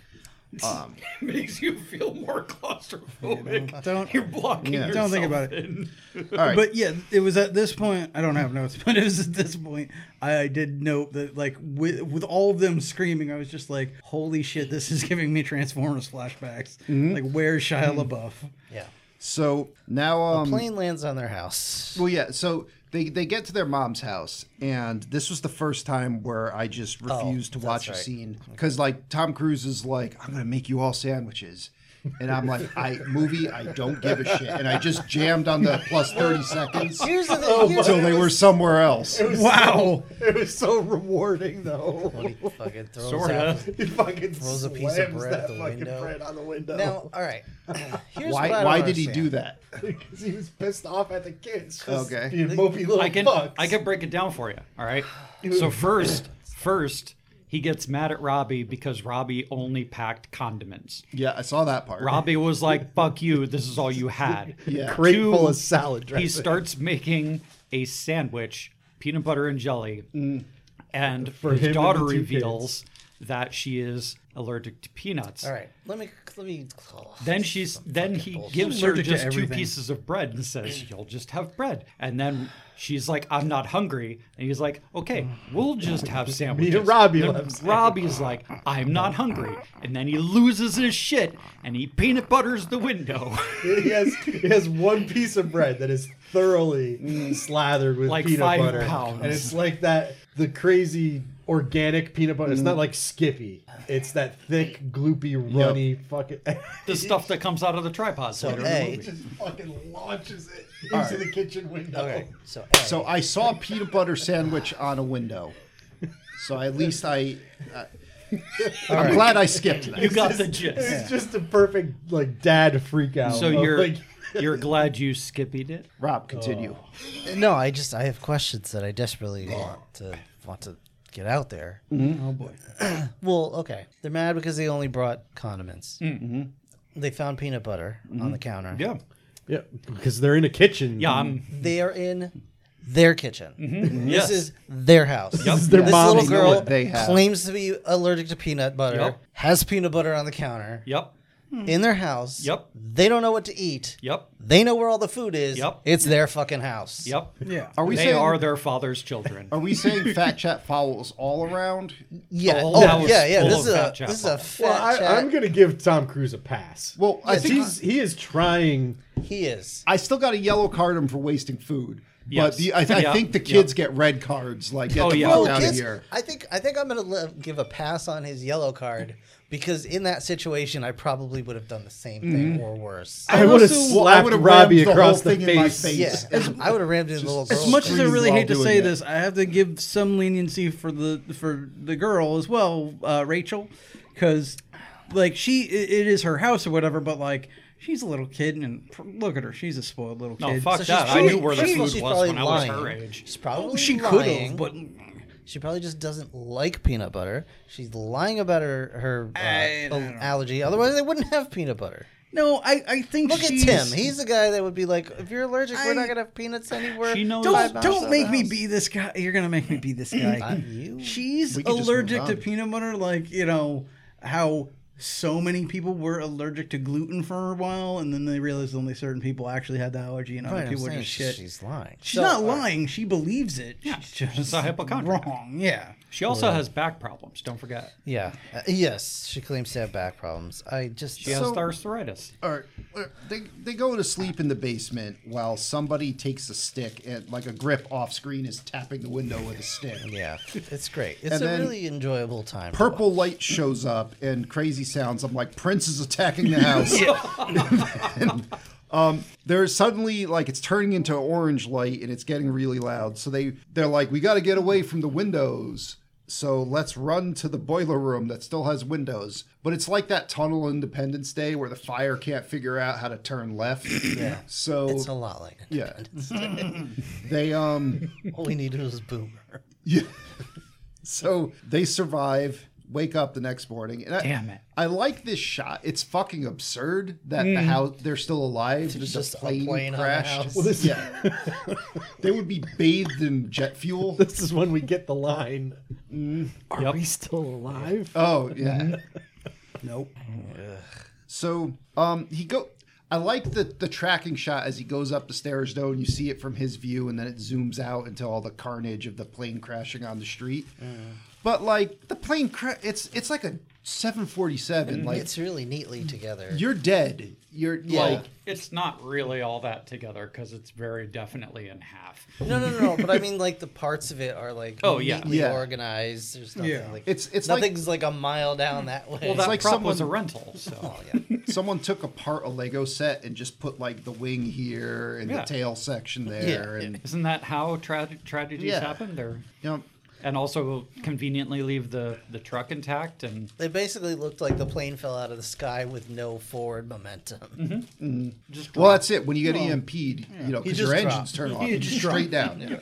S1: Um,
S2: makes you feel more claustrophobic.
S6: Don't
S2: You're blocking
S1: Yeah.
S6: Don't think about it.
S2: it.
S1: all right,
S6: But yeah, it was at this point. I don't have notes, but it was at this point I did note that, like, with with all of them screaming, I was just like, "Holy shit, this is giving me Transformers flashbacks." Like, where's Shia LaBeouf?
S5: Yeah.
S1: so now um,
S5: Plane lands on their house.
S1: Well, yeah. So they they get to their mom's house, and this was the first time where I just
S2: Oh,
S1: refused to
S5: that's
S1: watch a
S5: right.
S1: scene because like Tom Cruise is like, "I'm gonna make you all sandwiches." And I'm like, I movie, I don't give a shit, and I just jammed on the plus thirty seconds
S5: Here's the thing. here's
S1: until they were somewhere else.
S6: Wow.
S7: it was so rewarding though.
S5: He fucking throws
S2: Sorta.
S5: out.
S7: He fucking
S5: Throws a piece of
S7: slams
S5: bread at
S7: that
S5: the
S7: fucking
S5: window.
S7: bread on the window.
S5: Now, all right. Here's
S1: Why?
S5: what I
S1: Why
S5: don't
S1: did he
S5: understand.
S1: do that?
S7: because he was pissed off at the kids. just
S1: Okay.
S7: being mopey little
S2: I can
S7: fucks.
S2: I can break it down for you. All right. So first, first he gets mad at Robbie because Robbie only packed condiments.
S1: Yeah, I saw that part.
S2: Robbie was like, "Fuck you! This is all you had."
S1: Yeah.
S7: Crate
S2: Two,
S7: full of salad
S2: He
S7: dressing.
S2: starts making a sandwich, peanut butter and jelly, and
S7: For him
S2: his
S7: and
S2: daughter
S7: the two
S2: reveals that she is allergic to peanuts.
S5: All right, let me let me. oh,
S2: Then
S5: this is
S2: she's
S5: some
S2: then
S5: fucking
S2: he
S5: bullshit.
S2: gives her
S6: Allergic to
S2: just two
S6: everything.
S2: pieces of bread and says, "You'll just have bread." And then she's like, "I'm not hungry," and he's like, "Okay, we'll just have sandwiches."
S7: Robbie
S2: Then
S7: loves it.
S2: Robbie's like, "I'm not hungry," and then he loses his shit and he peanut butters the window.
S7: he has he has one piece of bread that is thoroughly
S5: Mm.
S7: slathered with
S2: Like
S7: peanut
S2: five
S7: butter,
S2: pounds.
S7: and it's like that the crazy organic peanut butter. It's
S5: Mm.
S7: not like Skippy. It's that thick, gloopy, runny fucking.
S2: the stuff that comes out of the tripods later
S5: hey.
S2: in the
S7: It
S2: movie.
S7: just fucking launches it into
S1: Alright.
S7: the kitchen window.
S5: Okay, so A,
S1: So I saw a peanut butter sandwich on a window. So at least I. I I'm glad I skipped that.
S2: You got the gist.
S7: It's just a perfect like dad freak out.
S2: So
S7: of,
S2: you're
S7: like,
S2: you're glad you skippied it.
S1: Rob, continue.
S2: Oh.
S5: no, I just I have questions that I desperately want to want to get out there.
S6: Oh boy.
S5: Well, okay, they're mad because they only brought condiments. Mm-hmm. They found peanut butter on the counter.
S2: Yeah,
S7: yeah, because they're in a kitchen.
S2: yeah. I'm,
S5: They are in their kitchen.
S2: Mm-hmm. yes.
S5: This is their house.
S2: Yep.
S7: their
S5: This
S7: mom.
S5: little
S1: They know
S5: girl
S1: what they have.
S5: claims to be allergic to peanut butter.
S2: Yep.
S5: Has peanut butter on the counter
S2: yep.
S5: in their house.
S2: Yep.
S5: They don't know what to eat.
S2: Yep.
S5: They know where all the food is.
S2: Yep.
S5: It's their fucking house.
S2: Yep.
S6: Yeah.
S1: Are we
S2: they
S1: saying
S2: are their father's children.
S1: Are we saying fat chat fouls all around?
S5: Yeah.
S2: The whole
S5: Oh,
S2: house
S5: yeah, yeah.
S2: full
S5: This
S2: of
S5: is a
S2: fat chap.
S5: this is a fat
S7: Well, I,
S5: chat.
S7: I'm gonna give Tom Cruise a pass.
S1: Well, I think
S7: he's he is trying.
S5: He is.
S1: I still got a yellow card him for wasting food. But
S2: Yes.
S1: the, I, I
S2: Yeah.
S1: think the kids get red cards. Like, get
S2: Oh,
S1: the
S2: yeah.
S1: fuck
S2: Oh,
S1: out of
S5: Kids-
S1: here.
S5: I think I think I'm gonna le- give a pass on his yellow card because in that situation I probably would have done the same thing
S1: Mm-hmm.
S5: or worse.
S7: I would have
S6: also-
S1: Well, I
S7: slapped
S1: would have
S7: Robbie
S1: rammed the
S7: across
S1: whole
S7: the,
S1: thing in my
S7: face.
S5: yeah,
S1: face.
S5: I would have rammed into the little girl.
S1: as
S6: As much as I
S1: Scream
S6: really
S1: while
S6: hate to
S1: doing
S6: say
S1: it.
S6: this, I have to give some leniency for the for the girl as well, uh, Rachel, because like she, i- it is her house or whatever, but like she's a little kid, and pr- look at her, she's a spoiled little
S2: No,
S6: kid.
S2: fuck
S5: she's
S2: that. I
S5: probably-
S2: knew where the
S5: she's-
S2: food
S5: she's
S2: was
S5: probably
S2: when I was her
S5: lying.
S2: age. Oh,
S5: She's probably
S6: she could
S5: lying.
S6: have, but
S5: she probably just doesn't like peanut butter. She's lying about her her uh,
S6: I don't know.
S5: allergy. Otherwise, they wouldn't have peanut butter.
S6: no, I I think
S5: Look
S6: she's,
S5: at Tim. He's the guy that would be like, if you're allergic, we're
S6: I-
S5: not gonna have peanuts anywhere.
S2: She knows-
S5: five
S6: don't
S5: miles out
S6: don't
S5: of
S6: make
S5: the
S6: me
S5: house."
S6: be this guy. You're gonna make me be this guy.
S5: Not you.
S6: she's
S1: We could just move
S6: allergic to
S1: on.
S6: peanut butter, like you know how so many people were allergic to gluten for a while, and then they realized only certain people actually had the allergy, and other
S5: Right, I'm
S6: people were
S5: saying
S6: just shit.
S5: She's lying.
S6: She's not lying. She believes it. she's just
S2: she's a hypochondriac.
S6: Wrong. Yeah.
S2: She also has back problems. Don't forget.
S5: Yeah. Uh, yes, she claims to have back problems. I just
S2: She has
S1: So-
S2: arthritis.
S1: All right, they they go to sleep in the basement while somebody takes a stick and like a grip off screen is tapping the window with a stick.
S5: yeah, it's great. It's
S1: And
S5: a
S1: then
S5: really enjoyable time. to
S1: Purple light shows up and crazy sounds. I'm like, Prince is attacking the house. And, um, there's suddenly like it's turning into orange light and it's getting really loud. So they they're like, we got to get away from the windows. So let's run to the boiler room that still has windows. But it's like that tunnel Independence Day where the fire can't figure out how to turn left. Yeah. So
S5: It's a lot like it.
S1: yeah, they um.
S5: All we needed was Boomer.
S1: So they survive, wake up the next morning. And I,
S2: Damn it.
S1: I like this shot. It's fucking absurd that the
S2: Mm.
S1: house they're still alive. Just,
S5: just
S1: a
S5: a
S1: plane,
S5: plane on the
S1: crashed.
S5: house. Well, this-
S1: yeah. they would be bathed in jet fuel.
S7: This is when we get the line. Are
S2: Yep.
S7: we still alive?
S1: Oh
S2: Mm-hmm.
S1: yeah.
S6: Nope.
S1: So um he go I like the the tracking shot as he goes up the stairs though and you see it from his view and then it zooms out into all the carnage of the plane crashing on the street.
S5: Mm.
S1: But like the plane cra- it's it's like a 747 like
S5: It's really neatly together.
S1: you're dead. You're like
S2: It's not really all that together because it's very definitely in half.
S5: no, no, no, no. But I mean, like the parts of it are like
S2: Oh, yeah.
S5: neatly
S1: Yeah.
S5: organized. There's nothing
S6: Yeah.
S5: like
S1: It's- it's like-
S5: nothing's like, a mile down that way. Oh,
S2: Well, that
S1: like
S2: prop was a
S1: someone-
S2: rental, so
S1: someone took apart a Lego set and just put like the wing here and
S2: Yeah.
S1: the tail section there and
S2: isn't that how tra- tragedies
S1: Yeah.
S2: happen? They're
S1: you know
S2: and also conveniently leave the the truck intact and
S5: It basically looked like the plane fell out of the sky with no forward momentum.
S2: just
S1: Well, that's it. When you get EMP'd, you know, because
S5: just
S1: your
S5: dropped.
S1: engines turn off, you just straight down.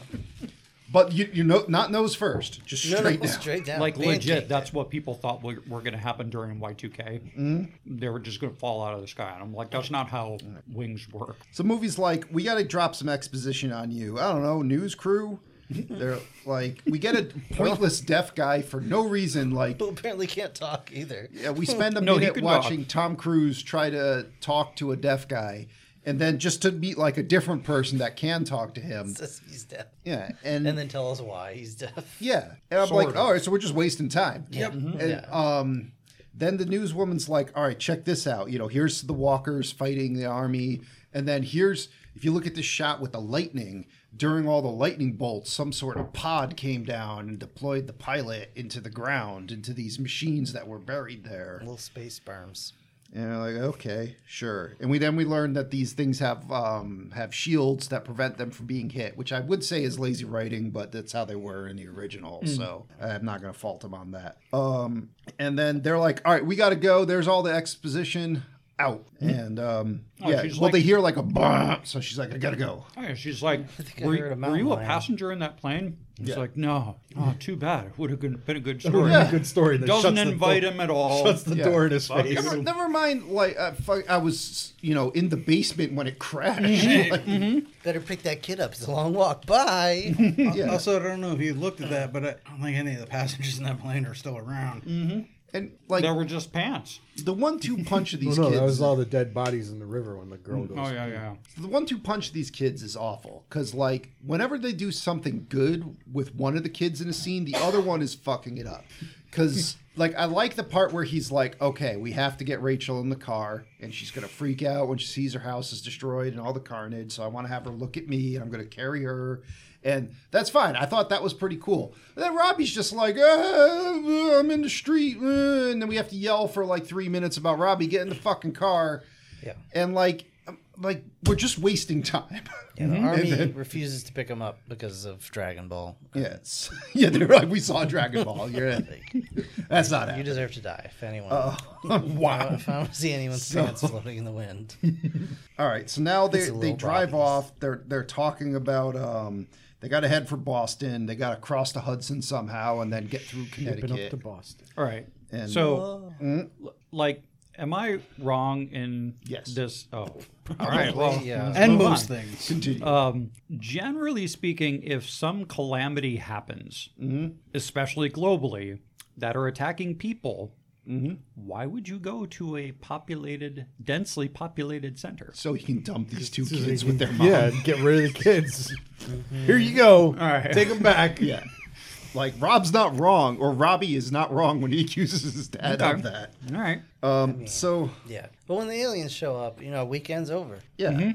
S1: But you, you know, not nose first, just
S5: No, no,
S1: straight down.
S5: straight down.
S2: Like
S5: Pancake
S2: legit,
S5: it.
S2: that's what people thought were, were going to happen during Y2K. They were just going to fall out of the sky, and I'm like, that's not how wings work.
S1: So movies like we got to drop some exposition on you. I don't know, news crew. They're like we get a pointless deaf guy for no reason. Like
S5: Who apparently can't talk either.
S1: yeah, Uh, we spend a
S2: No, he
S1: minute
S2: could
S1: watching Tom Cruise try to talk to a deaf guy, and then just to meet like a different person that can talk to him.
S5: Says he's deaf.
S1: Yeah,
S5: And then tell us why he's deaf.
S1: Yeah. And I'm
S2: Sort
S1: like,
S2: of.
S1: all right, so we're just wasting time. Yep.
S2: Mm-hmm.
S1: And um, then the newswoman's like, all right, check this out. You know, here's the walkers fighting the army. And then here's, if you look at this shot with the lightning, during all the lightning bolts, some sort of pod came down and deployed the pilot into the ground, into these machines that were buried there.
S5: Little space berms.
S1: And you're like, okay, sure. And we then we learned that these things have um, have shields that prevent them from being hit, which I would say is lazy writing, but that's how they were in the original.
S7: Hmm.
S1: So I'm not gonna fault them on that. Um, and then they're like, all right, we gotta go. There's all the exposition out. And um,
S2: Oh,
S1: yeah,
S2: she's
S1: well, they
S2: like-
S1: hear like a bah, so she's like, I gotta go.
S2: Oh, yeah, she's like,
S5: I
S2: were,
S5: heard a
S2: were
S5: mountain
S2: you a
S5: lion."
S2: passenger in that plane? He's like, no. Oh, too bad. It would have been a good story.
S7: Really good story. That
S2: Doesn't
S7: shuts the
S2: invite
S7: door-
S2: him at all.
S7: Shuts the
S1: Yeah.
S7: door in his
S2: Fuck
S7: face.
S1: Never, never mind, like uh, fuck, I was, you know, in the basement when it crashed.
S7: Mm-hmm.
S1: Like,
S5: Better pick that kid up. It's a long walk. Bye.
S1: yeah.
S6: Also, I don't know if you looked at that, but I don't think any of the passengers in that plane are still around.
S2: Mm-hmm.
S1: and like
S2: They were just pants.
S1: the one-two punch of
S7: Oh,
S1: these
S7: no,
S1: kids.
S7: that was all the dead bodies in the river when the girl goes.
S2: Oh, yeah, yeah.
S1: the one two punch of these kids is awful because like whenever they do something good with one of the kids in a scene the other one is fucking it up because like i like the part where he's like okay we have to get rachel in the car and she's gonna freak out when she sees her house is destroyed and all the carnage so i want to have her look at me and i'm gonna carry her and that's fine i thought that was pretty cool but then robbie's just like "Ah, i'm in the street ah," and then we have to yell for like three minutes about robbie get in the fucking car
S5: Yeah.
S1: and like um, like we're just wasting time.
S5: Yeah, the army refuses to pick him up because of Dragon Ball.
S1: yes, yeah, they're right. We saw Dragon Ball. You're right. That's not
S5: You
S1: it.
S5: deserve to die if anyone.
S1: wow.
S5: If I don't see anyone's pants floating in the wind.
S1: All right, so now they
S5: It's a
S1: they
S5: little
S1: drive
S5: Robbins.
S1: off. They're they're talking about um they got to head for Boston. They got to cross the Hudson somehow and then get through
S7: Been up
S1: Connecticut.
S7: to Boston.
S2: All right.
S1: And-
S2: so, l- like, am I wrong in
S1: Yes.
S2: this? Oh, all right. Well,
S5: yeah.
S2: let's
S6: And
S2: move
S6: most
S2: on.
S6: things.
S1: Continue.
S2: Um, generally speaking, if some calamity happens,
S7: Mm-hmm.
S2: especially globally, that are attacking people,
S7: Mm-hmm.
S2: why would you go to a populated, densely populated center?
S1: so he can dump these two kids with their mom.
S7: Yeah, get rid of the kids. Here you go. All
S2: Mm-hmm. right.
S7: Take them back.
S1: yeah. Like Rob's not wrong, or Robbie is not wrong when he accuses his dad of
S2: Okay.
S1: that.
S2: All right.
S1: Um, so
S5: Yeah. But when the aliens show up, you know, weekend's over.
S1: Yeah.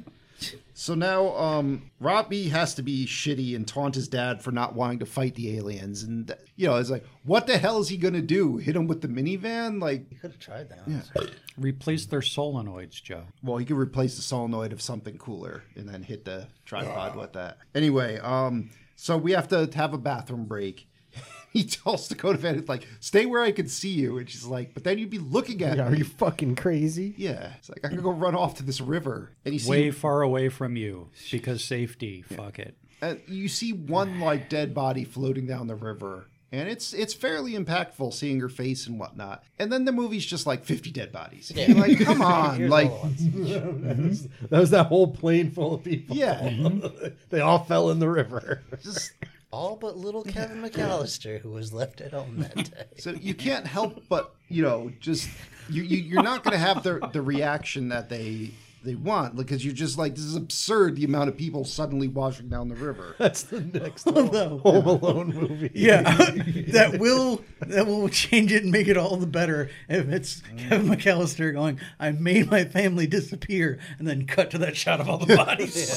S1: So now um, Robbie has to be shitty and taunt his dad for not wanting to fight the aliens. And, th- you know, it's like, what the hell is he going to do? Hit him with the minivan? Like,
S5: You could have tried that.
S2: Replace their solenoids, Joe.
S1: well, he could replace the solenoid of something cooler and then hit the tripod with that. Anyway, um, so we have to have a bathroom break. he tells Dakota Van, like, stay where I can see you. And she's like, but then you'd be looking at
S7: Yeah,
S1: yeah,
S7: are
S1: me.
S7: you fucking crazy?
S1: Yeah. It's like, I'm going to go run off to this river. And he sees
S2: Way far away from you because safety. Fuck it.
S1: and Uh, you see one like dead body floating down the river and it's it's fairly impactful seeing her face and whatnot and then the movie's just like 50 dead bodies You're like come
S6: Ah,
S1: on
S5: Here's
S1: like
S5: all the ones.
S7: That was that whole plane full of people.
S1: yeah
S7: they all fell in the river.
S1: just,
S5: All but little Kevin McAllister, who was left at home that day.
S1: so you can't help but you know just you, you you're not going to have the the reaction that they they want because you're just like this is absurd the amount of people suddenly washing down the river
S7: That's the next Home, Home Alone movie.
S6: Yeah, that will that will change it and make it all the better if it's
S2: Mm.
S6: Kevin McAllister going, "I made my family disappear," and then cut to that shot of all the bodies.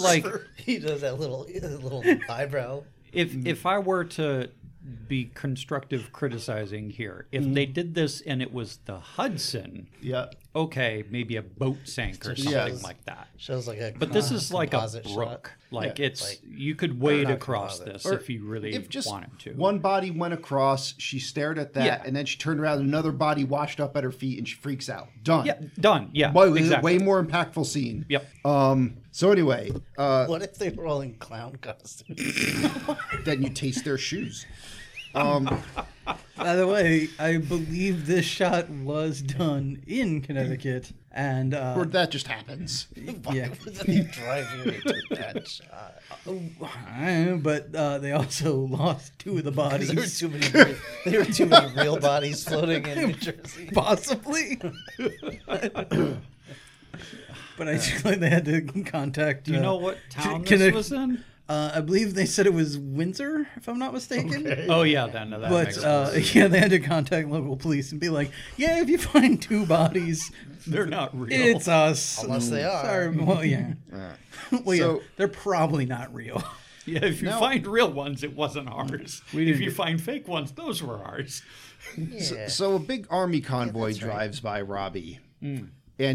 S2: Like,
S5: He does that little that little eyebrow.
S2: if
S1: Mm.
S2: if I were to be constructive criticizing here, if they
S1: Mm.
S2: did this and it was the Hudson,
S1: yeah
S2: okay, maybe a boat sank or something
S1: Yes. Ah,
S2: like that.
S5: Shows like a
S2: But this is like a
S5: composite shot.
S2: brook. Like it's you could wade
S5: not
S2: across
S5: gonna bother.
S2: this
S1: Or
S2: if you really
S1: if just
S2: wanted to.
S1: One body went across. She stared at that,
S2: Yeah.
S1: and then she turned around. and Another body washed up at her feet, and she freaks out. Done.
S2: yeah, done. Yeah,
S1: Way,
S2: exactly.
S1: way more impactful scene.
S2: Yep.
S1: Um. So anyway, uh,
S5: What if they were all in clown costumes?
S1: then you taste their shoes.
S6: By the way, I believe this shot was done in Connecticut, and uh,
S1: Or that just happens.
S5: Why
S6: Yeah.
S5: would they drive you to take that shot?
S6: I don't know, but uh, they also lost two of the
S5: There were
S6: bodies.
S5: too many. Real, there were too many real bodies floating in New Jersey.
S6: Possibly. but I just like they had to contact.
S2: Do you
S6: uh,
S2: know what town
S6: Conne-
S2: this was in?
S6: Uh, I believe they said it was Windsor, if I'm not mistaken.
S2: Oh yeah, then no, that
S6: But
S2: makes
S6: uh,
S2: sense.
S6: yeah, they had to contact local police and be like, "Yeah, if you find two bodies,
S2: they're not real.
S6: it's
S1: uh,
S6: us."
S5: Unless they are.
S6: Sorry, well, yeah, well, yeah,
S1: So-
S6: they're probably not real.
S2: yeah, if you
S1: No.
S2: find real ones, it wasn't ours. If you find fake ones, those were ours.
S5: Yeah.
S1: So a big army convoy drives by Robbie, and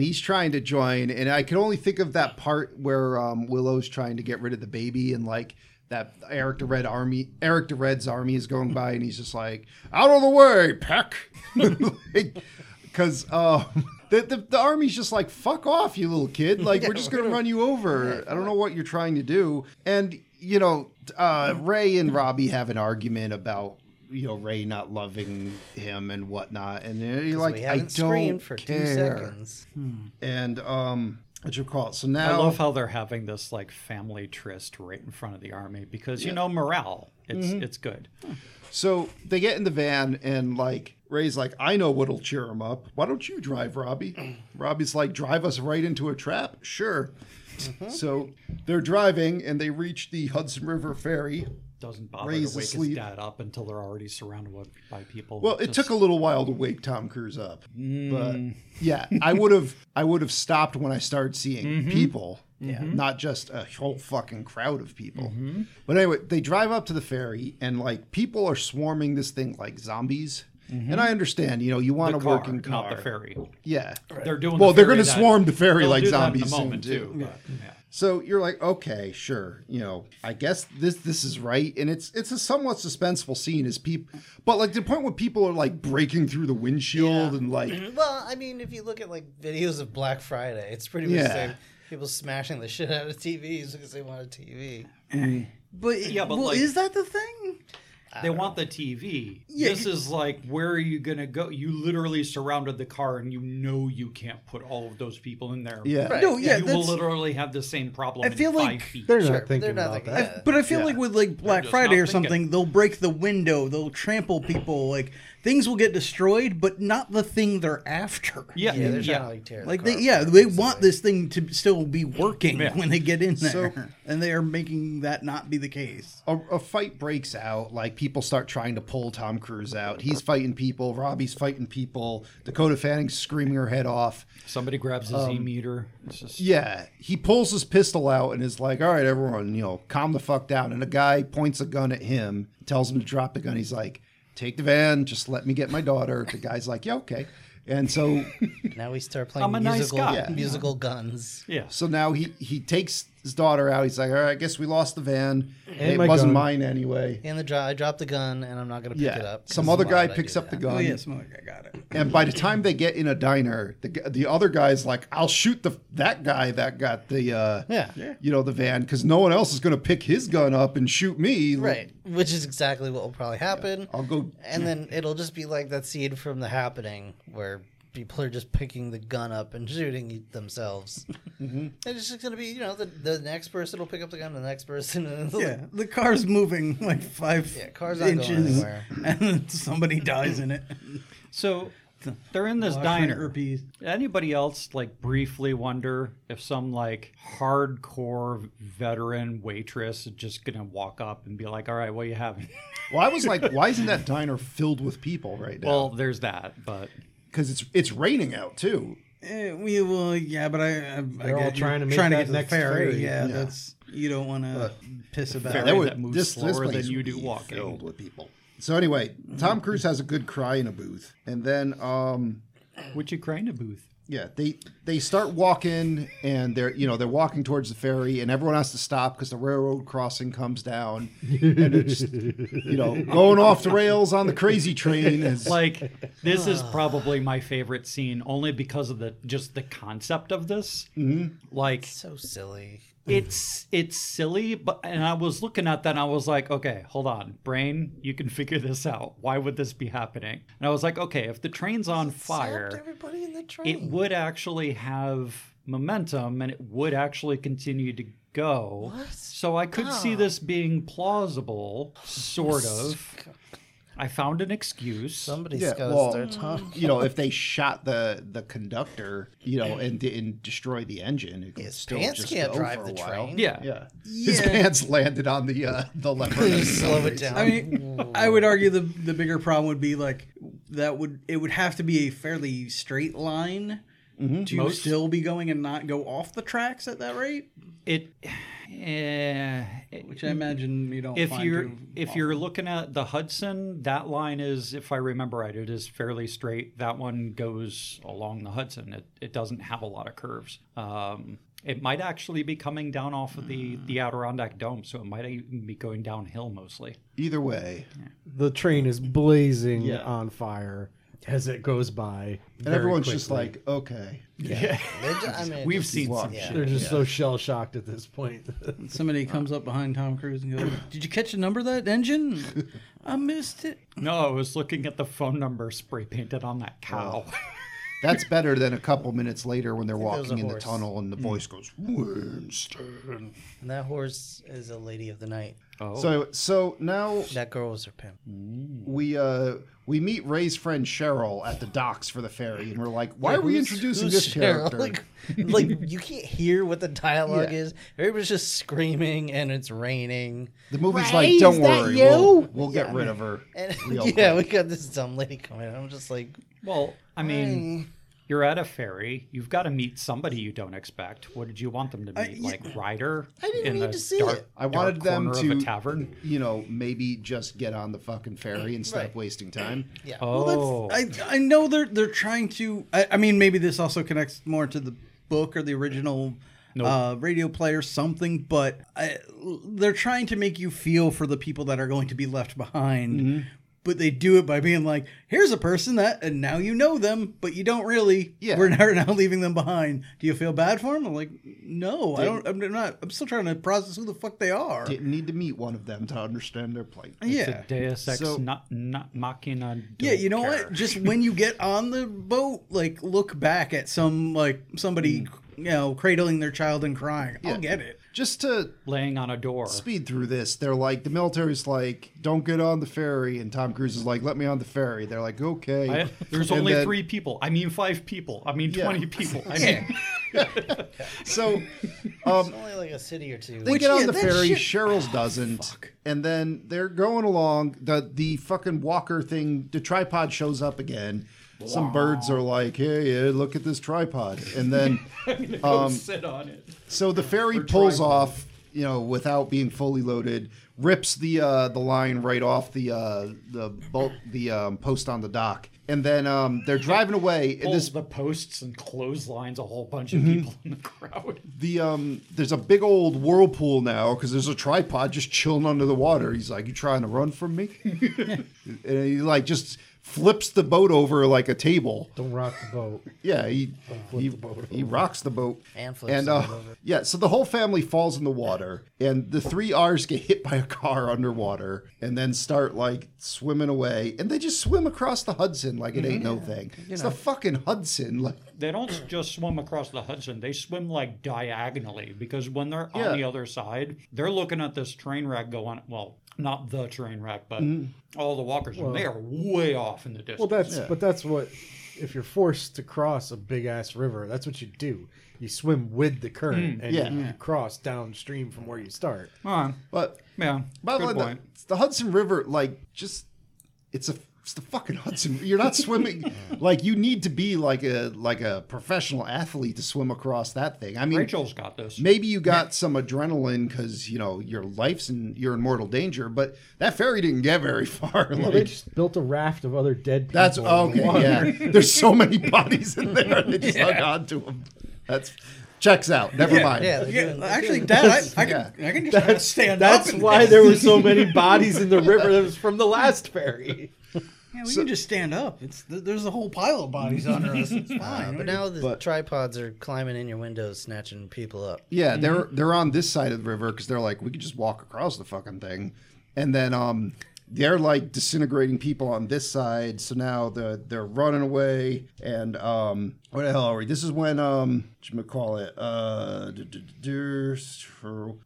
S1: he's trying to join. And I can only think of that part where um, Willow's trying to get rid of the baby, and like that Eric the Red Army, Eric the Red's army is going by, and he's just like, "Out of the way, Peck," because. um the, the, the army's just like fuck off you little kid like we're just gonna run you over i don't know what you're trying to do and you know uh, ray and robbie have an argument about you know Ray not loving him and whatnot, and uh, then you're like,
S5: we
S1: I
S5: haven't
S1: don't
S5: screamed for
S1: care.
S5: two seconds.
S1: And um, what you call it? So
S2: I
S1: now,
S2: love how they're having this like family tryst right in front of the army because you know morale. It's
S1: Mm-hmm.
S2: it's good.
S1: so they get in the van and like Ray's like, I know what'll cheer him up. Why don't you drive, Robbie? Robbie's like, drive us right into a trap. Sure.
S5: Mm-hmm.
S1: So they're driving and they reach the Hudson River ferry.
S2: Doesn't bother
S1: Ray's
S2: to wake
S1: asleep.
S2: his dad up until they're already surrounded with- by people.
S1: Well, it took a little while to wake Tom Cruise up, but yeah, I would have I would have stopped when I started seeing people, yeah,
S2: Mm-hmm.
S1: not just a whole fucking crowd of people. But anyway, they drive up to the ferry and like people are swarming this thing like zombies. And I understand, you know, you want
S2: the
S1: a
S2: car,
S1: working car,
S2: not the ferry.
S1: yeah.
S2: They're doing.
S1: Well,
S2: the
S1: they're
S2: ferry
S1: going to
S2: that-
S1: swarm the ferry
S2: they'll
S1: like
S2: do that in a
S1: zombies soon
S2: moment,
S1: too.
S2: but, yeah.
S1: So you're like, okay, sure, you know, I guess this this is right, and it's it's a somewhat suspenseful scene as people, but like the point when people are like breaking through the windshield and like,
S5: Well, I mean, if you look at like videos of Black Friday, it's pretty much the
S1: Yeah.
S5: same. People smashing the shit out of TVs because they want a TV.
S6: But
S2: Yeah, but,
S6: well,
S2: like-
S6: is that the thing?
S2: They want the TV.
S6: Yeah,
S2: this is like, where are you going to go? You literally surrounded the car and you know you can't put all of those people in there.
S1: yeah,
S5: Right.
S6: No, yeah,
S2: you will
S6: that's.
S2: literally have the same problem.
S6: I feel
S2: in five
S6: like
S2: feet.
S7: They're
S5: Sure,
S7: not thinking
S5: they're not
S7: about
S5: thinking
S7: that.
S5: about
S6: But I feel like with like Black
S2: just
S6: Friday
S2: not
S6: or something,
S2: thinking.
S6: they'll break the window, they'll trample people, like things will get destroyed, but not the thing they're after.
S2: yeah,
S5: Yeah,
S2: yeah,
S5: they're trying to like tear. the
S6: Like
S5: car
S6: they, yeah,
S5: apart,
S6: they
S5: basically.
S6: want this thing to still be working
S2: Yeah.
S6: when they get in there,
S1: So-
S6: and they are making that not be the case.
S1: a, a fight breaks out. Like people start trying to pull Tom Cruise out. He's fighting people. Robbie's fighting people. Dakota Fanning's screaming her head off.
S2: Somebody grabs a meter. It's just,
S1: Yeah, he pulls his pistol out and is like, "All right, everyone, you know, calm the fuck down." And a guy points a gun at him, tells him to drop the gun. He's like, "Take the van, just let me get my daughter." The guy's like, "Yeah, okay." And so,
S5: Now we start playing
S2: I'm a nice
S5: musical,
S2: guy.
S1: Yeah.
S5: musical guns.
S2: yeah.
S1: so now he he takes his daughter out. He's like, "All right, I guess we lost the van. it
S7: my
S1: wasn't
S7: gun."
S1: mine anyway."
S5: And the dro- I dropped the gun, and I'm not gonna pick
S1: Yeah,
S5: it up. 'cause
S1: some other
S5: why
S1: guy
S5: would I
S1: picks
S5: do
S1: up the
S5: that?
S1: gun,
S6: Oh yeah, some other guy got it.
S1: and by the time they get in a diner, the g- the other guy's like, "I'll shoot the that guy that got the uh,
S5: Yeah. Yeah.
S1: you know, the van because no one else is going to pick his gun up and shoot me,
S5: Right, which is exactly what will probably happen.
S1: I'll go
S5: and then it'll just be like that scene from The Happening where people are just picking the gun up and shooting themselves.
S1: Mm-hmm.
S5: And it's just gonna be, you know, the, the next person will pick up the gun, the next person, and then
S6: Yeah, the car's moving like five
S5: Yeah, car's not going
S6: inches,
S5: anywhere.
S6: and then somebody dies in it.
S2: So they're in this
S6: Or
S2: diner.
S6: peas.
S2: Anybody else like briefly wonder if some like hardcore veteran waitress is just gonna walk up and be like, "All right, what are you having?"
S1: Well, I was like, why isn't that diner filled with people right now?
S2: well, there's that, but
S1: because it's it's raining out too.
S6: Eh, we will, yeah, but I, I, I
S7: all
S6: get you're
S7: trying to make that
S6: get
S7: next
S6: the ferry.
S7: ferry.
S6: Yeah, that's you don't want to piss about.
S2: ferry.
S6: it.
S2: That moves slower
S1: place
S2: than you
S1: would
S2: do
S1: be
S2: walking.
S1: Filled with people. So anyway, Tom Cruise has a good cry in a booth, and then um,
S2: which Ukraine booth?
S1: Yeah, they they start walking and they're you know they're walking towards the ferry and everyone has to stop because the railroad crossing comes down and it's just, you know going off the rails on the crazy train is
S2: like this is probably my favorite scene only because of the just the concept of this like
S5: So silly.
S2: it's it's silly but and i was looking at that and i was like okay hold on brain you can figure this out why would this be happening and i was like okay if the train's on fire
S5: Stopped everybody in the train.
S2: it would actually have momentum and it would actually continue to go. So I could see this being plausible, sort of. I found an excuse.
S5: Somebody's
S1: yeah,
S5: got to
S1: well,
S2: Mm.
S5: start talking.
S1: you know if they shot the the conductor you know and didn't destroy the engine it could
S5: His
S1: still
S5: pants
S1: just
S5: can't
S1: go
S5: drive
S1: for
S5: the
S1: a while.
S5: train.
S2: yeah.
S1: yeah his
S6: Yeah.
S1: pants landed on the uh, the leopard
S5: Slow it down.
S6: I mean, I would argue the the bigger problem would be like that would it would have to be a fairly straight line to
S2: Mm-hmm. Most-
S6: still be going and not go off the tracks at that rate,
S2: It, eh,
S6: which I imagine you don't.
S2: if
S6: find
S2: you're
S6: too
S2: if
S6: often.
S2: you're looking at the Hudson, that line is, if I remember right, it is fairly straight. That one goes along the Hudson. It it doesn't have a lot of curves. Um, it might actually be coming down off of the the Adirondack Dome, so it might even be going downhill mostly.
S1: either way
S7: The train is blazing
S1: Yeah.
S7: on fire as it goes by.
S1: and everyone's just like okay
S5: Mid- I mean,
S2: We've
S5: just-
S2: seen some
S5: yeah.
S2: shit.
S7: they're just so shell shocked at this point.
S6: somebody comes up behind Tom Cruise and goes, "Did you catch the number of that engine? I missed it."
S2: No, I was looking at the phone number spray painted on that cow.
S1: That's better than a couple minutes later when they're
S5: was
S1: walking
S5: a
S1: in the
S5: horse.
S1: tunnel and the voice goes Winston.
S5: And that horse is a lady of the night.
S1: So so now
S5: That girl was her pimp.
S1: we uh we meet Ray's friend Cheryl at the docks for the ferry and we're like, why are we introducing
S5: Who's
S1: this
S5: Cheryl?
S1: character?
S5: Like, like, you can't hear what the dialogue
S1: Yeah.
S5: is. Everybody's just screaming and it's raining.
S1: the movie's like, don't worry, we'll, we'll get rid of her.
S5: And
S1: Real
S5: yeah, we got this dumb lady coming. I'm just like, mm,
S2: well, I mean, you're at a ferry. You've got to meet somebody you don't expect. What did you want them to meet?
S6: yeah.
S2: like Ryder?
S5: I didn't
S2: in
S5: need
S2: the
S5: to see
S2: dark,
S5: it.
S1: I wanted
S2: dark
S1: them
S2: corner
S1: to
S2: of a tavern.
S1: you know, maybe just get on the fucking ferry and stop
S5: Right.
S1: wasting time.
S5: yeah.
S2: Oh,
S6: I I know they're they're trying to. I, I mean, maybe this also connects more to the book or the original uh, radio play or something. But I, they're trying to make you feel for the people that are going to be left behind.
S2: Mm-hmm.
S6: But they do it by being like, "Here's a person that, and now you know them, but you don't really.
S1: Yeah.
S6: We're now, now leaving them behind. Do you feel bad for them?" I'm like, "No, I don't. I'm not. I'm still trying to process who the fuck they are."
S1: Didn't need to meet one of them to understand their plight.
S2: it's
S6: yeah,
S2: a Deus Ex
S1: So-
S2: not not machina.
S6: Yeah, you know
S2: care.
S6: what? Just when you get on the boat, like look back at some like somebody you know cradling their child and crying.
S1: Yeah.
S6: I'll get it.
S1: Just to
S2: Laying on a door.
S1: speed through this. They're like, the military's like, don't get on the ferry. And Tom Cruise is like, let me on the ferry. They're like, okay.
S2: I- there's
S1: And
S2: only
S1: then-
S2: three people. I mean, five people. I mean,
S1: Yeah.
S2: twenty people. I mean,
S6: Yeah.
S1: So
S5: It's only like a city or two.
S1: they get on
S6: yeah,
S1: the
S6: that
S1: ferry.
S6: shit-
S1: Cheryl's doesn't. And then they're going along. The, the fucking walker thing, the tripod shows up again. Some birds are like, hey, yeah, look at this tripod. And then, Um,
S2: sit on it.
S1: so the ferry pulls off, you know, without being fully loaded, rips the uh, the line right off the uh, the bolt, the um, post on the dock. And then um, they're driving away. And
S2: Pulls
S1: this Mm-hmm.
S2: the posts and clotheslines a whole bunch of people in the crowd.
S1: the um there's a big old whirlpool now because there's a tripod just chilling under the water. He's like, "You trying to run from me?" and he like just flips the boat over like a table.
S7: Don't rock the boat.
S1: Yeah, he he, he rocks the boat uh,
S5: And flips the boat over.
S1: Yeah, so the whole family falls in the water, and the three R's get hit by a car underwater, and then start like swimming away, and they just swim across the Hudson like it ain't
S5: Mm-hmm.
S1: no thing. It's the fucking Hudson, like.
S2: They don't s- just swim across the Hudson. They swim like diagonally because when they're
S1: Yeah.
S2: on the other side, they're looking at this train wreck going. Well, not the train wreck, but
S1: Mm-hmm.
S2: all the walkers, and they are way off in the distance.
S7: Well, that's but that's what if you're forced to cross a big ass river, that's what you do. You swim with the current and
S1: yeah.
S7: you cross downstream from where you start.
S2: All right.
S1: But
S2: yeah,
S1: By the
S2: good
S1: way,
S2: point.
S1: the, the Hudson River, like, just it's a It's the fucking Hudson. You're not swimming. like you need to be like a like a professional athlete to swim across that thing. I mean,
S2: Rachel's got this.
S1: maybe you got some adrenaline because you know your life's in you're in mortal danger, but that ferry didn't get very far.
S7: Well,
S1: like-
S7: they just built a raft of other dead people.
S1: that's
S7: in the
S1: okay.
S7: water.
S1: Yeah, there's so many bodies in there. They just hung on to them. That's checks out. Never mind.
S5: Yeah, they're doing- they're
S6: Actually,
S5: doing-
S6: Dad, I, I
S1: Yeah.
S6: can I can just stand
S7: That's
S6: up. and-
S7: why there were so many bodies in the river. That was from the last ferry.
S6: Yeah, we can just stand up. It's th- there's a whole pile of bodies under us. It's fine.
S5: but now the
S1: But-
S5: tripods are climbing in your windows, snatching people up.
S1: Yeah,
S7: Mm-hmm.
S1: they're they're on this side of the river because they're like, we could just walk across the fucking thing, and then um, they're like disintegrating people on this side. So now the they're running away, and um, what the hell are we? This is when um, what call it uh, d- d- d- d-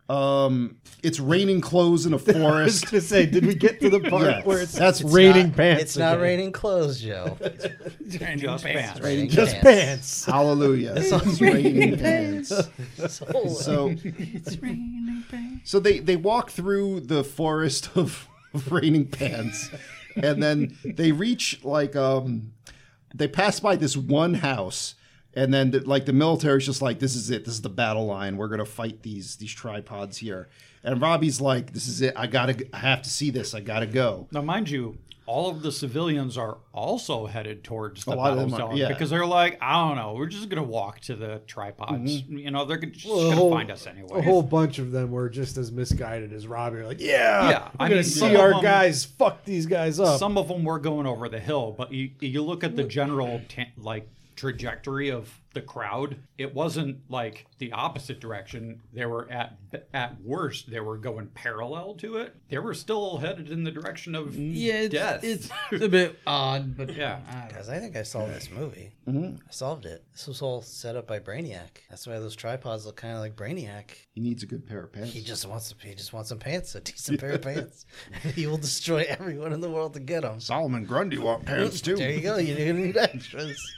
S1: um, it's raining clothes in a
S7: I was
S1: forest.
S7: gonna say, did we get to the part
S1: Yeah,
S7: where it's
S1: that's
S7: raining
S5: Not-
S7: pants?
S5: It's not
S7: again?
S5: raining clothes, Joe. It's
S2: Just fans.
S5: raining
S7: Just pants.
S1: Hallelujah! It's raining pants.
S5: It's a whole-
S1: So So they they walk through the forest of, of raining pants, and then they reach like um, they pass by this one house, and then the, like the military's just like, this is it, this is the battle line. We're gonna fight these these tripods here. And Robbie's like, this is it. I gotta, I have to see this. I gotta go.
S2: Now, mind you, all of the civilians are also headed towards
S1: A
S2: the
S1: lot of
S2: battle
S1: them are,
S2: zone
S1: yeah.
S2: because they're like, I don't know, we're just gonna walk to the tripods. You know, they're g- just
S7: a
S2: gonna
S7: whole-
S2: find us anyway.
S7: A whole bunch of them were just as misguided as Robbie. Like, yeah,
S2: Yeah, I
S7: we're gonna
S2: mean, some
S7: see
S2: of
S7: our
S2: them-
S7: guys fuck these guys up.
S2: Some of them were going over the hill, but you you look at the general ta- like trajectory of the crowd. It wasn't like the opposite direction. They were at at worst they were going parallel to it. They were still headed in the direction of
S6: Yeah, it's,
S2: death.
S6: it's a bit odd, but
S2: Yeah.
S6: I don't know.
S5: Guys, I think I solved this movie.
S1: Mm-hmm.
S5: I solved it. This was all set up by Brainiac. That's why those tripods look kind of like Brainiac.
S1: He needs a good pair of pants.
S5: He just wants he just wants some pants, a decent pair of pants. he will destroy everyone in the world to get them.
S1: Solomon Grundy want pants too.
S5: There you go. You're gonna need extras.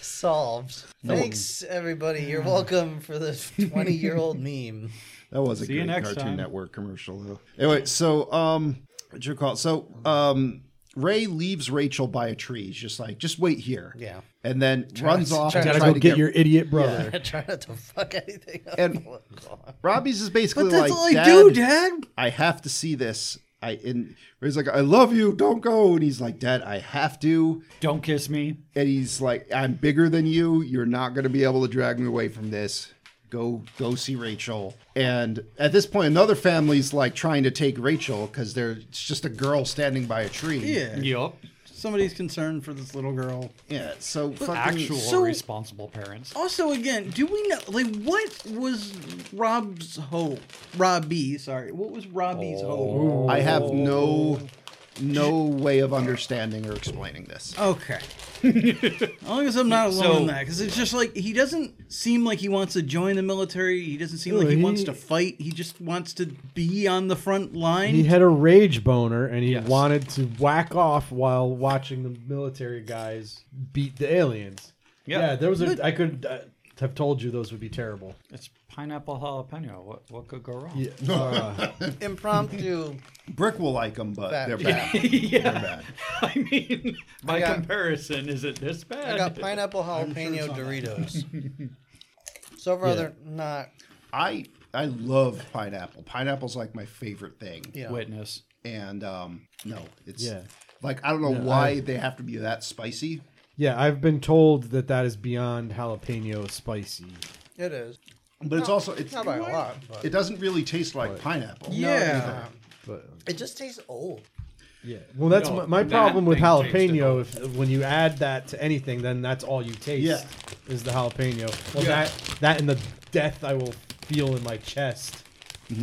S5: Solved. Thanks, everybody. You're welcome for the 20 year old meme.
S1: That was a
S2: you
S1: good
S2: next
S1: Cartoon
S2: time.
S1: Network commercial, though. Anyway, so um, what you call it? So um, Ray leaves Rachel by a tree. He's just like, just wait here.
S5: Yeah.
S1: And then runs
S5: to-
S1: off.
S5: try
S1: to
S5: to
S1: try
S7: Go
S1: to
S7: get, your idiot brother.
S5: I try not to fuck anything up.
S1: And- Robbie's is basically
S6: But that's
S1: like,
S6: all I do,
S1: Dad,
S6: Dad.
S1: I have to see this. I and Ray's like, I love you. Don't go. And he's like, Dad, I have to.
S2: Don't kiss me.
S1: And he's like, I'm bigger than you. You're not going to be able to drag me away from this. Go, go see Rachel. And at this point, another family's like trying to take Rachel because they're it's just a girl standing by a tree.
S6: Yeah,
S2: Yup.
S6: somebody's concerned for this little girl.
S1: yeah. So fucking,
S2: Actual
S6: So-
S2: responsible parents.
S5: Oh.
S6: Also, again, do we know like what was Rob's hope? Robbie, sorry, what was Robbie's hope?
S1: I have no, no way of understanding or explaining this.
S6: Okay. as long as I'm not alone
S2: So-
S6: in that, because it's just like he doesn't seem like he wants to join the military. He doesn't seem like he,
S7: he-
S6: wants to fight. He just wants to be on the front line.
S7: He had a rage boner and he
S2: Yes.
S7: wanted to whack off while watching the military guys beat the aliens.
S2: Yeah.
S7: Yeah, there was a. I could uh, have told you those would be terrible.
S2: It's pineapple jalapeno. What what could go wrong?
S7: Uh,
S5: Impromptu.
S1: Brick will like them, but
S5: Bad.
S1: they're bad.
S2: Yeah.
S1: They're bad.
S2: I mean, by
S5: got-
S2: comparison, is it this bad?
S5: I got pineapple jalapeno Doritos. So far, they're not.
S1: I I love pineapple. Pineapple's like my favorite thing.
S5: Yeah.
S2: Witness.
S1: And um, no, it's
S7: Yeah.
S1: like I don't know why they have to be that spicy.
S7: yeah, I've been told that that is beyond jalapeno spicy.
S5: It is.
S1: But it's also it's
S5: Not by a lot, but
S1: It doesn't really taste like pineapple.
S6: yeah.
S7: But
S5: it just tastes old.
S7: yeah, well, that's
S2: No,
S7: my, my
S2: that
S7: problem with
S2: thing tasted
S7: jalapeno. If when you add that to anything, then that's all you taste.
S1: Yeah.
S7: is the jalapeno. Well,
S2: Yeah.
S7: that that and the death I will feel in my chest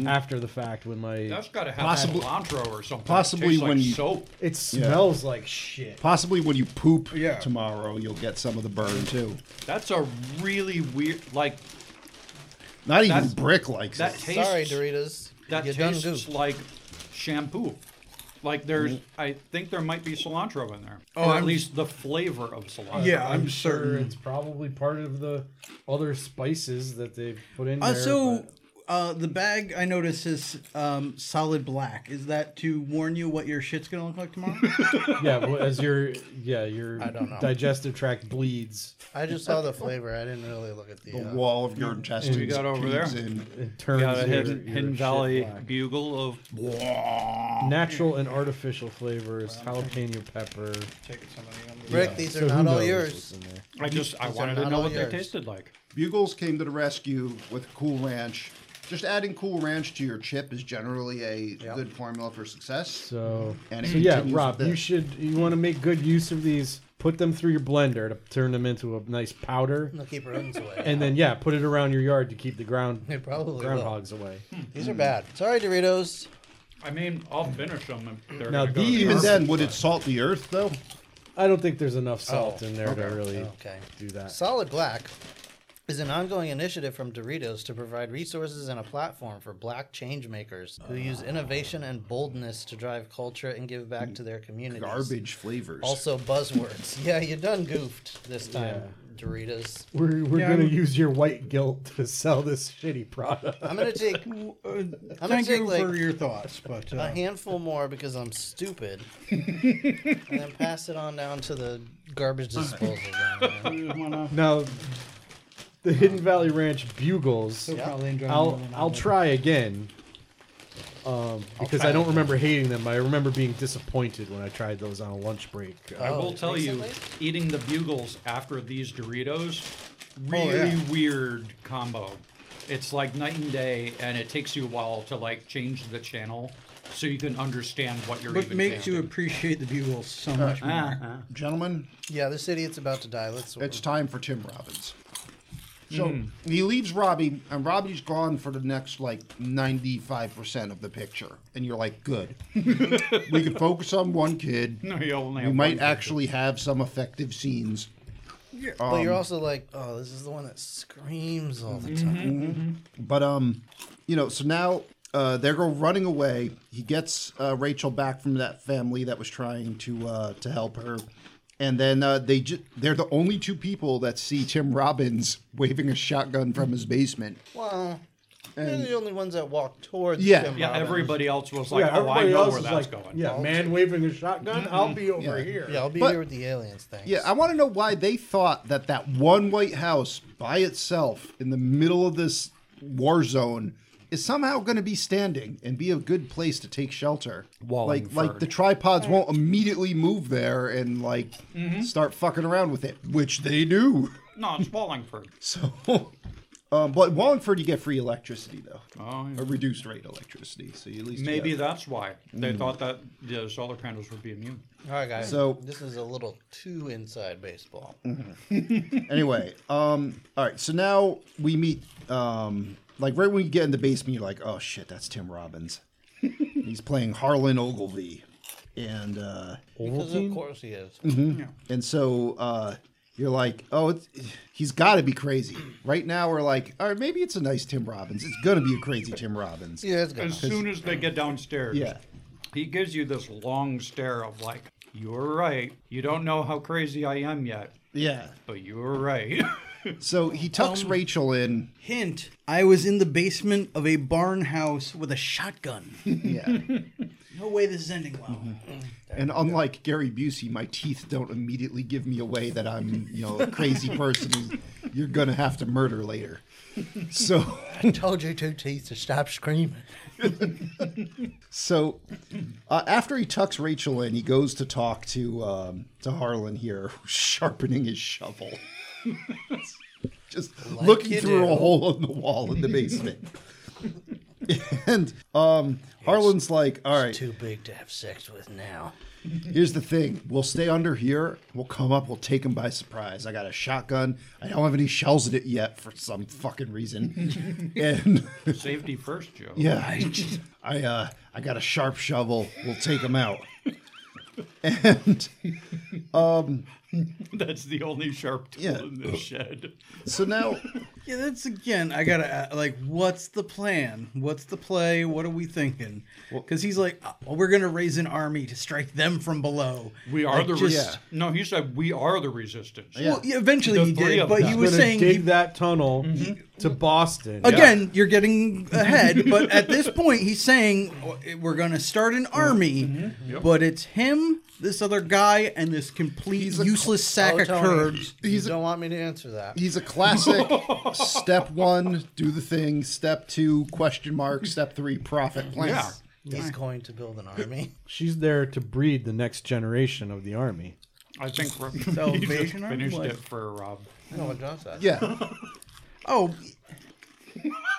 S7: after the fact when my
S2: That's got to have
S1: Possibly-
S2: cilantro or something. It
S1: possibly
S2: tastes like
S1: when you-
S2: soap.
S7: it smells like shit.
S1: Possibly when you poop
S6: Yeah.
S1: tomorrow, you'll get some of the burn too.
S2: That's a really weird. Like
S1: Not even
S2: That's-
S1: Brick likes
S2: that
S1: it.
S2: tastes.
S5: Sorry, Doritos.
S2: That
S5: you done
S2: tastes
S5: goofed. Mm.
S2: like shampoo. Like there's, I think there might be cilantro in there. Oh, at
S6: I'm-
S2: least the flavor of cilantro.
S6: Yeah, I'm
S7: sure
S6: certain. Uh,
S7: it's probably part of the other spices that they put in. there,
S6: Also,
S7: but-
S6: Uh, the bag I notice is um, solid black. Is that to warn you what your shit's gonna look like tomorrow?
S7: yeah, well, as your yeah your
S5: don't know.
S7: digestive tract bleeds,
S5: I just saw the flavor. I didn't really look at the.
S1: The
S5: uh,
S1: wall of your intestines.
S2: we got over there?
S1: caves in.
S7: it turns
S2: Got a
S7: your-
S2: hidden,
S7: your
S2: hidden
S7: shit
S2: valley
S7: black.
S2: bugle of
S7: Natural and artificial flavors, jalapeno pepper.
S5: Rick, these are
S7: So who
S5: not all
S7: knows
S5: yours.
S7: what's in there.
S2: I just I
S5: These are
S2: wanted to
S5: not
S2: know
S5: all
S2: what
S5: yours.
S2: they tasted like.
S1: Bugles came to the rescue with Cool Ranch. Just adding Cool Ranch to your chip is generally a good formula for success.
S7: So,
S1: And it
S7: so yeah,
S1: continues
S7: Rob,
S1: with
S7: you
S1: this.
S7: should you want to make good use of these. Put them through your blender to turn them into a nice powder,
S5: They'll keep rodents away.
S7: and then yeah, put it around your yard to keep the ground
S5: They probably will.
S7: groundhogs away.
S5: These are bad. Sorry, Doritos.
S2: I mean, I'll finish them. If they're
S7: Now
S2: gonna go to
S7: these-
S1: Even
S7: Perfect.
S1: then, would it salt the earth though?
S7: I don't think there's enough salt
S5: Oh,
S7: in there to really
S5: Okay.
S7: do that.
S5: Solid Black is an ongoing initiative from Doritos to provide resources and a platform for black change makers who
S7: Oh.
S5: use innovation and boldness to drive culture and give back to their communities.
S1: Garbage flavors.
S5: Also buzzwords. yeah, you done goofed this time, Doritos.
S7: We're, we're
S6: Yeah,
S7: gonna
S6: I'm-
S7: use your white guilt to sell this shitty product.
S5: I'm gonna take
S6: Uh,
S5: I'm gonna
S6: Thank
S5: take
S6: you
S5: like
S6: for your thoughts, but
S5: a
S6: uh,
S5: handful more because I'm stupid, and then pass it on down to the garbage disposal. down there.
S6: we wanna-
S7: Now, the Hidden Valley Ranch bugles.
S6: they'll probably enjoy them more
S7: I'll
S6: than I
S7: I'll
S6: will.
S7: try again. Um, because I don't remember hating them. I remember being disappointed when I tried those on a lunch break.
S2: I
S5: Oh,
S2: will tell you,
S5: recently?
S2: eating the bugles after these Doritos, really
S6: yeah.
S2: weird combo. It's like night and day, and it takes you a while to like change the channel so you can understand what you're.
S6: What
S2: even
S6: makes you
S2: tasting.
S6: appreciate the bugles so much more?
S2: Uh-huh.
S1: Gentlemen,
S5: yeah, this idiot's about to die. Let's.
S1: it's time for Tim Robbins. So
S2: Hmm.
S1: he leaves Robbie, and Robbie's gone for the next like 95% of the picture. And you're like, good. we can focus on one kid.
S2: No, you only
S1: We
S2: have
S1: might
S2: one.
S1: actually have some effective scenes. Um,
S5: but you're also like, oh, this is the one that screams all the
S2: Mm-hmm.
S5: time.
S1: But um, you know, so now uh, they go running away. He gets uh, Rachel back from that family that was trying to uh, to help her, and then uh, they ju- they're the only two people that see Tim Robbins waving a shotgun from his basement.
S5: Well, they're the only ones that walk towards.
S1: Yeah.
S5: Tim
S2: Yeah,
S5: Robbins.
S2: everybody else was like, "Oh, I know where that's going."
S7: Yeah, man waving a shotgun. I'll be over
S1: Yeah.
S7: here.
S5: Yeah, I'll be
S1: But-
S5: here with the aliens thing.
S1: Yeah, I want to know why they thought that that one White House by itself in the middle of this war zone is somehow going to be standing and be a good place to take shelter. like,
S2: Wallingford.
S1: like the tripods won't immediately move there and like start fucking around with it, which they do.
S2: No, it's Wallingford.
S1: So, um, but Wallingford, you get free electricity though,
S2: Oh, yeah.
S1: a reduced rate electricity. So you at least
S2: Maybe
S1: get-
S2: that's why they thought that the solar panels would be immune.
S5: All right, guys.
S1: So- Mm-hmm.
S5: this is a little too inside baseball.
S1: anyway, um, all right. So now we meet, um, like right when you get in the basement, you're like, oh shit, that's Tim Robbins. He's playing Harlan Ogilvy, and uh,
S5: Because of course he is.
S1: Mm-hmm. and so uh, you're like, oh, it's, he's got to be crazy. Right now we're like, all right, maybe it's a nice Tim Robbins. It's gonna be a crazy Tim Robbins.
S5: Yeah, it's good.
S2: As soon as they get downstairs,
S1: Yeah.
S2: he gives you this long stare of like, "You're right. You don't know how crazy I am yet,
S1: Yeah.
S2: but you're right."
S1: So he tucks Rachel in.
S6: Hint: I was in the basement of a barn house with a shotgun.
S1: Yeah.
S6: No way this is ending well.
S2: Mm-hmm.
S1: And unlike Gary Busey, my teeth don't immediately give me away that I'm, you know, a crazy person who you're gonna have to murder later. So,
S5: I told you two teeth to stop screaming.
S1: so uh, after he tucks Rachel in, he goes to talk to um, to Harlan here, who's sharpening his shovel, just looking
S5: you
S1: through
S5: do.
S1: a hole in the wall in the basement. and um, Harlan's like, "All right,
S5: Too big to have sex with now.
S1: Here's the thing. We'll stay under here. We'll come up. We'll take him by surprise. I got a shotgun. I don't have any shells in it yet for some fucking reason. and
S2: Safety first, Joe.
S1: yeah, I, I, uh, I got a sharp shovel. We'll take him out. And um,
S2: That's the only sharp tool
S1: Yeah.
S2: in this shed.
S1: So now,
S6: Yeah, that's again. I gotta a- like, what's the plan? What's the play? What are we thinking? Because he's like, "Oh, well, we're gonna raise an army to strike them from below.
S2: We are
S6: Like,
S2: the
S6: just-
S2: resistance. No, he said we are the resistance.
S6: Well, yeah, eventually
S2: The
S6: he
S2: three
S6: did,
S2: of
S6: but
S2: them.
S6: he
S2: He's
S6: was saying
S7: dig
S6: he-
S7: that tunnel to Boston.
S6: again, you're getting ahead. but at this point, he's saying "Oh, we're gonna start an army,
S2: Mm-hmm.
S6: but it's him, this other guy, and this complete useless sack
S5: Oh,
S6: of
S5: Tony.
S6: curbs.
S5: You
S1: he's
S5: don't want me to answer that.
S1: He's a classic step one, do the thing, step two, question mark, step three, profit plan.
S2: Yeah.
S5: He's going to build an army.
S7: She's there to breed the next generation of the army.
S2: I think Rob you just
S6: Salvation Army?
S2: finished
S6: What?
S2: it for um, Rob.
S5: I know what John said.
S1: Yeah.
S6: Oh,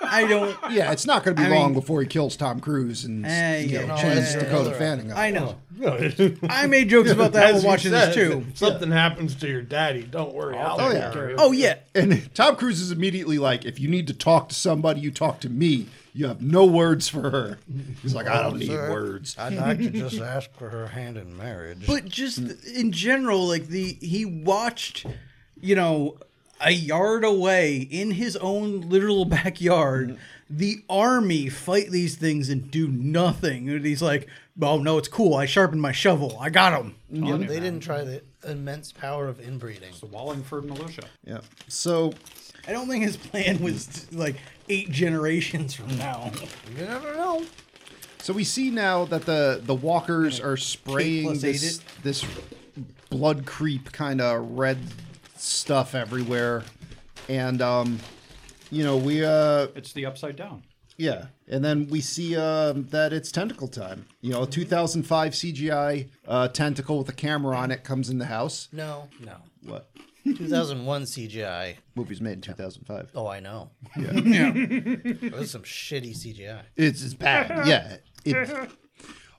S6: I don't.
S1: Yeah, it's not going to be
S6: I
S1: long
S6: mean-
S1: before he kills Tom Cruise and
S6: Eh,
S1: you know,
S6: yeah,
S1: chains
S5: yeah,
S1: Dakota
S5: yeah.
S1: Fanning up.
S6: I know. I made jokes about that while watching this too.
S7: Something happens to your daddy. Don't worry. I'll
S1: Oh,
S7: take
S1: yeah.
S7: care of it.
S6: Oh yeah,
S1: And Tom Cruise is immediately like, if you need to talk to somebody, you talk to me. You have no words for her. He's like, I don't need
S5: Sir,
S1: words.
S5: I'd like to just ask for her hand in marriage.
S6: but just in general, like the he watched, you know, a yard away in his own literal backyard, the army fight these things and do nothing. And he's like, "Oh no, it's cool. I sharpened my shovel. I got him."
S2: Telling you,
S5: they
S2: man.
S5: didn't try the immense power of inbreeding.
S2: The Wallingford militia.
S1: Yeah. So
S6: I don't think his plan was like eight generations from now.
S5: You never know.
S1: So we see now that the the walkers are spraying
S6: plus
S1: this
S6: eight
S1: this blood creep kind of red stuff everywhere, and um, you know we uh
S2: It's the upside down.
S1: yeah, and then we see um that it's tentacle time. You know, 2005 CGI uh, tentacle with a camera on it comes in the house.
S5: No, no.
S1: What
S5: 2001 CGI.
S1: movie's made in 2005?
S5: Oh, I know.
S6: yeah.
S5: That was some shitty CGI.
S1: It's, it's bad. Yeah. It,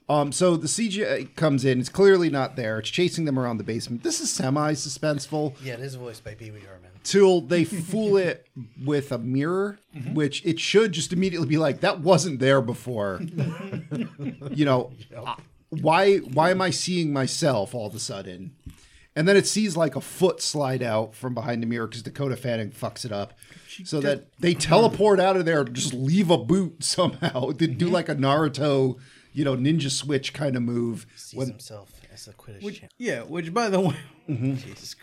S1: um. So the CGI comes in. It's clearly not there. It's chasing them around the basement. This is semi suspenseful.
S5: Yeah, it is voiced by Pee Wee Herman.
S1: till they fool it with a mirror,
S2: Mm-hmm.
S1: which it should just immediately be like that wasn't there before. you know, why why am I seeing myself all of a sudden? And then it sees like a foot slide out from behind the mirror because Dakota Fanning fucks it up, so that they teleport out of there, just leave a boot somehow. They do
S2: Mm-hmm.
S1: like a Naruto, you know, ninja switch kind of move.
S5: Sees
S1: when-
S5: himself as a Quidditch champ.
S6: Yeah, which by the way, Jesus, Christ.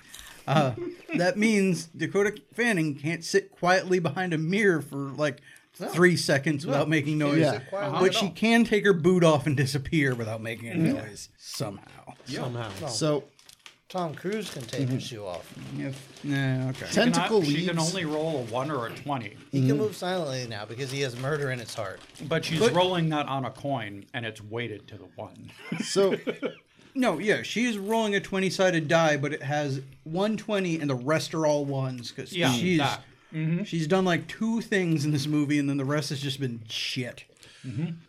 S6: uh, that means Dakota Fanning can't sit quietly behind a mirror for like three seconds without making noise.
S1: Yeah. sit
S5: quietly
S6: But she can take her boot off and disappear without making a noise somehow.
S7: Somehow.
S1: so
S5: Tom Cruise can take his shoe off.
S6: If, nah, okay.
S2: Cannot-
S1: tentacle
S2: she can
S1: leaves.
S2: only roll a one or a twenty,
S5: He can move silently now because he has murder in his heart.
S2: but she's rolling that on a coin, and it's weighted to the one.
S1: so
S6: No, yeah, she is rolling a twenty-sided die, but it has one twenty, and the rest are all ones because
S2: Yeah,
S6: she's
S2: that.
S6: she's done like two things in this movie, and then the rest has just been shit.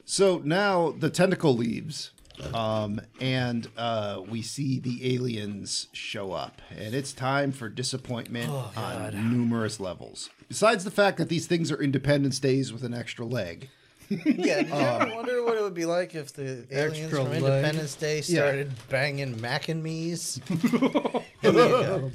S1: So now the tentacle leaves, um, and uh, we see the aliens show up, and it's time for disappointment on numerous levels. Besides the fact that these things are Independence Days with an extra leg,
S5: Yeah, did you ever wonder what it would be like if the aliens
S6: Extra
S5: from
S6: leg.
S5: Independence Day started banging mac and me's? There you go.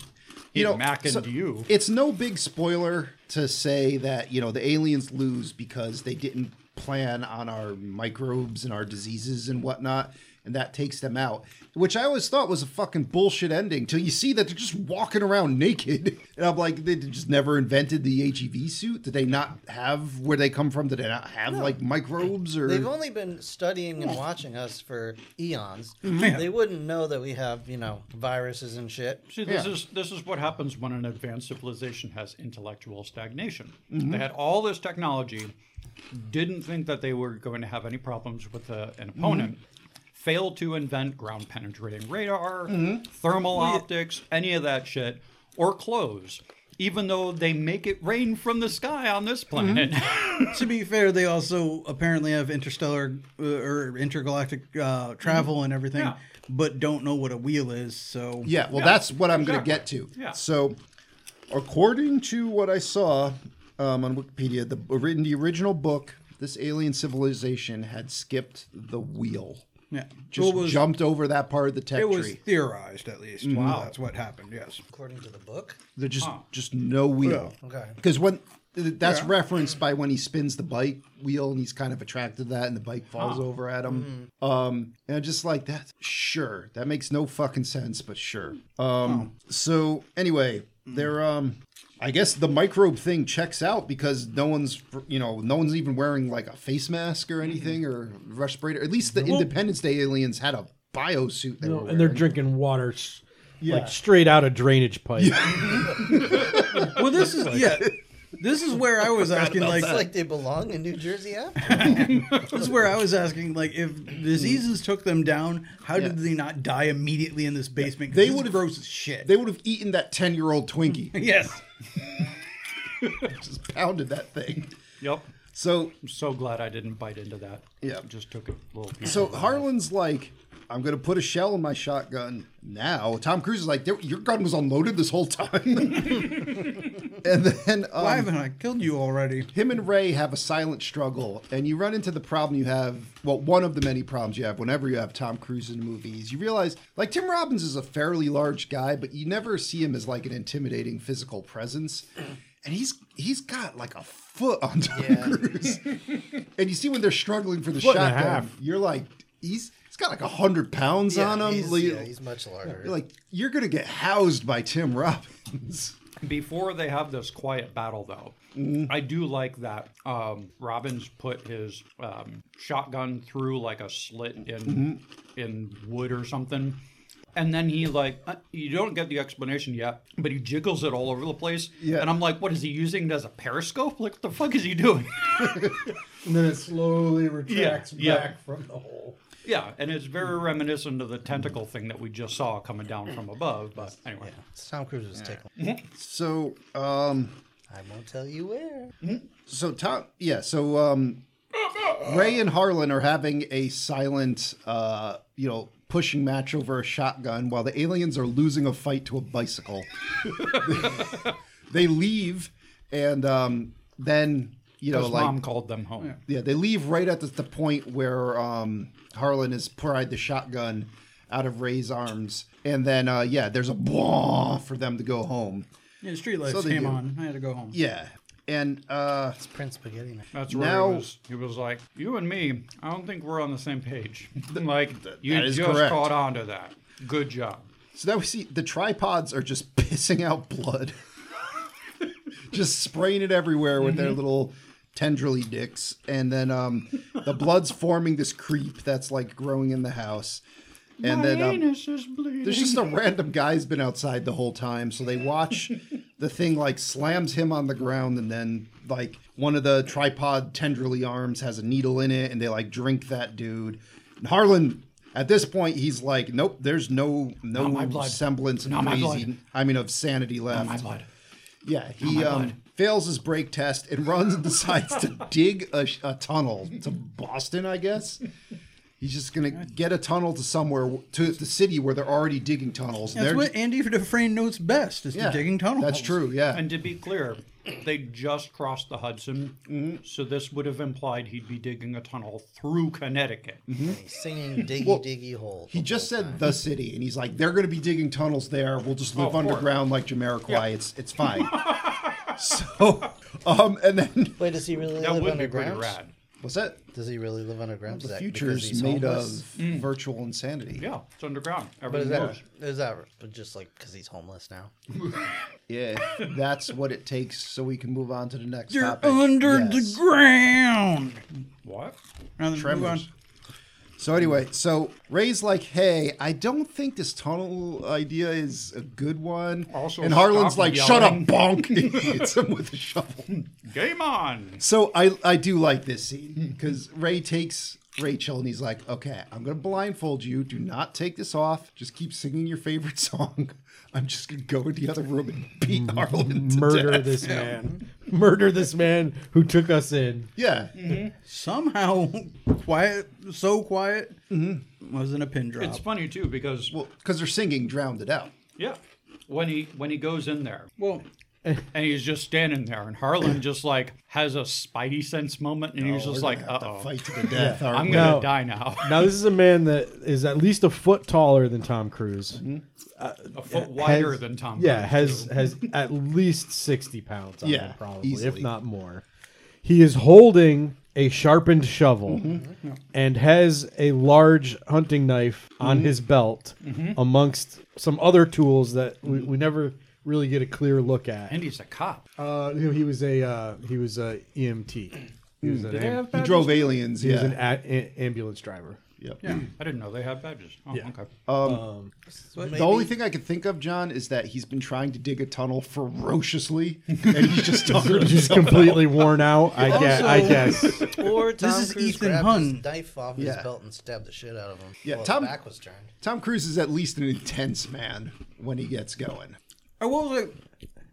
S1: you know,
S2: Mac and
S1: so-
S2: you.
S1: It's no big spoiler to say that you know the aliens lose because they didn't plan on our microbes and our diseases and whatnot, and that takes them out. Which I always thought was a fucking bullshit ending till you see that they're just walking around naked, and I'm like, they just never invented the HEV suit. Did they not have where they come from? Did they not have like microbes or?
S5: They've only been studying and watching us for eons. They wouldn't know that we have, you know, viruses and shit.
S2: See, this
S1: Yeah.
S2: is this is what happens when an advanced civilization has intellectual stagnation.
S1: Mm-hmm.
S2: They had all this technology, didn't think that they were going to have any problems with uh an
S1: Mm-hmm.
S2: opponent. Failed to invent ground penetrating radar,
S1: Mm-hmm.
S2: thermal optics, any of that shit, or clothes. Even though they make it rain from the sky on this
S1: Mm-hmm.
S2: planet,
S6: to be fair, they also apparently have interstellar uh, or intergalactic uh, travel and everything,
S2: Yeah.
S6: but don't know what a wheel is. So
S1: Yeah, well,
S2: Yeah,
S1: that's what I'm going to
S2: exactly.
S1: get to.
S2: Yeah.
S1: So, according to what I saw um, on Wikipedia, the in the original book, this alien civilization had skipped the wheel.
S6: Yeah.
S1: Just
S6: Well, it was-
S1: jumped over that part of the tech
S6: It was
S1: tree. Mm-hmm.
S6: theorized, at least. Wow. That's what happened, yes.
S5: according to the book.
S1: There's just just no wheel.
S7: Oh,
S5: Okay.
S1: Because when that's referenced by when he spins the bike wheel and he's kind of attracted to that and the bike falls over at him.
S7: Hmm.
S1: Um, and I'm just like that. Sure, that makes no fucking sense, but sure. Um, so anyway, they're um. I guess the microbe thing checks out because no one's, you know, no one's even wearing like a face mask or anything or respirator. At least the Independence Day aliens had a bio suit. They were
S7: Oh, and they're
S1: wearing.
S7: drinking water s- like straight out of drainage pipe.
S6: Well, this is, yeah. This is where I was asking, like,
S5: It's like they belong in New Jersey after.
S6: this is where I was asking, like, if diseases took them down, how did
S1: Yeah.
S6: they not die immediately in this basement? 'Cause
S1: They
S6: it's
S1: would've-
S6: gross as shit.
S1: They would have eaten that ten-year-old Twinkie,
S6: yes.
S1: just pounded that thing.
S2: Yep.
S1: So
S2: I'm so glad I didn't bite into that.
S1: Yeah.
S2: Just took a little piece.
S1: So
S2: of it.
S1: Harlan's like, I'm gonna put a shell in my shotgun now. Tom Cruise is like, "There- your gun was unloaded this whole time. and then um,
S6: Why haven't I killed you already?
S1: him and Ray have a silent struggle, and you run into the problem you have. Well, one of the many problems you have whenever you have Tom Cruise in movies, you realize like Tim Robbins is a fairly large guy, but you never see him as like an intimidating physical presence. And he's he's got like a foot on Tom Cruise, and you see when they're struggling for the
S7: Foot and a
S1: shotgun,
S7: half.
S1: you're like he's he's got like a hundred pounds on him.
S5: He's,
S1: like,
S5: yeah, he's much larger.
S1: you're like you're gonna get housed by Tim Robbins.
S2: Before they have this quiet battle, though,
S7: Mm.
S2: I do like that um, Robbins put his um, shotgun through like a slit in
S7: Mm-hmm.
S2: in wood or something, and then he like uh, you don't get the explanation yet, but he jiggles it all over the place.
S1: Yeah.
S2: And I'm like, what is he using it as a periscope? Like, what the fuck is he doing?
S7: and then it slowly retracts
S2: yeah.
S7: back from the hole.
S2: yeah, and it's very reminiscent of the tentacle thing that we just saw coming down from above. But anyway,
S5: Tom Cruise was tickled.
S1: So um,
S5: I won't tell you where.
S1: So Tom, yeah. So um, Ray and Harlan are having a silent, uh, you know, pushing match over a shotgun while the aliens are losing a fight to a bicycle. they leave, and um, then you know,
S2: his
S1: like
S2: mom called them home.
S1: yeah, they leave right at the, the point where um, Harlan has pried the shotgun out of Ray's arms, and then uh, yeah, there's a blah for them to go home.
S6: Yeah, the streetlights
S1: So they
S6: came
S1: do.
S6: on. I had to go home.
S1: Yeah, and uh,
S5: It's Prince Spaghetti Man.
S2: That's where
S1: Now-
S2: he was. He was like, "You and me, I don't think we're on the same page." like you
S1: that is
S2: just
S1: correct.
S2: caught on to that. Good job.
S1: So now we see the tripods are just pissing out blood, just spraying it everywhere with their little tendrily dicks, and then um, the blood's forming this creep that's like growing in the house, and then um,
S2: is bleeding.
S1: there's just a random guy's been outside the whole time, so they watch the thing like slams him on the ground, and then like one of the tripod tenderly arms has a needle in it, and they like drink that dude. And Harlan, at this point, he's like, "Nope, there's no no
S2: Not my blood.
S1: semblance of
S2: Not my
S1: crazy.
S2: blood.
S1: I mean, of sanity left."
S2: my blood.
S1: Yeah, he
S2: Oh my
S1: um,
S2: blood.
S1: fails his brake test and runs and decides to dig a, sh- a tunnel to Boston, I guess. He's just gonna get a tunnel to somewhere to the city where they're already digging tunnels. and
S6: That's
S1: they're
S6: what Andy Dufresne knows best is
S1: yeah,
S6: the digging tunnels.
S1: That's true. Yeah,
S2: And to be clear, they just crossed the Hudson,
S1: Mm-hmm.
S2: so this would have implied he'd be digging a tunnel through Connecticut.
S1: Mm-hmm.
S5: He's singing Diggy
S1: Well,
S5: Diggy Hole.
S1: he just said the city, and he's like, "They're gonna be digging tunnels there. We'll just live
S2: Oh, of course.
S1: underground like Jamiroquai. It's it's fine." so, um, and then
S5: Wait, does he really
S2: That
S5: live
S2: would be pretty
S5: underground?
S2: rad.
S1: what's that?
S5: Does he really live underground?
S1: The
S5: Zach? Because
S1: future's
S5: he's
S1: made
S5: homeless?
S1: of virtual insanity.
S2: Mm. Yeah, it's underground.
S5: But
S2: Everything
S5: is that
S2: goes.
S5: is that but just like because he's homeless now?
S1: Yeah, that's what it takes so we can move on to the next
S6: You're
S1: topic.
S6: under
S1: Yes.
S6: the ground.
S2: What?
S6: Rather than move on.
S1: Tremors. So anyway, so Ray's like, "Hey, I don't think this tunnel idea is a good one."
S2: Also,
S1: and Harlan's
S2: stop
S1: like, "Shut up,
S2: yelling."
S1: bonk!" and hits him with a shovel.
S2: Game on.
S1: So I I do like this scene because Ray takes Rachel and he's like, "Okay, I'm gonna blindfold you. Do not take this off. Just keep singing your favorite song. I'm just gonna go into the other room and beat
S2: Mm-hmm.
S1: Harlan to
S7: Murder
S1: death."
S7: this man. Murder this man who took us in.
S1: Yeah,
S6: Somehow, quiet, so quiet,
S1: Mm-hmm.
S6: wasn't a pin drop.
S1: Uh,
S2: It's funny too because
S1: well, because they're singing drowned it out.
S2: yeah, when he when he goes in there,
S6: well,
S2: and he's just standing there, and Harlan just like has a spidey sense moment, and he's just like, "Uh oh,
S8: fight to the death. aren't
S2: I'm
S8: we?
S2: gonna
S7: No.
S2: die now."
S7: Now this is a man that is at least a foot taller than Tom Cruise.
S2: a foot Mm-hmm. wider
S7: Has-
S2: than Tom.
S7: Yeah,
S2: Cruise,
S7: has
S2: too.
S7: has at least sixty pounds on
S8: Yeah,
S7: him, probably
S8: easily.
S7: if not more. He is holding a sharpened shovel
S2: Mm-hmm.
S7: and has a large hunting knife on
S2: Mm-hmm.
S7: his belt, amongst some other tools that we, we never really get a clear look at.
S2: Mm-hmm. and he's a cop.
S7: Uh, he he was a uh, he was a EMT. He
S2: Mm.
S7: was, an, am-
S1: He drove aliens.
S7: he was
S1: yeah.
S7: an a- a- ambulance driver.
S1: Yep.
S2: I didn't know they had badges. Oh, okay.
S1: The only thing I could think of, John, is that he's been trying to dig a tunnel ferociously, and he's just talking to
S7: Just
S1: himself.
S7: completely worn out. I guess. I
S5: Also-
S7: guess.
S5: Or Tom
S6: is
S5: Cruise
S6: Ethan
S5: grabbed
S6: Hunt.
S5: his knife off
S1: Yeah.
S5: his belt and stabbed the shit out of him.
S1: Yeah,
S5: while
S1: Tom-
S5: His back was turned.
S1: Tom Cruise is at least an intense man when he gets going.
S6: I will say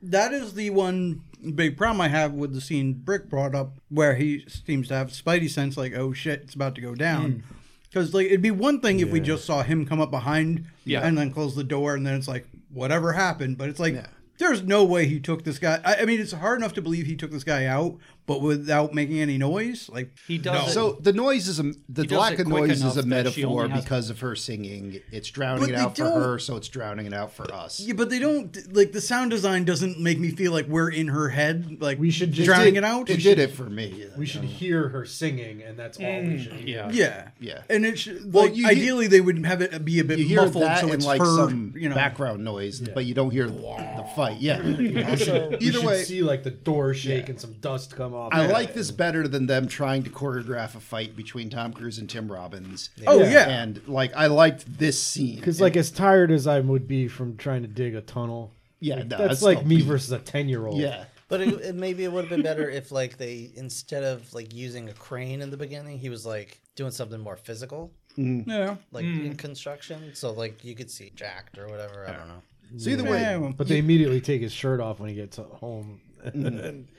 S6: that is the one big problem I have with the scene Brick brought up, where he seems to have Spidey sense, like, "Oh shit, it's about to go down." Because like it'd be one thing if we just saw him come up behind,
S2: Yeah.
S6: and then close the door, and then it's like whatever happened. But it's like.
S1: Yeah.
S6: There's no way he took this guy. I, I mean, it's hard enough to believe he took this guy out, but without making any noise. Like
S2: He
S6: Oh.
S2: does. it-
S1: So the noise is a the
S2: does
S1: lack
S2: it
S1: of
S2: quick
S1: noise is
S2: enough
S1: a
S2: that she only
S1: metaphor
S2: has-
S1: because of her singing. It's drowning
S6: But
S1: it
S6: they
S1: out for
S6: don't-
S1: her, so it's drowning it out for us.
S6: Yeah, but they don't like the sound design doesn't make me feel like we're in her head. Like we
S7: should just-
S6: drowning
S7: It-
S6: it out.
S1: It did it for me.
S7: We should hear her singing, and that's all we should hear.
S2: yeah.
S6: Yeah,
S1: Mm, Uh, Yeah.
S6: And it should
S1: Well,
S6: like
S1: you hear-
S6: ideally they would have it be a bit
S1: You hear
S6: muffled,
S1: that
S6: so
S1: and
S6: it's
S1: like
S6: heard.
S1: some
S6: you know,
S1: background noise, but you don't hear the fight. Yeah.
S5: Also,
S1: Either way,
S7: see like the door shake and some dust come off.
S1: I
S7: it.
S1: like this better than them trying to choreograph a fight between Tom Cruise and Tim Robbins.
S6: Oh yeah,
S1: And like I liked this scene.
S7: because, like, as tired as I would be from trying to dig a tunnel,
S1: Yeah,
S7: like,
S1: no,
S7: that's,
S1: that's
S7: like
S1: no
S7: me
S1: beat.
S7: versus a ten-year-old.
S1: yeah.
S5: but it, it, maybe it would have been better if, like, they instead of like using a crane in the beginning, he was like doing something more physical,
S6: yeah.
S5: like
S2: Hmm.
S5: in construction. So like you could see jacked or whatever. I don't know.
S1: So either way,
S6: Yeah, well,
S7: but they immediately take his shirt off when he gets home.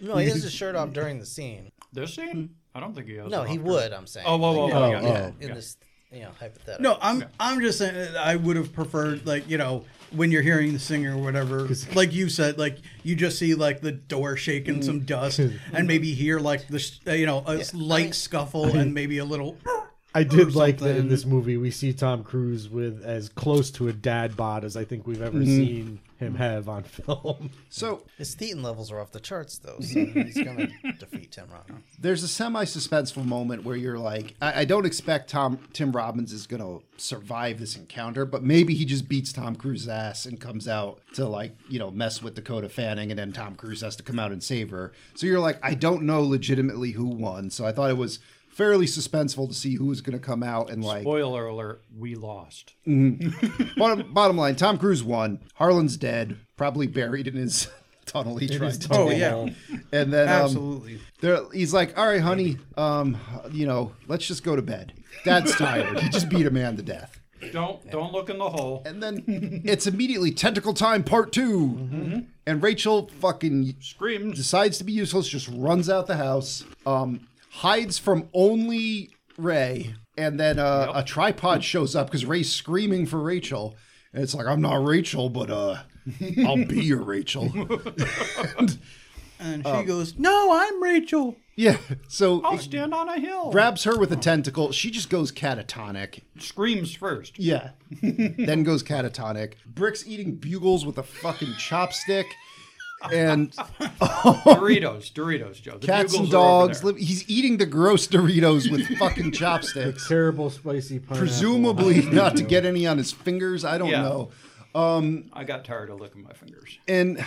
S5: No, he has his shirt off during the scene.
S2: This scene? I don't think he has.
S5: No,
S2: it
S5: he
S2: off.
S5: would. I'm saying.
S2: Oh, whoa, whoa,
S5: Like,
S2: whoa.
S7: Oh,
S2: yeah,
S7: oh.
S2: yeah.
S5: in this, you know, hypothetical.
S6: No, I'm I'm just saying that I would have preferred like you know when you're hearing the singer or whatever, like you said, like you just see like the door shaking, some
S1: Mm.
S6: dust, and maybe hear like the sh- uh, you know a light scuffle and maybe a little.
S7: I did like that in this movie we see Tom Cruise with as close to a dad bod as I think we've ever
S1: Mm-hmm.
S7: seen him have on film.
S1: so
S5: His Thetan levels are off the charts though, so he's gonna defeat Tim Robbins.
S1: there's a semi-suspenseful moment where you're like, I, I don't expect Tom Tim Robbins is gonna survive this encounter, but maybe he just beats Tom Cruise's ass and comes out to like, you know, mess with Dakota Fanning, and then Tom Cruise has to come out and save her. So you're like, I don't know legitimately who won. So I thought it was fairly suspenseful to see who was gonna come out and like.
S2: Spoiler alert: We lost.
S1: Bottom, bottom line, Tom Cruise won. Harlan's dead, probably buried in his tunnel. He tried. to
S6: Oh yeah,
S1: And then um,
S6: absolutely.
S1: There, he's like, "All right, honey, um, you know, let's just go to bed. Dad's tired. He just beat a man to death."
S2: Don't don't look in the hole.
S1: And then it's immediately tentacle time part 2 and Rachel fucking
S2: Screams.
S1: decides to be useless, just runs out the house, um, hides from only Ray, and then uh, a tripod shows up because Ray's screaming for Rachel, and it's like, "I'm not Rachel, but uh, I'll be your Rachel."
S6: And she
S1: um,
S6: goes, "No, I'm Rachel."
S1: yeah, so.
S2: I'll
S1: it
S2: stand on a hill.
S1: Grabs her with a tentacle. She just goes catatonic
S2: Screams first.
S1: Yeah. then goes catatonic. Brick's eating bugles with a fucking chopstick. And
S2: Doritos, Doritos, Joe. The
S1: cats and
S2: bugles are over
S1: dogs.
S2: there.
S1: Li- He's eating the gross Doritos with fucking chopsticks.
S7: Terrible spicy pineapple.
S1: Presumably not to get any on his fingers. I don't
S2: Yeah.
S1: know.
S2: I got tired of licking my fingers.
S1: And um,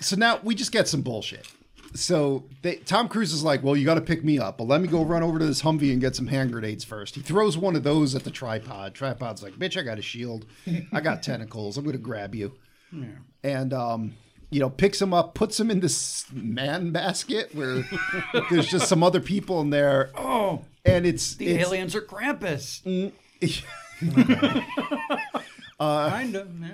S1: so now we just get some bullshit. So they, Tom Cruise is like, "Well, you got to pick me up, but let me go run over to this Humvee and get some hand grenades first. He throws one of those at the tripod. Tripod's like, "Bitch, I got a shield. I got tentacles. I'm gonna grab you." And um, you know, picks him up, puts him in this man basket where there's just some other people in there.
S2: Oh,
S1: And it's
S2: the
S1: it's,
S2: aliens are Krampus.
S6: kind of. Yeah.
S1: uh,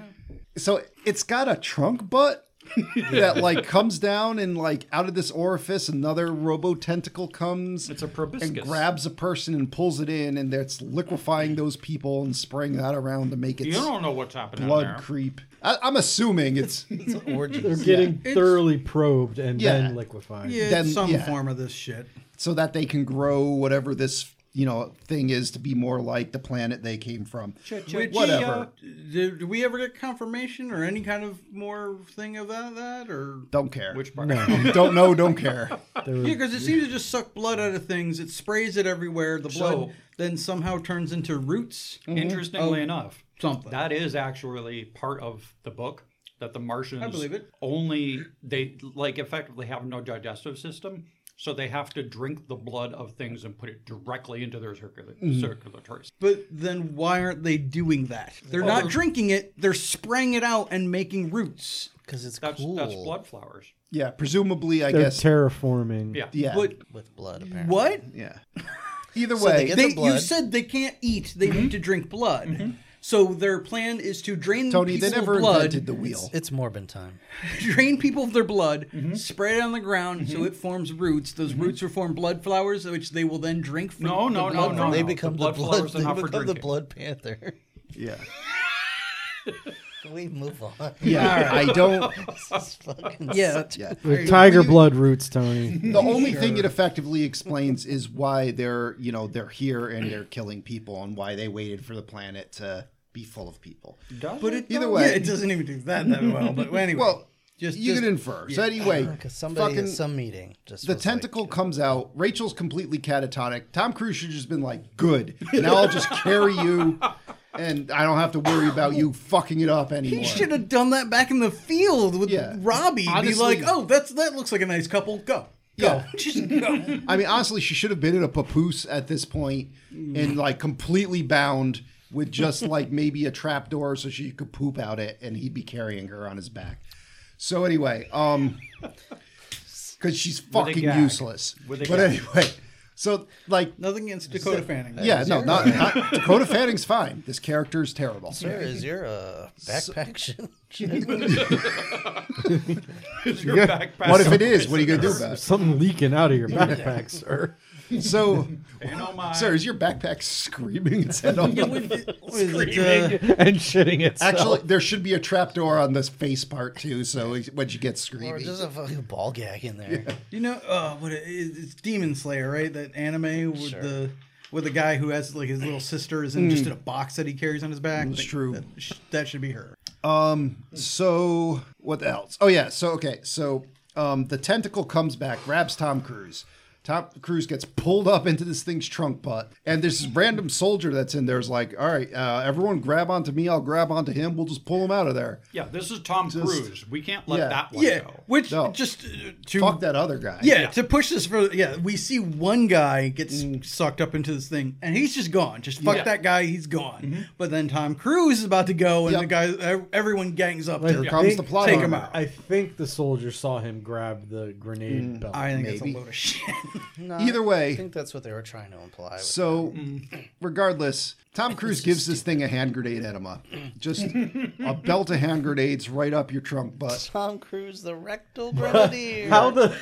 S1: so it's got a trunk butt that like comes down and like out of this orifice, another robo tentacle comes
S2: It's a proboscis.
S1: and grabs a person and pulls it in, and that's liquefying those people and spraying that around to make
S8: You
S1: its
S8: don't know what's happening there.
S1: blood creep. I, I'm assuming it's
S7: They're getting
S6: It's-
S7: thoroughly probed and
S1: Yeah.
S7: then liquefied.
S6: Yeah,
S1: Then-
S6: it's some
S1: yeah.
S6: form of this shit.
S1: so that they can grow whatever this you know thing is to be more like the planet they came from.
S6: Which,
S1: Whatever.
S6: uh, did, did we ever get confirmation or any kind of more thing of that? that or
S1: Don't care.
S2: Which part?
S1: don't know. Don't care.
S6: yeah, because it seems to just suck blood out of things. It sprays it everywhere. The blood
S2: So-
S6: then somehow turns into roots.
S2: Interestingly
S6: Oh.
S2: enough,
S6: Something.
S2: that is actually part of the book that the Martians
S6: I believe it.
S2: only they like effectively have no digestive system, so they have to drink the blood of things and put it directly into their circula-
S1: Mm.
S2: circulatory. system.
S6: But then why aren't they doing that? They're
S2: Well,
S6: not
S2: they're-
S6: drinking it. They're spraying it out and making roots.
S5: because it's
S2: That's
S5: cool
S2: that's blood flowers.
S1: Yeah, presumably, I
S7: They're
S1: guess.
S7: terraforming.
S2: Yeah.
S1: yeah,
S6: But
S5: with blood. Apparently,
S6: what?
S1: yeah. Either
S5: So
S1: way,
S5: they get
S6: They,
S5: the blood.
S6: you said they can't eat. They
S2: Mm-hmm.
S6: need to drink blood. So their plan is to drain
S1: Tony,
S6: people
S1: they never
S6: of blood,
S1: invented the wheel.
S5: it's Morbin time.
S6: drain people of their blood,
S1: Mm-hmm.
S6: spray it on the ground so it forms roots. Those roots will form blood flowers, which they will then drink from.
S2: No, no, Oh,
S6: the
S2: no,
S6: blood
S2: no.
S6: from-
S5: They
S2: the
S5: become the
S2: blood
S5: blood.
S2: flowers are
S5: they
S2: not for
S5: become the
S2: drinking.
S5: blood panther.
S1: yeah,
S5: Can we move on?
S1: yeah. I don't.
S5: This is fucking
S6: Yeah.
S1: Yeah.
S7: With tiger blood roots, Tony.
S1: The only thing it effectively explains is why they're you know they're here and they're killing people and why they waited for the planet to be full of people.
S6: But it
S1: Either
S6: don't-
S1: way-
S6: yeah, it doesn't even do that that well. But anyway,
S1: Well,
S6: just
S1: you
S6: just-
S1: can infer. So anyway,
S5: Because somebody
S1: fucking-
S5: at some meeting just
S1: the
S5: was like,
S1: tentacle comes out. Rachel's completely catatonic. Tom Cruise should just been like, "Good, now I'll just carry you, and I don't have to worry about you fucking it up anymore."
S6: He should have done that back in the field with
S1: Yeah.
S6: Robbie.
S1: Honestly-
S6: be like, oh, that's that looks like a nice couple. Go, go,
S1: Yeah.
S6: just go.
S1: I mean, honestly, she should have been in a papoose at this point
S2: Mm.
S1: and like completely bound with just like maybe a trap door so she could poop out it and he'd be carrying her on his back. So anyway, um because she's fucking
S2: gag.
S1: useless.
S2: With a
S1: But
S2: gag.
S1: anyway, so like
S6: Nothing against Dakota Fanning.
S1: yeah, no, not, not Dakota Fanning's fine. This character is terrible.
S5: Sir, is your uh, backpack shit?
S2: Your backpack
S1: What if it is? What are you gonna do about
S7: Something leaking out of your backpack, sir.
S1: it? So,
S2: ain't on my-
S1: sir, is your backpack screaming its head off?
S6: What is it, uh,
S7: and shitting itself.
S1: Actually, there should be a trapdoor on this face part too. So when she gets
S5: or
S1: screaming,
S5: just a fucking ball gag in there?
S6: you know, uh, what it is, it's Demon Slayer, right? That anime with the with the guy who has like his little sister is in just in a box that he carries on his back. That's
S1: Mm. true.
S6: That, sh- that should be her.
S1: So what else? Oh yeah. So okay. So um, the tentacle comes back, grabs Tom Cruise. Tom Cruise gets pulled up into this thing's trunk butt, and this random soldier that's in there is like, "All right, uh, everyone, grab onto me. I'll grab onto him. We'll just pull him out of there.
S2: Yeah, this is Tom Cruise. We can't let
S1: yeah.
S2: that one
S6: Yeah,
S2: go.
S6: which
S1: No.
S6: just uh, to
S1: Fuck that other guy."
S6: Yeah, Mm. to push this further. Yeah, we see one guy gets sucked up into this thing, and he's just gone. Just fuck
S2: Yeah.
S6: that guy, he's gone. But then Tom Cruise is about to go, and
S1: Yep.
S6: the guy, ev- everyone gangs up.
S7: Like,
S6: to
S1: Here comes the plot.
S6: Take
S1: armor.
S6: him out.
S7: I think the soldier saw him grab the grenade
S1: Mm.
S7: belt.
S6: I think it's a
S1: Maybe.
S6: load of shit.
S5: No,
S1: Either way,
S5: I think that's what they were trying to imply. with-
S1: So, regardless, Tom Cruise gives this thing a hand grenade enema. Just a belt of hand grenades right up your trunk butt.
S5: Tom Cruise, the rectal grenadier.
S7: how the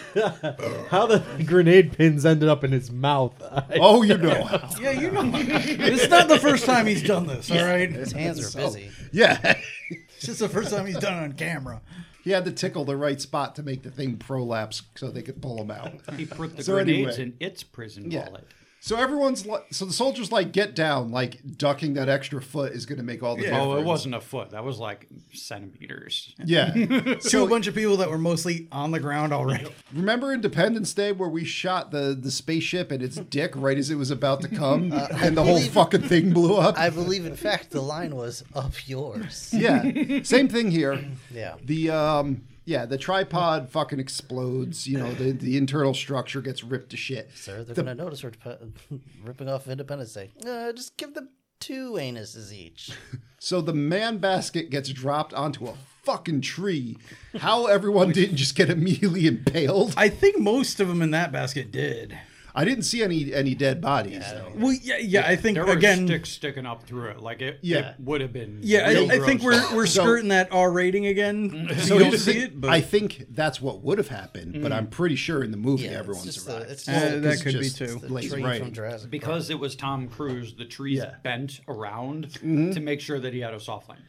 S7: how the grenade pins ended up in his mouth. I-
S1: Oh, you know.
S6: yeah, you know, it's not the first time he's done this. All right,
S5: His hands are busy.
S1: Yeah.
S6: it's just the first time he's done it on camera.
S1: He had to tickle the right spot to make the thing prolapse so they could pull him out.
S2: He put the
S1: So
S2: grenades
S1: anyway.
S2: in its prison
S1: Yeah.
S2: wallet.
S1: So everyone's like, so the soldier's like, get down, like ducking that extra foot is going to make all the difference.
S2: Oh, it wasn't a foot. That was like centimeters.
S1: Yeah.
S6: To a bunch of people that were mostly on the ground already.
S1: Remember Independence Day where we shot the, the spaceship and its dick right as it was about to come
S2: Uh,
S1: and the whole fucking thing blew up?
S5: I believe, in fact, the line was up yours.
S1: yeah. Same thing here.
S5: Yeah.
S1: The um yeah, the tripod fucking explodes, you know, the, the internal structure gets ripped to shit.
S5: Sir, they're going to notice we're p- ripping off Independence Day. Uh, just give them two anuses each.
S1: So the man basket gets dropped onto a fucking tree. How everyone didn't just get immediately impaled.
S6: I think most of them in that basket did.
S1: I didn't see any any dead bodies. though.
S6: Well, yeah, yeah. I think
S2: there were
S6: again,
S2: sticks sticking up through it. Like it,
S1: Yeah.
S2: it would have been.
S6: yeah, I,
S2: real
S6: I think
S2: gross.
S6: we're we're
S1: So-
S6: skirting that R rating again. So you
S1: here's
S6: don't
S1: the
S6: see
S1: thing.
S6: it, but
S1: I think that's what would have happened, but I'm pretty sure in the movie
S5: Mm. Yeah, it's
S1: everyone's
S5: just the-
S1: arrived.
S5: it's
S6: uh,
S5: just the-
S6: that
S1: It's
S6: could be
S1: just
S6: too.
S5: The
S1: blatant
S5: tree
S1: rain.
S5: from Jurassic Park.
S2: because it was Tom Cruise, the trees
S1: Yeah.
S2: bent around
S6: Mm-hmm.
S2: to make sure that he had a soft landing.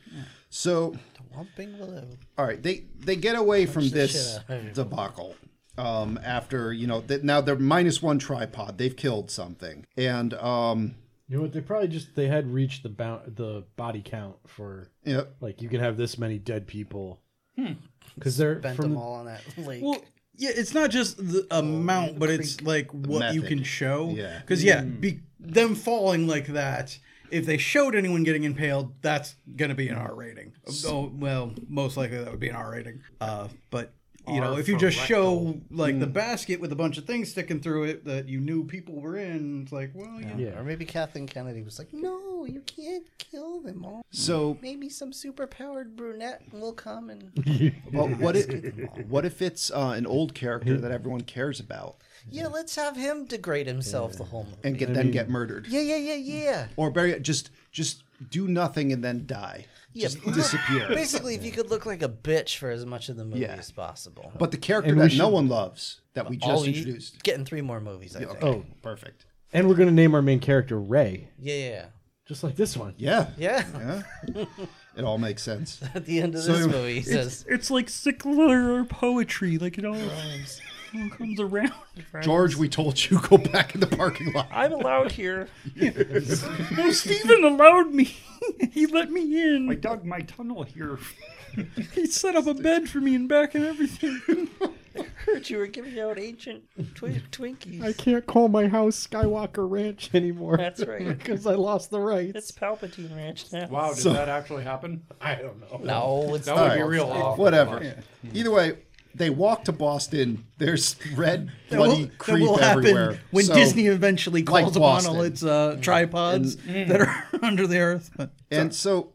S1: So
S5: Whomping willow.
S1: all right, they they get away from this
S5: shit out of him.
S1: debacle. Um, after you know, th- now they're minus one tripod. They've killed something, and um,
S7: You know what? They probably just they had reached the bound the body count for
S1: you know,
S7: like you can have this many dead people because they're
S5: Bent
S7: from
S5: them
S7: the-
S5: all on that lake.
S6: Well, yeah, it's not just the amount, but it's like what you
S1: method.
S6: can show.
S1: Yeah.
S6: Because yeah, be, them falling like that. If they showed anyone getting impaled, that's gonna be an R rating. Oh well, most likely that would be an R rating. Uh, but you know,
S2: R
S6: if you
S2: for
S6: just show
S2: rectal.
S6: like the basket with a bunch of things sticking through it that you knew people were in, it's like, well, yeah.
S7: yeah.
S5: or maybe Kathleen Kennedy was like, "No, you can't kill them all.
S1: so
S5: Maybe some superpowered brunette will come and
S1: well, what if what if it's uh, an old character that everyone cares about
S5: yeah, let's have him degrade himself the whole movie.
S1: and get then get murdered,
S5: Yeah, yeah, yeah, yeah.
S1: or bury it, just just do nothing and then die,
S5: Yeah,
S1: just
S5: but-
S1: disappear.
S5: Basically, if you could look like a bitch for as much of the movie
S1: Yeah.
S5: as possible.
S1: But the character
S7: And we
S1: that no
S7: should-
S1: one loves that we
S5: All
S1: just
S5: you-
S1: introduced.
S5: Getting three more movies, I think.
S1: Oh, perfect.
S7: and we're gonna name our main character Ray,
S5: Yeah, yeah,
S7: just like this one.
S1: Yeah,
S5: yeah.
S1: yeah. It all makes sense.
S5: At the end of
S1: So-
S5: this movie, he says,
S8: It's like circular poetry, like it all, all comes around.
S1: George, we told you go back in the parking lot.
S8: I'm allowed here. no, Stephen allowed me. he let me in.
S2: I dug my tunnel here.
S8: he set up a bed for me and back and everything.
S5: "Heard you were giving out ancient twi- Twinkies."
S7: I can't call my house Skywalker Ranch anymore.
S8: That's right.
S7: because I lost the rights.
S8: It's Palpatine Ranch now.
S2: Wow, did
S1: So-
S2: that actually happen?
S7: I don't know.
S5: No, it's
S2: That
S5: not.
S2: would be real awful.
S1: Whatever. Either way, they walk to Boston. There's red
S6: That will,
S1: bloody
S6: that
S1: creep
S6: will happen
S1: everywhere.
S6: when
S1: So-
S6: Disney eventually
S1: Like
S6: calls upon all
S1: Boston.
S6: its uh, tripods that are under the earth. But
S1: and so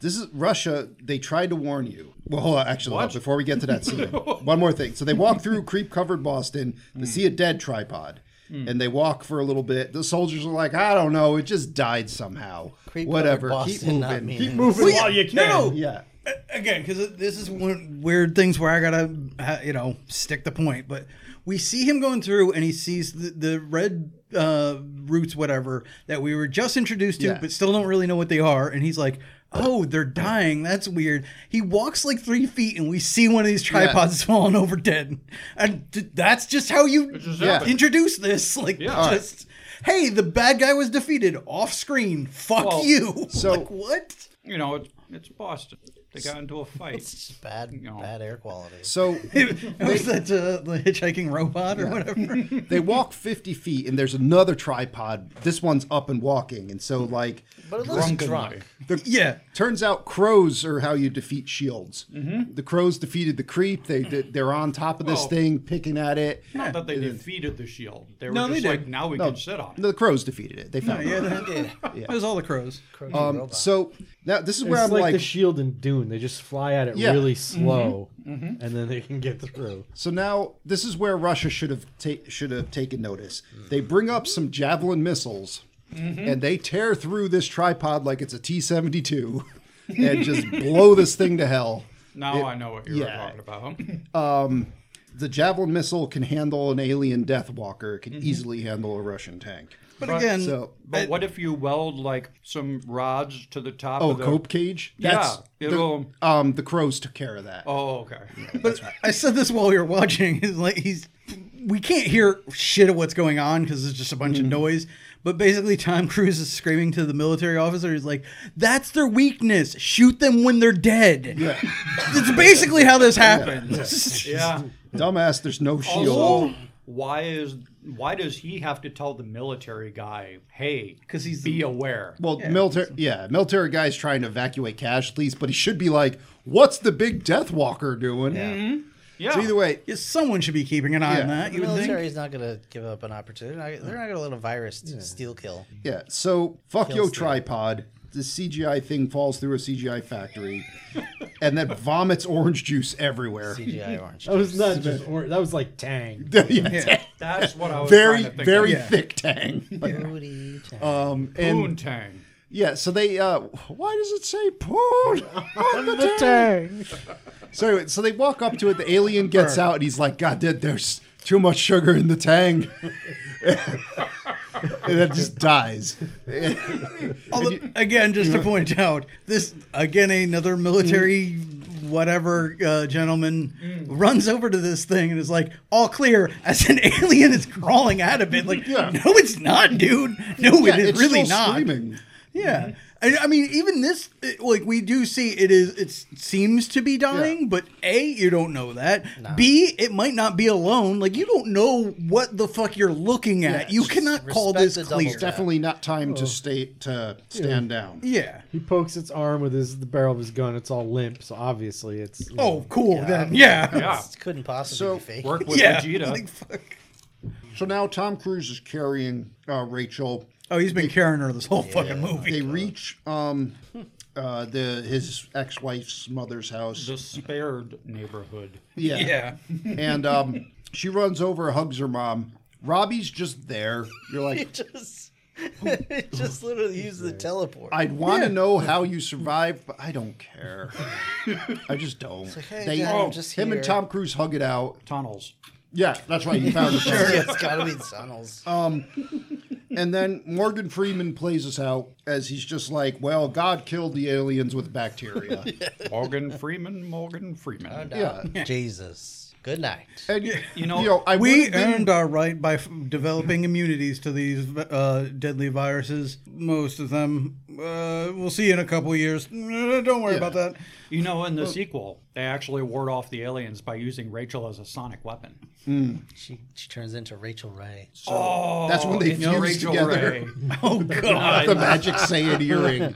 S1: this is Russia. They tried to warn you. Well, hold on. Actually, hold on, before we get to that scene, one more thing. So they walk through creep-covered Boston. They see a dead tripod. And they walk for a little bit. The soldiers are like, I don't know, it just died somehow.
S5: Creep-covered
S1: Whatever.
S5: Boston,
S1: Keep
S5: not
S1: moving.
S5: me.
S1: Keep moving.
S6: Well,
S7: Oh,
S6: yeah, No, no.
S1: Yeah.
S6: again because this is one weird things where i gotta ha- you know stick the point but we see him going through and he sees the, the red uh roots whatever that we were just introduced to
S1: Yeah.
S6: but still don't really know what they are and he's like oh they're dying that's weird he walks like three feet and we see one of these tripods falling over dead and th- that's just how you
S1: happened.
S6: introduce this like just hey the bad guy was defeated off screen fuck
S2: Well,
S6: you
S1: so-
S6: like what
S2: You know, it's, it's Boston. They got into a fight.
S5: It's just bad,
S2: No.
S5: bad air quality.
S1: So
S6: was that uh, the hitchhiking robot or whatever?
S1: they walk 50 feet and there's another tripod this one's up and walking and so like
S5: But it looks
S2: Drunkenly.
S5: drunk.
S6: yeah.
S1: turns out crows are how you defeat shields the crows defeated the creep they did, they're on top of this
S2: Well-
S1: thing picking at it
S2: Not that they defeated the shield. They were
S6: No, they
S2: just like,
S6: didn't.
S2: now we can sit on it.
S1: the crows defeated it they
S6: No,
S1: found
S6: yeah,
S1: it
S6: that, that was all the crows.
S1: um, so now this is
S7: It's
S1: where i'm
S7: like,
S1: like,
S7: the shield in Dune. They just fly at it
S1: Yeah.
S7: really slow, and then they can get through.
S1: so now this is where russia should have ta- should have taken notice they bring up some javelin missiles
S2: Mm-hmm.
S1: and they tear through this tripod like it's a t-72 and just blow this thing to hell
S2: Now I know what you were
S1: yeah.
S2: talking about.
S1: the javelin missile can handle an alien death walker it can
S2: Mm-hmm.
S1: easily handle a russian tank
S6: But, again,
S1: so
S2: But what if you weld like some rods to the top
S1: oh
S2: of the
S1: cope cage
S2: Yeah,
S1: the-
S2: it'll-
S1: um the crows took care of that
S2: Oh, okay.
S6: but I said this while we were watching. Is like he's we can't hear shit of what's going on because it's just a bunch of noise. But basically, Tom Cruise is screaming to the military officer. He's like, "That's their weakness. Shoot them when they're dead." Yeah. That's basically how this happens.
S2: Yeah.
S1: dumbass there's no shield
S2: Also, why is why does he have to tell the military guy, hey,
S6: 'Cause he's
S2: be
S6: the-
S2: aware?
S1: well military yeah military guys trying to evacuate casualties but he should be like what's the big death walker doing
S2: yeah.
S1: so either way
S6: Yeah, someone should be keeping an eye
S1: Yeah.
S6: on that.
S5: The
S6: You would think.
S5: military's not going to give up an opportunity. They're not, going to let a virus steal kill.
S1: yeah so fuck
S5: Kills
S1: yo
S5: them.
S1: tripod the CGI thing falls through a CGI factory, and then vomits orange juice everywhere.
S5: CGI orange.
S7: That was not just or, that was like Tang.
S1: Yeah, tang.
S2: That's what I was
S1: very
S2: trying to think
S1: very
S2: of.
S1: thick tang.
S5: Booty tang.
S1: Um, and
S2: Poontang.
S1: yeah, so they uh, why does it say poon on the tang? So anyway, so they walk up to it. The alien gets out, and he's like, "God, there- there's too much sugar in the tang," and it just dies.
S6: Although, again, just to point out, this again another military whatever uh, gentleman
S1: Mm.
S6: runs over to this thing and is like, "All clear," as an alien is crawling out of it. Like,
S1: Yeah.
S6: no, it's not, dude. No,
S1: Yeah,
S6: it is
S1: it's
S6: really
S1: still
S6: not.
S1: Screaming. Mm-hmm.
S6: Yeah. I, I mean, even this, it- like we do see, it is it seems to be dying, but a you don't know that. B it might not be alone. Like you don't know what the fuck you're looking at. you cannot call
S5: respect
S6: this
S5: the double
S6: clear.
S5: tap.
S1: Definitely not time to stay to stand down.
S6: Yeah.
S7: He pokes its arm with his the barrel of his gun. It's all limp, so obviously it's. you
S6: Oh,
S7: know.
S6: cool then. Yeah.
S2: Yeah.
S5: This couldn't possibly
S1: So-
S5: be fake.
S2: Work with
S6: yeah.
S2: Vegeta.
S6: Like, fuck.
S1: So now Tom Cruise is carrying uh, Rachel.
S6: Oh, he's been carrying her this whole fucking movie.
S1: They reach um, uh, the his ex wife's mother's house.
S2: the spared neighborhood.
S1: Yeah.
S6: Yeah.
S1: And um, she runs over, hugs her mom. Robbie's just there. You're like,
S5: It just, it just literally used the teleport.
S1: I'd want to know how you survived, but I don't care. I just don't.
S5: hey, Dad, I'm just
S1: him
S5: here.
S1: and Tom Cruise hug it out.
S2: Tunnels.
S1: Yeah, that's right. You found the sure.
S5: yeah, it's gotta be the tunnels.
S1: And then Morgan Freeman plays us out as he's just like, well, God killed the aliens with bacteria.
S2: Morgan Freeman, Morgan Freeman.
S1: yeah.
S5: Jesus. Good night.
S1: And, you
S2: You
S1: know,
S2: know,
S1: I
S6: We
S1: would've been-
S6: earned our right by f- developing immunities to these uh, deadly viruses. Most of them. Uh, we'll see in a couple of years. Uh, Don't worry about that.
S2: You know, in the sequel, they actually ward off the aliens by using Rachel as a sonic weapon.
S5: She she turns into Rachel Ray.
S2: Oh,
S1: That's when they
S2: it's
S1: fused
S2: Rachel
S1: together.
S2: Ray.
S6: Oh god.
S1: the magic Saiyan earring.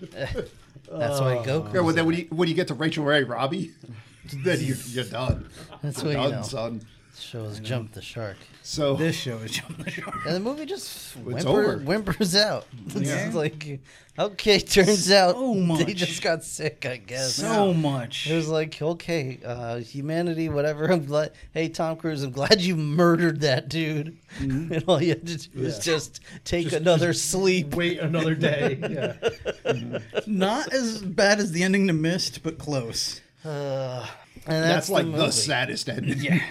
S5: That's why Goku.
S1: Yeah, well, then when you, when you get to Rachel Ray Robbie, then you, you're done.
S5: That's what you
S1: done,
S5: know.
S1: son.
S5: Shows jump the shark.
S1: So
S6: this show is jumping the shark.
S5: And the movie just
S1: over.
S5: whimper, whimpers out. It's like, okay, turns out they
S6: much.
S5: just got sick, I guess.
S6: So much.
S5: It was like, okay, uh, humanity, whatever. I'm glad. Hey, Tom Cruise, I'm glad you murdered that dude. And all you had to do was Mm-hmm. just take another sleep.
S7: Wait another day. Yeah.
S6: Not as bad as the ending to Mist, but close.
S5: Uh, and
S1: that's,
S5: that's,
S1: like
S5: the,
S1: the,
S5: movie.
S1: saddest ending.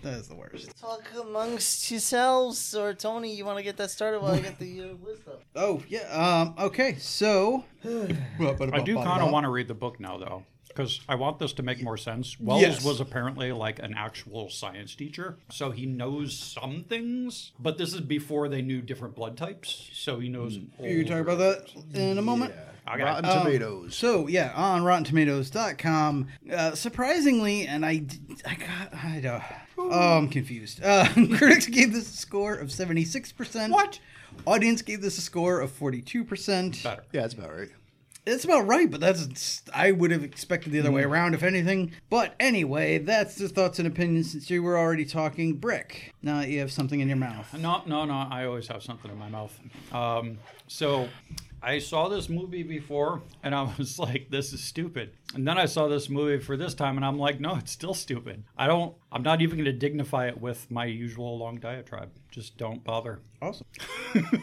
S6: That is the worst.
S5: Talk amongst yourselves, or Tony, you want to get that started while I get the uh, list up.
S6: Oh yeah. Um. Okay. So.
S2: I do kind of want to read the book now, though, because I want this to make more sense. Wells
S6: Yes.
S2: was apparently like an actual science teacher, so he knows some things, but this is before they knew different blood types, so he knows.
S6: Hmm. You talk about that in a moment.
S2: I got
S1: Rotten
S2: it.
S1: Tomatoes.
S6: So yeah, on RottenTomatoes.com, uh, surprisingly, and I, d- I got, I don't, oh, I'm confused. Uh, critics gave this a score of seventy-six percent. What? Audience gave this a score of forty-two percent.
S2: better.
S1: Yeah, that's about right.
S6: It's about right, but that's I would have expected the other
S5: Mm.
S6: way around, if anything. But anyway, that's the thoughts and opinions. Since you were already talking brick, now that you have something in your mouth.
S2: No, no, no. I always have something in my mouth. Um, so I saw this movie before and I was like, this is stupid. And then I saw this movie for this time and I'm like, no, it's still stupid. I don't, I'm not even going to dignify it with my usual long diatribe. Just don't bother.
S6: Awesome,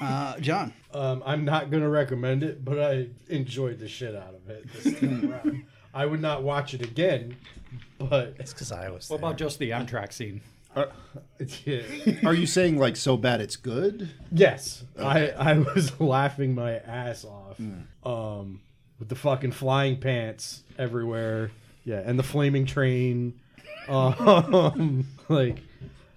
S6: uh, John.
S7: Um, I'm not gonna recommend it, but I enjoyed the shit out of it. This time around. I would not watch it again, but
S5: It's because I was.
S2: What about just the Amtrak scene?
S7: yeah.
S1: Are you saying like so bad it's good?
S7: Yes, I I was laughing my ass off. Um, with the fucking flying pants everywhere. Yeah, and the flaming train. Um, like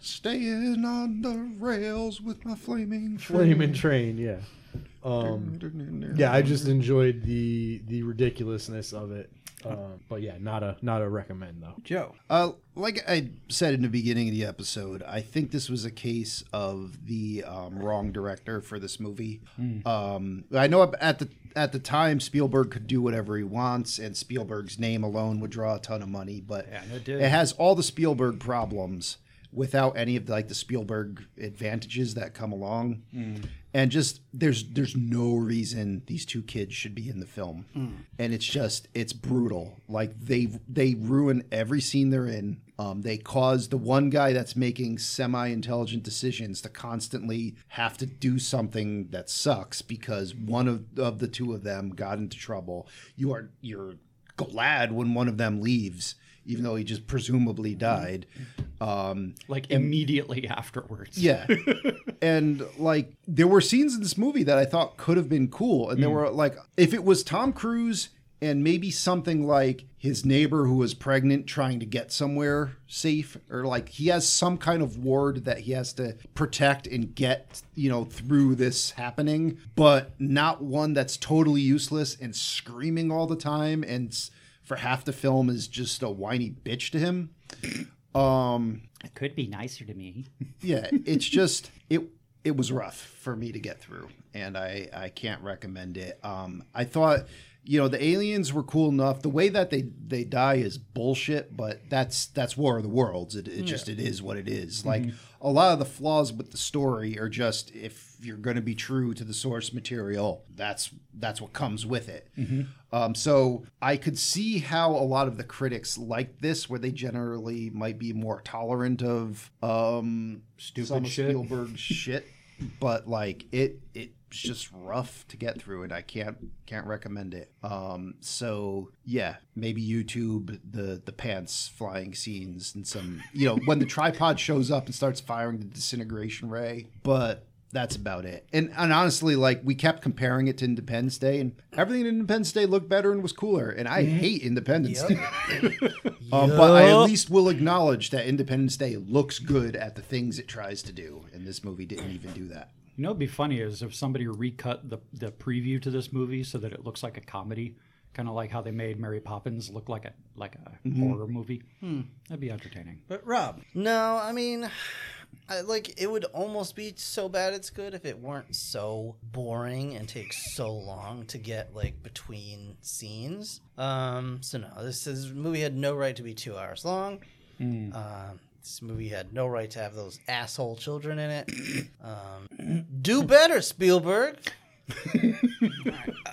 S1: Staying on the rails with my flaming flame.
S7: flaming train. Yeah. Um, yeah, I just enjoyed the the ridiculousness of it. Um, but yeah, not a not a recommend though.
S6: Joe.
S1: Uh, like I said in the beginning of the episode, I think this was a case of the um, wrong director for this movie. Um, I know at the at the time Spielberg could do whatever he wants, and Spielberg's name alone would draw a ton of money. But
S2: Yeah, and it did.
S1: has all the Spielberg problems. without any of the, like the Spielberg advantages that come along. And just there's there's no reason these two kids should be in the film. And it's just it's brutal. Like they they ruin every scene they're in. Um, they cause the one guy that's making semi-intelligent decisions to constantly have to do something that sucks because one of, of the two of them got into trouble. You are you're glad when one of them leaves, even though he just presumably died. Um,
S2: like immediately afterwards.
S1: yeah. and like there were scenes in this movie that I thought could have been cool. And there were like if it was Tom Cruise and maybe something like his neighbor who was pregnant trying to get somewhere safe or like he has some kind of ward that he has to protect and get you know through this happening but not one that's totally useless and screaming all the time and s- for half the film is just a whiny bitch to him
S8: It could be nicer to me.
S1: yeah, it's just it it was rough for me to get through, and I I can't recommend it. Um, I thought you know the aliens were cool enough. The way that they they die is bullshit, but that's that's War of the Worlds. It, it just it is what it is. Like a lot of the flaws with the story are just if you're going to be true to the source material, that's that's what comes with it. Um, so I could see how a lot of the critics like this, where they generally might be more tolerant of um, stupid some of
S2: shit.
S1: Spielberg shit, but like it, it's just rough to get through, and I can't can't recommend it. Um, so yeah, maybe YouTube the the pants flying scenes and some you know when the tripod shows up and starts firing the disintegration ray, but that's about it. And and honestly, like we kept comparing it to Independence Day, and everything in Independence Day looked better and was cooler. And I hate Independence
S5: Yep.
S1: Day, um, but I at least will acknowledge that Independence Day looks good at the things it tries to do, and this movie didn't even do that.
S2: You know, what'd be funny is if somebody recut the the preview to this movie so that it looks like a comedy, kind of like how they made Mary Poppins look like a like a
S6: Mm-hmm.
S2: horror movie. That'd be entertaining.
S6: But Rob,
S5: No, I mean, I, like it would almost be so bad it's good if it weren't so boring and takes so long to get like between scenes. Um, so no, this is movie had no right to be two hours long. Um, this movie had no right to have those asshole children in it. Um, do better, Spielberg.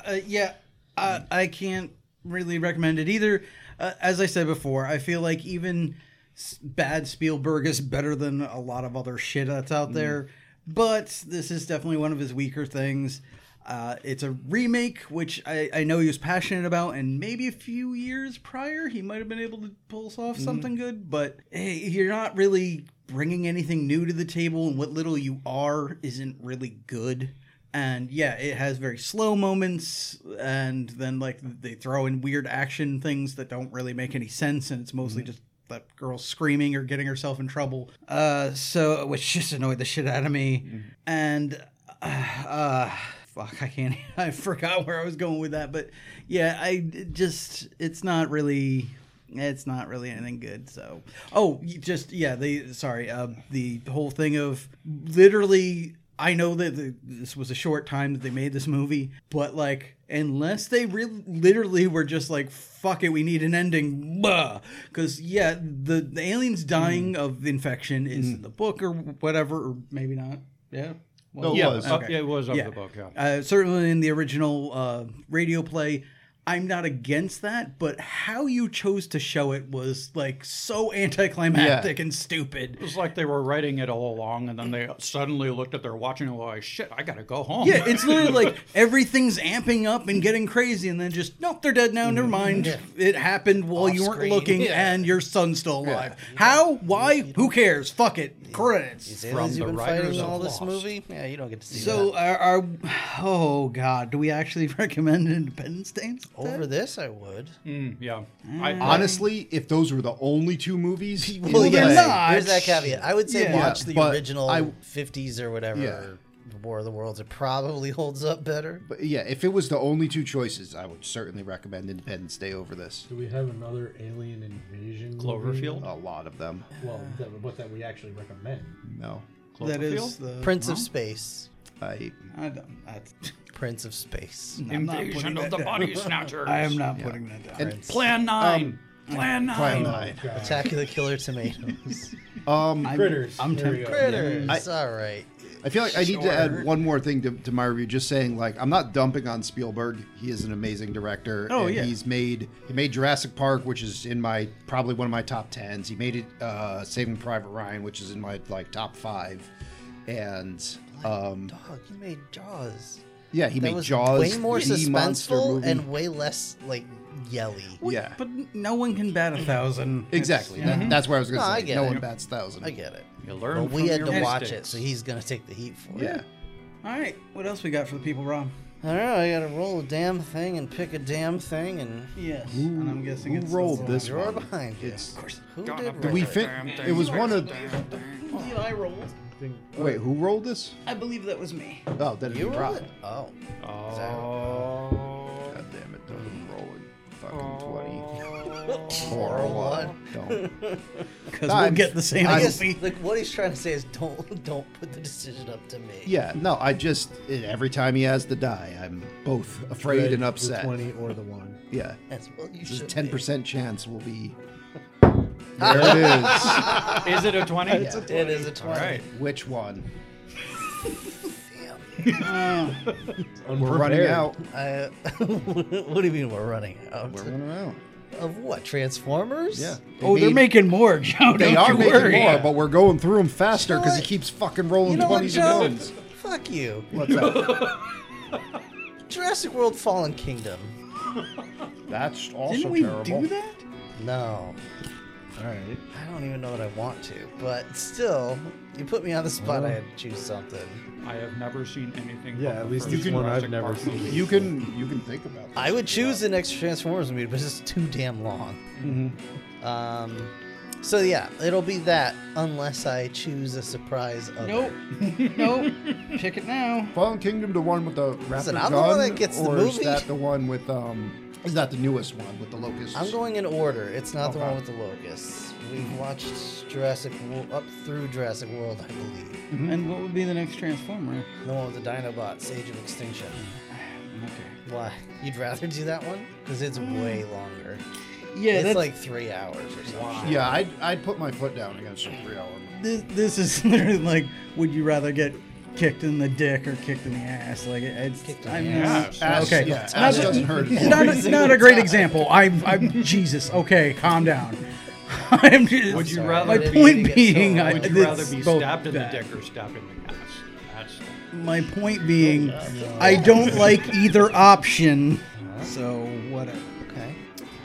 S6: uh, yeah, uh, I can't really recommend it either. Uh, as I said before, I feel like even s- bad Spielberg is better than a lot of other shit that's out there. But this is definitely one of his weaker things. Uh, it's a remake, which I, I know he was passionate about, and maybe a few years prior he might have been able to pull off something good. But hey, you're not really bringing anything new to the table, and what little you are isn't really good and yeah it has very slow moments and then like they throw in weird action things that don't really make any sense and it's mostly just that girl screaming or getting herself in trouble uh so which just annoyed the shit out of me
S5: Mm-hmm.
S6: and uh, uh fuck i can't i forgot where i was going with that but yeah i it just it's not really it's not really anything good so oh you just yeah they sorry uh, the whole thing of literally i know that the, this was a short time that they made this movie but like unless they really literally were just like fuck it we need an ending because yeah the, the aliens dying of infection is in the book or whatever or maybe not yeah well,
S1: No, it
S2: Yeah,
S1: was.
S2: uh, yeah, it was over
S6: Yeah.
S2: the book. Yeah.
S6: uh, certainly in the original uh, radio play. I'm not against that, but how you chose to show it was like so anticlimactic and stupid.
S2: It's like they were writing it all along, and then they suddenly looked at their watch and were like, "Shit, I gotta go home."
S6: Yeah, it's literally like everything's amping up and getting crazy, and then just nope, they're dead now.
S5: Mm-hmm.
S6: Never mind, it happened while you weren't
S5: Off-screen.
S6: looking,
S5: Yeah.
S6: and your son's still alive. How? Why? Who cares? Fuck it. Credits.
S5: These aliens you've
S2: the
S5: been
S2: writers
S5: fighting
S2: of
S5: all this
S2: Lost.
S5: movie. Yeah, you don't get to see
S6: So,
S5: that.
S6: are, are oh god, do we actually recommend Independence Day? instead?
S5: Over this, I would.
S2: Mm, yeah. I,
S1: Honestly, if those were the only two movies, in
S5: Well,
S1: the
S6: they're
S5: yes.
S1: day-
S6: not.
S5: Here's that caveat. I would say
S6: Yeah.
S5: watch the
S1: But
S5: original
S1: I-
S5: 50s or whatever
S1: Yeah.
S5: War of the Worlds. It probably holds up better.
S1: But yeah, if it was the only two choices, I would certainly recommend Independence Day over this.
S7: Do we have another alien invasion?
S2: Cloverfield.
S1: A lot of them.
S7: Well, that, what that we actually recommend.
S1: No,
S6: that is
S2: Cloverfield?
S6: the
S5: Prince of Space.
S1: I
S6: I don't. That's,
S5: Prince of Space.
S6: I'm not
S2: Invasion
S6: putting
S2: of
S6: that
S2: the
S6: down.
S2: Body Snatchers.
S6: I am not putting that down.
S1: and
S2: Plan nine. Plan nine.
S1: Plan nine.
S7: Uh,
S5: Attack of the Killer Tomatoes.
S1: Um,
S6: I'm,
S3: Critters.
S6: I'm
S3: There we
S6: tempted.
S3: go.
S5: Critters. All right.
S1: I feel like I need to add one more thing to, to my review. Just saying, like, I'm not dumping on Spielberg. He is an amazing director.
S6: Oh,
S1: and
S6: yeah.
S1: He's made he made Jurassic Park, which is in my probably one of my top tens. He made it uh, Saving Private Ryan, which is in my like top five. And um,
S5: Dog, you made Jaws.
S1: yeah, he
S5: That
S1: made
S5: was
S1: Jaws,
S5: way more
S1: the monster
S5: suspenseful
S1: movie.
S5: and way less like yelly.
S6: Well,
S1: Yeah.
S6: But no one can bat a thousand.
S1: exactly. Mm-hmm.
S6: Mm-hmm.
S1: That, that's what I was gonna
S5: No, I
S1: say.
S5: get
S1: no
S5: it.
S1: one bats thousand.
S5: I get it.
S2: You learn
S5: But we
S2: from
S5: had
S2: your
S5: to watch it,
S2: mistakes.
S5: so he's gonna take the heat for
S1: Yeah.
S5: it.
S6: All right. What else we got for the people, Rob?
S5: All right, I gotta roll a damn thing and pick a damn thing, and
S6: Yes. and I'm guessing
S1: who
S6: it's
S1: rolled this
S5: you're
S1: one?
S5: behind you.
S1: It's
S5: Who did
S1: do
S5: roll
S1: we
S5: it?
S1: fit. It was one of.
S6: I rolled.
S1: Wait, who rolled this?
S6: I believe that was me.
S1: Oh, that
S5: You
S1: be
S5: roll
S1: Rob.
S5: it? Oh,
S2: Oh.
S1: God damn it! Don't roll it. Fucking twenty.
S5: Or what?
S1: Don't.
S6: Because
S1: I'm-
S6: we'll get the same.
S1: I
S5: I
S1: I'm-
S5: guess
S6: penalty.
S5: like what he's trying to say is don't don't put the decision up to me.
S1: Yeah, no, I just every time he has to die, I'm both afraid
S7: Red,
S1: and
S7: the
S1: upset.
S7: Twenty or the one.
S1: Yeah,
S5: That's well, you
S1: there's a
S5: should.
S1: ten
S5: be.
S1: percent chance we'll be. There it is.
S6: Um,
S2: Is it a 20?
S5: It is a twenty.
S2: All right.
S1: Which one? We're
S7: Unprepared.
S1: running out.
S5: I, what do you mean we're running out?
S1: We're running out.
S5: of what? Transformers?
S1: Yeah.
S6: oh, they're
S1: made-
S6: making more, Joe. Don't
S1: They are
S6: you
S1: making
S6: worry.
S1: more, but we're going through them faster
S5: You know
S1: because he
S5: what?
S1: keeps fucking rolling
S5: You know what,
S1: twenties
S5: Joe?
S1: and ones.
S5: Fuck you.
S1: What's up?
S5: Jurassic World Fallen Kingdom.
S1: That's also
S6: Didn't we
S1: terrible.
S6: do that?
S5: No.
S7: All right.
S5: I don't even know what I want to, but still, you put me on the spot. I had to choose something.
S2: I have never seen anything.
S7: Yeah,
S2: from
S7: at
S2: the
S7: least
S2: first
S7: it's one I've
S2: Jurassic
S7: never
S2: Park
S7: seen.
S2: movie.
S1: You can you can think about. This
S5: I would choose the next Transformers movie, but it's too damn long.
S1: Mm-hmm.
S5: Um, so yeah, it'll be that unless I choose a surprise. Other.
S6: Nope. nope. Check it now.
S1: Fallen Kingdom, the one with the raptor
S5: Listen, I'm the
S1: gun,
S5: one that gets the
S1: or is
S5: movie.
S1: that the one with um? Is that the newest one with the locusts?
S5: I'm going in order. It's not the
S1: Okay.
S5: one with the locusts. We've watched Jurassic World up through Jurassic World, I believe.
S2: Mm-hmm.
S6: And what would be the next Transformer?
S5: The one with the Dinobots, Age of Extinction.
S6: Okay.
S5: Why? You'd rather do that one? Because it's
S1: Mm.
S5: way longer.
S6: Yeah,
S5: it's
S6: that's like
S5: like three hours or something.
S1: Yeah, I'd, I'd put my foot down against a three hour movie.
S6: this, this is literally like, would you rather get kicked in the dick or kicked in the ass? Like, it- it's
S5: Kicked in
S6: I'm
S5: the
S6: not-
S1: ass. Ass,
S6: okay.
S1: yeah,
S6: Not
S1: ass
S6: a-
S1: doesn't hurt as
S6: Not,
S5: every
S6: a, not
S5: single
S6: a great
S5: time.
S6: example. I'm, I'm Jesus. Okay, calm down. I'm just,
S2: Would you
S5: Sorry.
S2: rather
S6: my
S2: be-
S6: point
S5: Get so-
S6: being, I,
S2: Would
S6: it's
S2: you rather be
S6: both
S2: stabbed in the
S6: bad.
S2: dick or stabbed in the ass? That's
S6: My point being, I don't like either option. So whatever.
S5: Okay.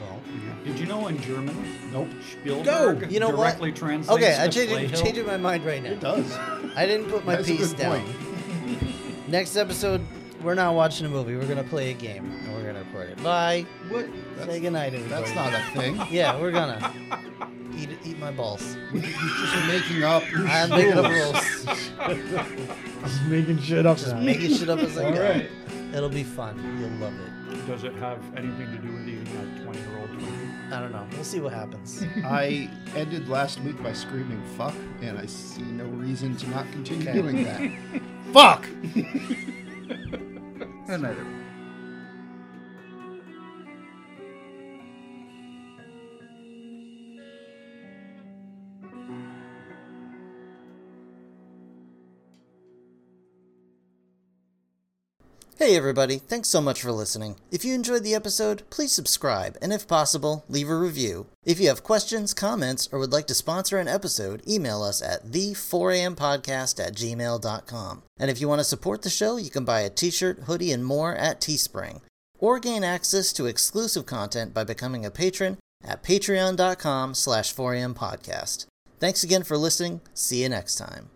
S5: Well,
S2: Did you know in German? Nope.
S6: Go!
S2: Spielberg
S5: you know
S2: directly
S5: what?
S2: translates
S5: Okay,
S2: to
S5: I changed,
S2: Playhill.
S5: changing my mind right now.
S1: does.
S5: I didn't put my
S1: That's a
S5: piece
S1: good
S5: down.
S1: point.
S5: Next episode, we're not watching a movie. We're gonna play a game and we're gonna record it. Bye.
S1: What?
S5: Say
S1: That's,
S5: goodnight, everybody.
S1: that's not a thing.
S5: Yeah, we're gonna eat eat my balls.
S1: Just making up.
S5: I'm making up rules.
S7: Just making shit up. now.
S5: making shit up as I
S7: All
S5: go.
S7: right.
S5: It'll be fun. You'll love it.
S2: Does it have anything to do with eating a 20 year old movie?
S5: I don't know. We'll see what happens.
S1: I ended last week by screaming fuck, and I see no reason to not continue
S5: Okay.
S1: doing that. fuck! Good night, everyone.
S5: Hey everybody, thanks so much for listening. If you enjoyed the episode, please subscribe and if possible, leave a review. If you have questions, comments, or would like to sponsor an episode, email us at the 4ampodcast at gmail.com. And if you want to support the show, you can buy a t-shirt, hoodie, and more at Teespring. Or gain access to exclusive content by becoming a patron at patreon.com slash 4ampodcast. Thanks again for listening. See you next time.